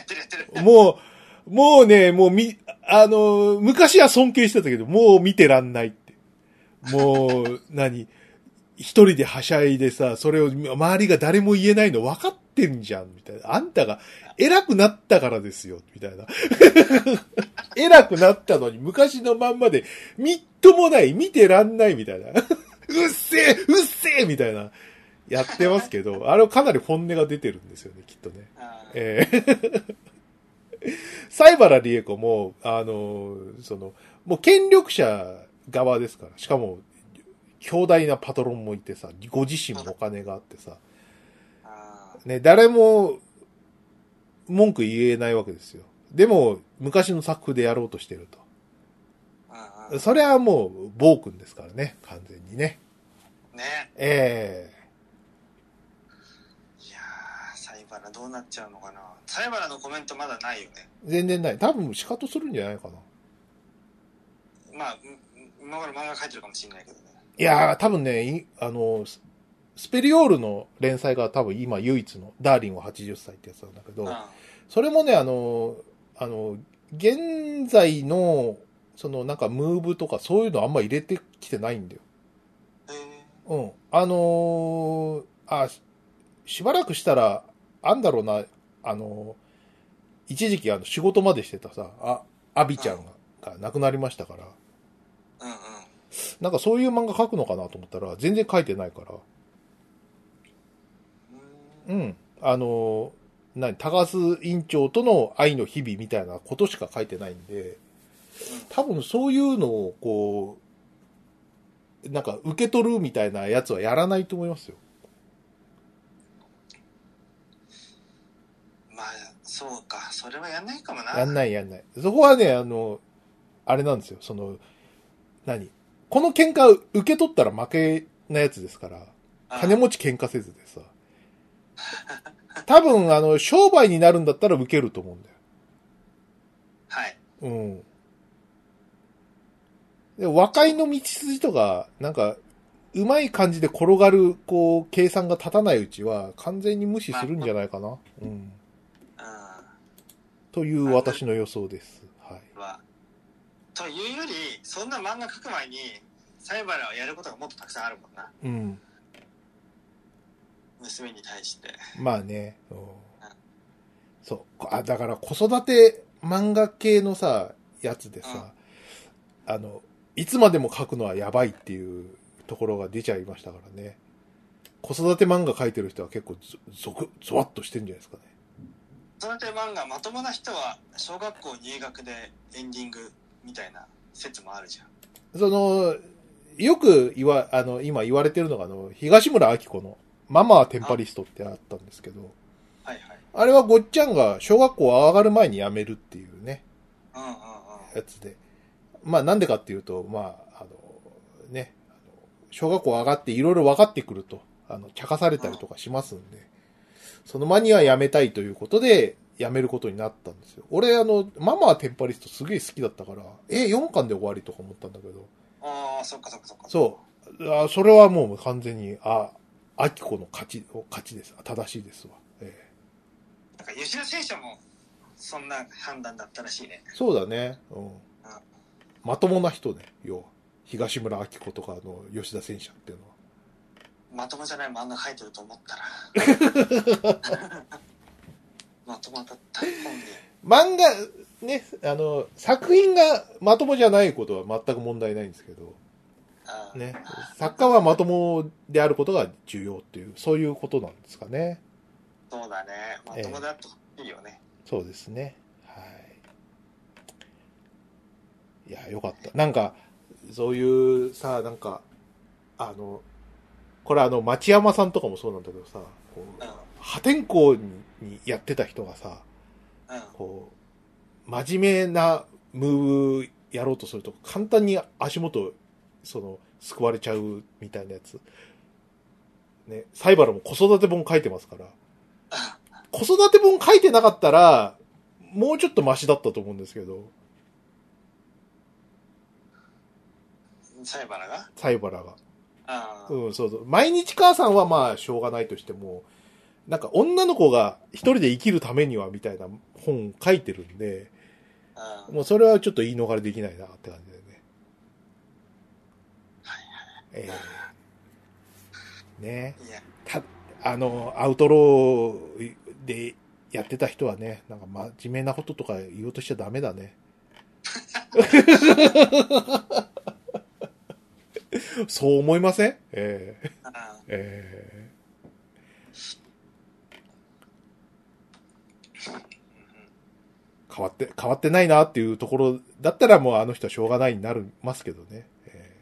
[SPEAKER 1] てるやってる
[SPEAKER 2] もう、もうね、もうみ、あの、昔は尊敬してたけど、もう見てらんないって。もう、何一人ではしゃいでさ、それを周りが誰も言えないの分かってんじゃん、みたいな。あんたが偉くなったからですよ、みたいな。 偉くなったのに昔のまんまで、みっともない、見てらんない、みたいな。う っせえ、うっせえ、みたいな。やってますけど、あれはかなり本音が出てるんですよね、きっとね。
[SPEAKER 1] あー
[SPEAKER 2] ええ 西原理恵子も、あの、その、もう権力者側ですから、しかも、強大なパトロンもいてさ、ご自身もお金があってさ、
[SPEAKER 1] あー
[SPEAKER 2] ね、誰も、文句言えないわけですよ。でも、昔の作風でやろうとして
[SPEAKER 1] う
[SPEAKER 2] る
[SPEAKER 1] んう
[SPEAKER 2] と。それはもう、暴君ですからね、完全にね。
[SPEAKER 1] んね
[SPEAKER 2] え
[SPEAKER 1] いやーサイバラどうなっちゃうのかなサイバラのコメントまだないよね
[SPEAKER 2] え全然ない。多分、仕方するんじゃないかな。
[SPEAKER 1] まあうん今頃漫画描いてるかもしれないけどね
[SPEAKER 2] いやー、多分ね、いあの、ススペリオールの連載が多分今唯一の、ダーリンは80歳ってやつなんだけど、
[SPEAKER 1] う
[SPEAKER 2] それもね、あの、あの、現在の、そのなんかムーブとかそういうのあんま入れてきてないんだよ。
[SPEAKER 1] んへ
[SPEAKER 2] うん。あのーあ、ししばらくしたら、あんだろうな、あのー一時期あの仕事までしてたさ、あ、アビちゃんが、がなくなりましたから、
[SPEAKER 1] うんうん。
[SPEAKER 2] なんかそういう漫画描くのかなと思ったら、全然描いてないから、
[SPEAKER 1] う
[SPEAKER 2] うんん。あの、何、高須院長との愛の日々みたいなことしか書いてないんで、多分そういうのをこう、なんか受け取るみたいなやつはやらないと思いますよ。
[SPEAKER 1] まあ、そうか。それはやんないかもな。
[SPEAKER 2] やんないやんない。そこはね、あの、あれなんですよ。その、何この喧嘩受け取ったら負けなやつですから、
[SPEAKER 1] うん
[SPEAKER 2] 金持ち喧嘩せずでさ。多分、あの、商売になるんだったら受けると思うんだよ。
[SPEAKER 1] はい。
[SPEAKER 2] うん。で、和解の道筋とか、なんか、うまい感じで転がる、こう、計算が立たないうちは、完全に無視するんじゃないかな。うん。
[SPEAKER 1] う
[SPEAKER 2] という私の予想です。はい。
[SPEAKER 1] ん。は。というより、そんな漫画描く前に、サイバラをやることがもっとたくさんあるもんな。
[SPEAKER 2] うん。
[SPEAKER 1] 娘に対して。
[SPEAKER 2] まあね。うんそう。こあ、だから子育て漫画系のさ、やつでさ、あの、いつまでも描くのはやばいっていうところが出ちゃいましたからね。子育て漫画描いてる人は結構ゾ、ゾク、ゾワッとしてんじゃないですかね。
[SPEAKER 1] その手漫画、まともな人は、小学校入学でエンディングみたいな説もあるじゃん。
[SPEAKER 2] その、よく言わ、あの、今言われてるのが、あの、東村明子の、ママはテンパリストってあったんですけど、
[SPEAKER 1] はいはい。
[SPEAKER 2] あれはごっちゃんが小学校上がる前に辞めるっていうね。
[SPEAKER 1] うんうんうん。
[SPEAKER 2] やつで。まあなんでかっていうと、まあ、あの、ね、あの小学校上がっていろいろ分かってくると、あの、茶化されたりとかしますんで、その間には辞めたいということで、辞めることになったんですよ。俺、あの、ママはテンパリストすげえ好きだったから、え、4巻で終わりとか思ったんだけど、
[SPEAKER 1] ああ、そっかそっかそっか。
[SPEAKER 2] そう。あそれはもう完全に、あ、アキコの勝ち、勝ちです。正しいですわ。ええ
[SPEAKER 1] なんか、吉田選手も、そんな判断だったらしいね。
[SPEAKER 2] そうだね。うん。まともな人ね、要は。東村明子とかの吉田戦車っていうのは。
[SPEAKER 1] まともじゃない漫画描いてると思 ったら。まともだった。本人。
[SPEAKER 2] 漫画、ね、あの、作品がまともじゃないことは全く問題ないんですけど、
[SPEAKER 1] あー
[SPEAKER 2] ね、作家はまともであることが重要っていう、そういうことなんですかね。
[SPEAKER 1] そうだね。まともだといいよね。
[SPEAKER 2] そうですね。はい。いや、よかった。なんか、そういう、さ、なんか、あの、これあの、町山さんとかもそうなんだけどさ、
[SPEAKER 1] う。
[SPEAKER 2] こうん
[SPEAKER 1] うん。
[SPEAKER 2] 破天荒にやってた人がさ、
[SPEAKER 1] あ
[SPEAKER 2] こう、真面目なムーブやろうとすると、簡単に足元、その、救われちゃうみたいなやつ。ね、サイバルも子育て本書いてますから。子育て本書いてなかったら、もうちょっとマシだったと思うんですけど、
[SPEAKER 1] サイバラが
[SPEAKER 2] サイバラが。
[SPEAKER 1] ああ。
[SPEAKER 2] うん、そうそう。毎日母さんはまあ、しょうがないとしても、なんか女の子が一人で生きるためにはみたいな本書いてるんで、
[SPEAKER 1] あー
[SPEAKER 2] もうそれはちょっと言い逃れできないなって感じだよね。
[SPEAKER 1] はい
[SPEAKER 2] ええね
[SPEAKER 1] いや、
[SPEAKER 2] た、あの、アウトローでやってた人はね、なんか真面目なこととか言おうとしちゃダメだ ね。そう思いませんええ
[SPEAKER 1] ああ。
[SPEAKER 2] え
[SPEAKER 1] うん
[SPEAKER 2] え変わって、変わってないなっていうところだったらもうあの人はしょうがないになりますけどね。え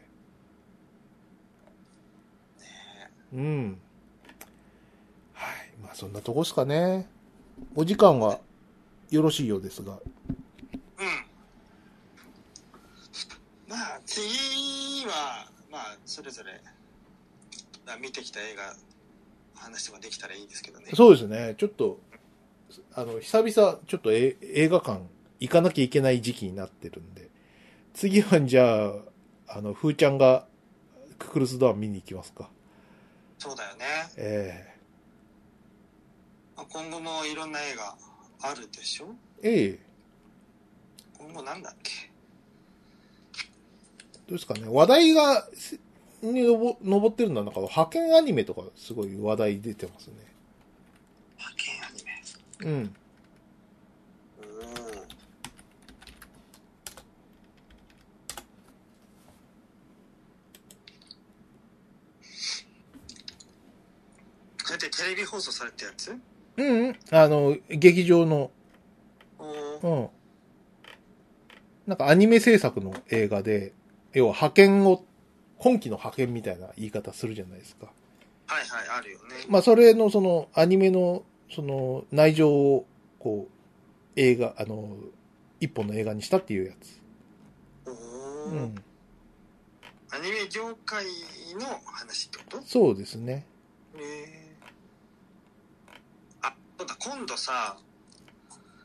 [SPEAKER 2] えうん。はい。まあそんなとこですかね。お時間はよろしいようですが。
[SPEAKER 1] うん。まあ、次は、まあ、それぞれ、まあ見てきた映画、話とかできたらいいですけどね。
[SPEAKER 2] そうですね。ちょっと、あの、久々、ちょっとえ映画館行かなきゃいけない時期になってるんで、次はじゃあ、あの、ふーちゃんがククルスドアン見に行きますか。
[SPEAKER 1] そうだよね。
[SPEAKER 2] え
[SPEAKER 1] まあ今後もいろんな映画あるでしょ
[SPEAKER 2] えええ
[SPEAKER 1] 今後なんだっけ
[SPEAKER 2] どうですかね。話題が、すにのぼ上ってるのは、なんか、派遣アニメとか、すごい話題出てますね。
[SPEAKER 1] 派遣アニメ。
[SPEAKER 2] うん。
[SPEAKER 1] うん。それってテレビ放送されたやつ
[SPEAKER 2] うんうん。あの、劇場の、
[SPEAKER 1] おー
[SPEAKER 2] うん。なんかアニメ制作の映画で、要は派遣を、今期の派遣みたいな言い方するじゃないですか。
[SPEAKER 1] はいはい、あるよね。
[SPEAKER 2] まあ、それのそのアニメのその内情をこう映画、あの、一本の映画にしたっていうやつ。
[SPEAKER 1] お
[SPEAKER 2] う
[SPEAKER 1] ー
[SPEAKER 2] ん。
[SPEAKER 1] アニメ業界の話ってこと
[SPEAKER 2] そうですね。
[SPEAKER 1] えー、あそうだ今度さ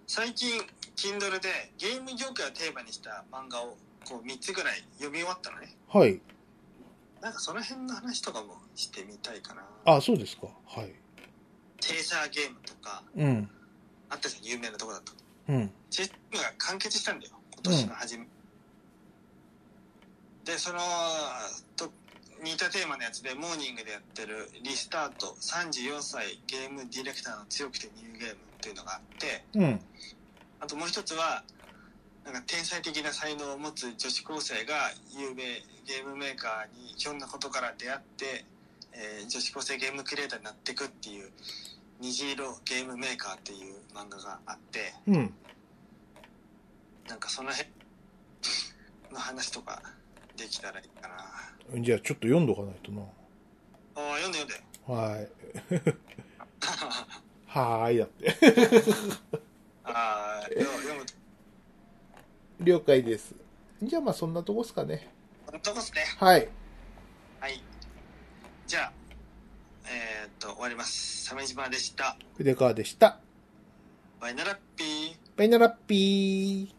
[SPEAKER 1] 最近 Kindle でゲーム業界をテーマにした漫画をこう3つぐらい読み終わったのね
[SPEAKER 2] はい。
[SPEAKER 1] なんかその辺の話とかもしてみたいかな
[SPEAKER 2] あ、そうですか。はい。
[SPEAKER 1] テーサーゲームとか
[SPEAKER 2] うん。
[SPEAKER 1] あったじゃん有名なとこだと
[SPEAKER 2] うん。
[SPEAKER 1] チェックが完結したんだよ今年の初め、でそのと似たテーマのやつでモーニングでやってる「リスタート34歳ゲームディレクターの強くてニューゲーム」っていうのがあって
[SPEAKER 2] うん。
[SPEAKER 1] あともう一つはなんか天才的な才能を持つ女子高生が有名ゲームメーカーにひょんなことから出会って、えー女子高生ゲームクリエイターになっていくっていう「虹色ゲームメーカー」っていう漫画があって。
[SPEAKER 2] うん。
[SPEAKER 1] なんかその辺の話とかできたらいいかな。
[SPEAKER 2] じゃあちょっと読んどかないとな。
[SPEAKER 1] ああ、読んで読んで。
[SPEAKER 2] はい。はーい、だって。
[SPEAKER 1] ああ、よ読む。
[SPEAKER 2] 了解です。じゃあまあそんなとこっすかね。
[SPEAKER 1] 本当ですね。
[SPEAKER 2] はい。
[SPEAKER 1] はい。じゃあ、えー、っと、終わります。鮫島でした。
[SPEAKER 2] 筆川でした。
[SPEAKER 1] バイナラッピー。
[SPEAKER 2] バイナラッピー。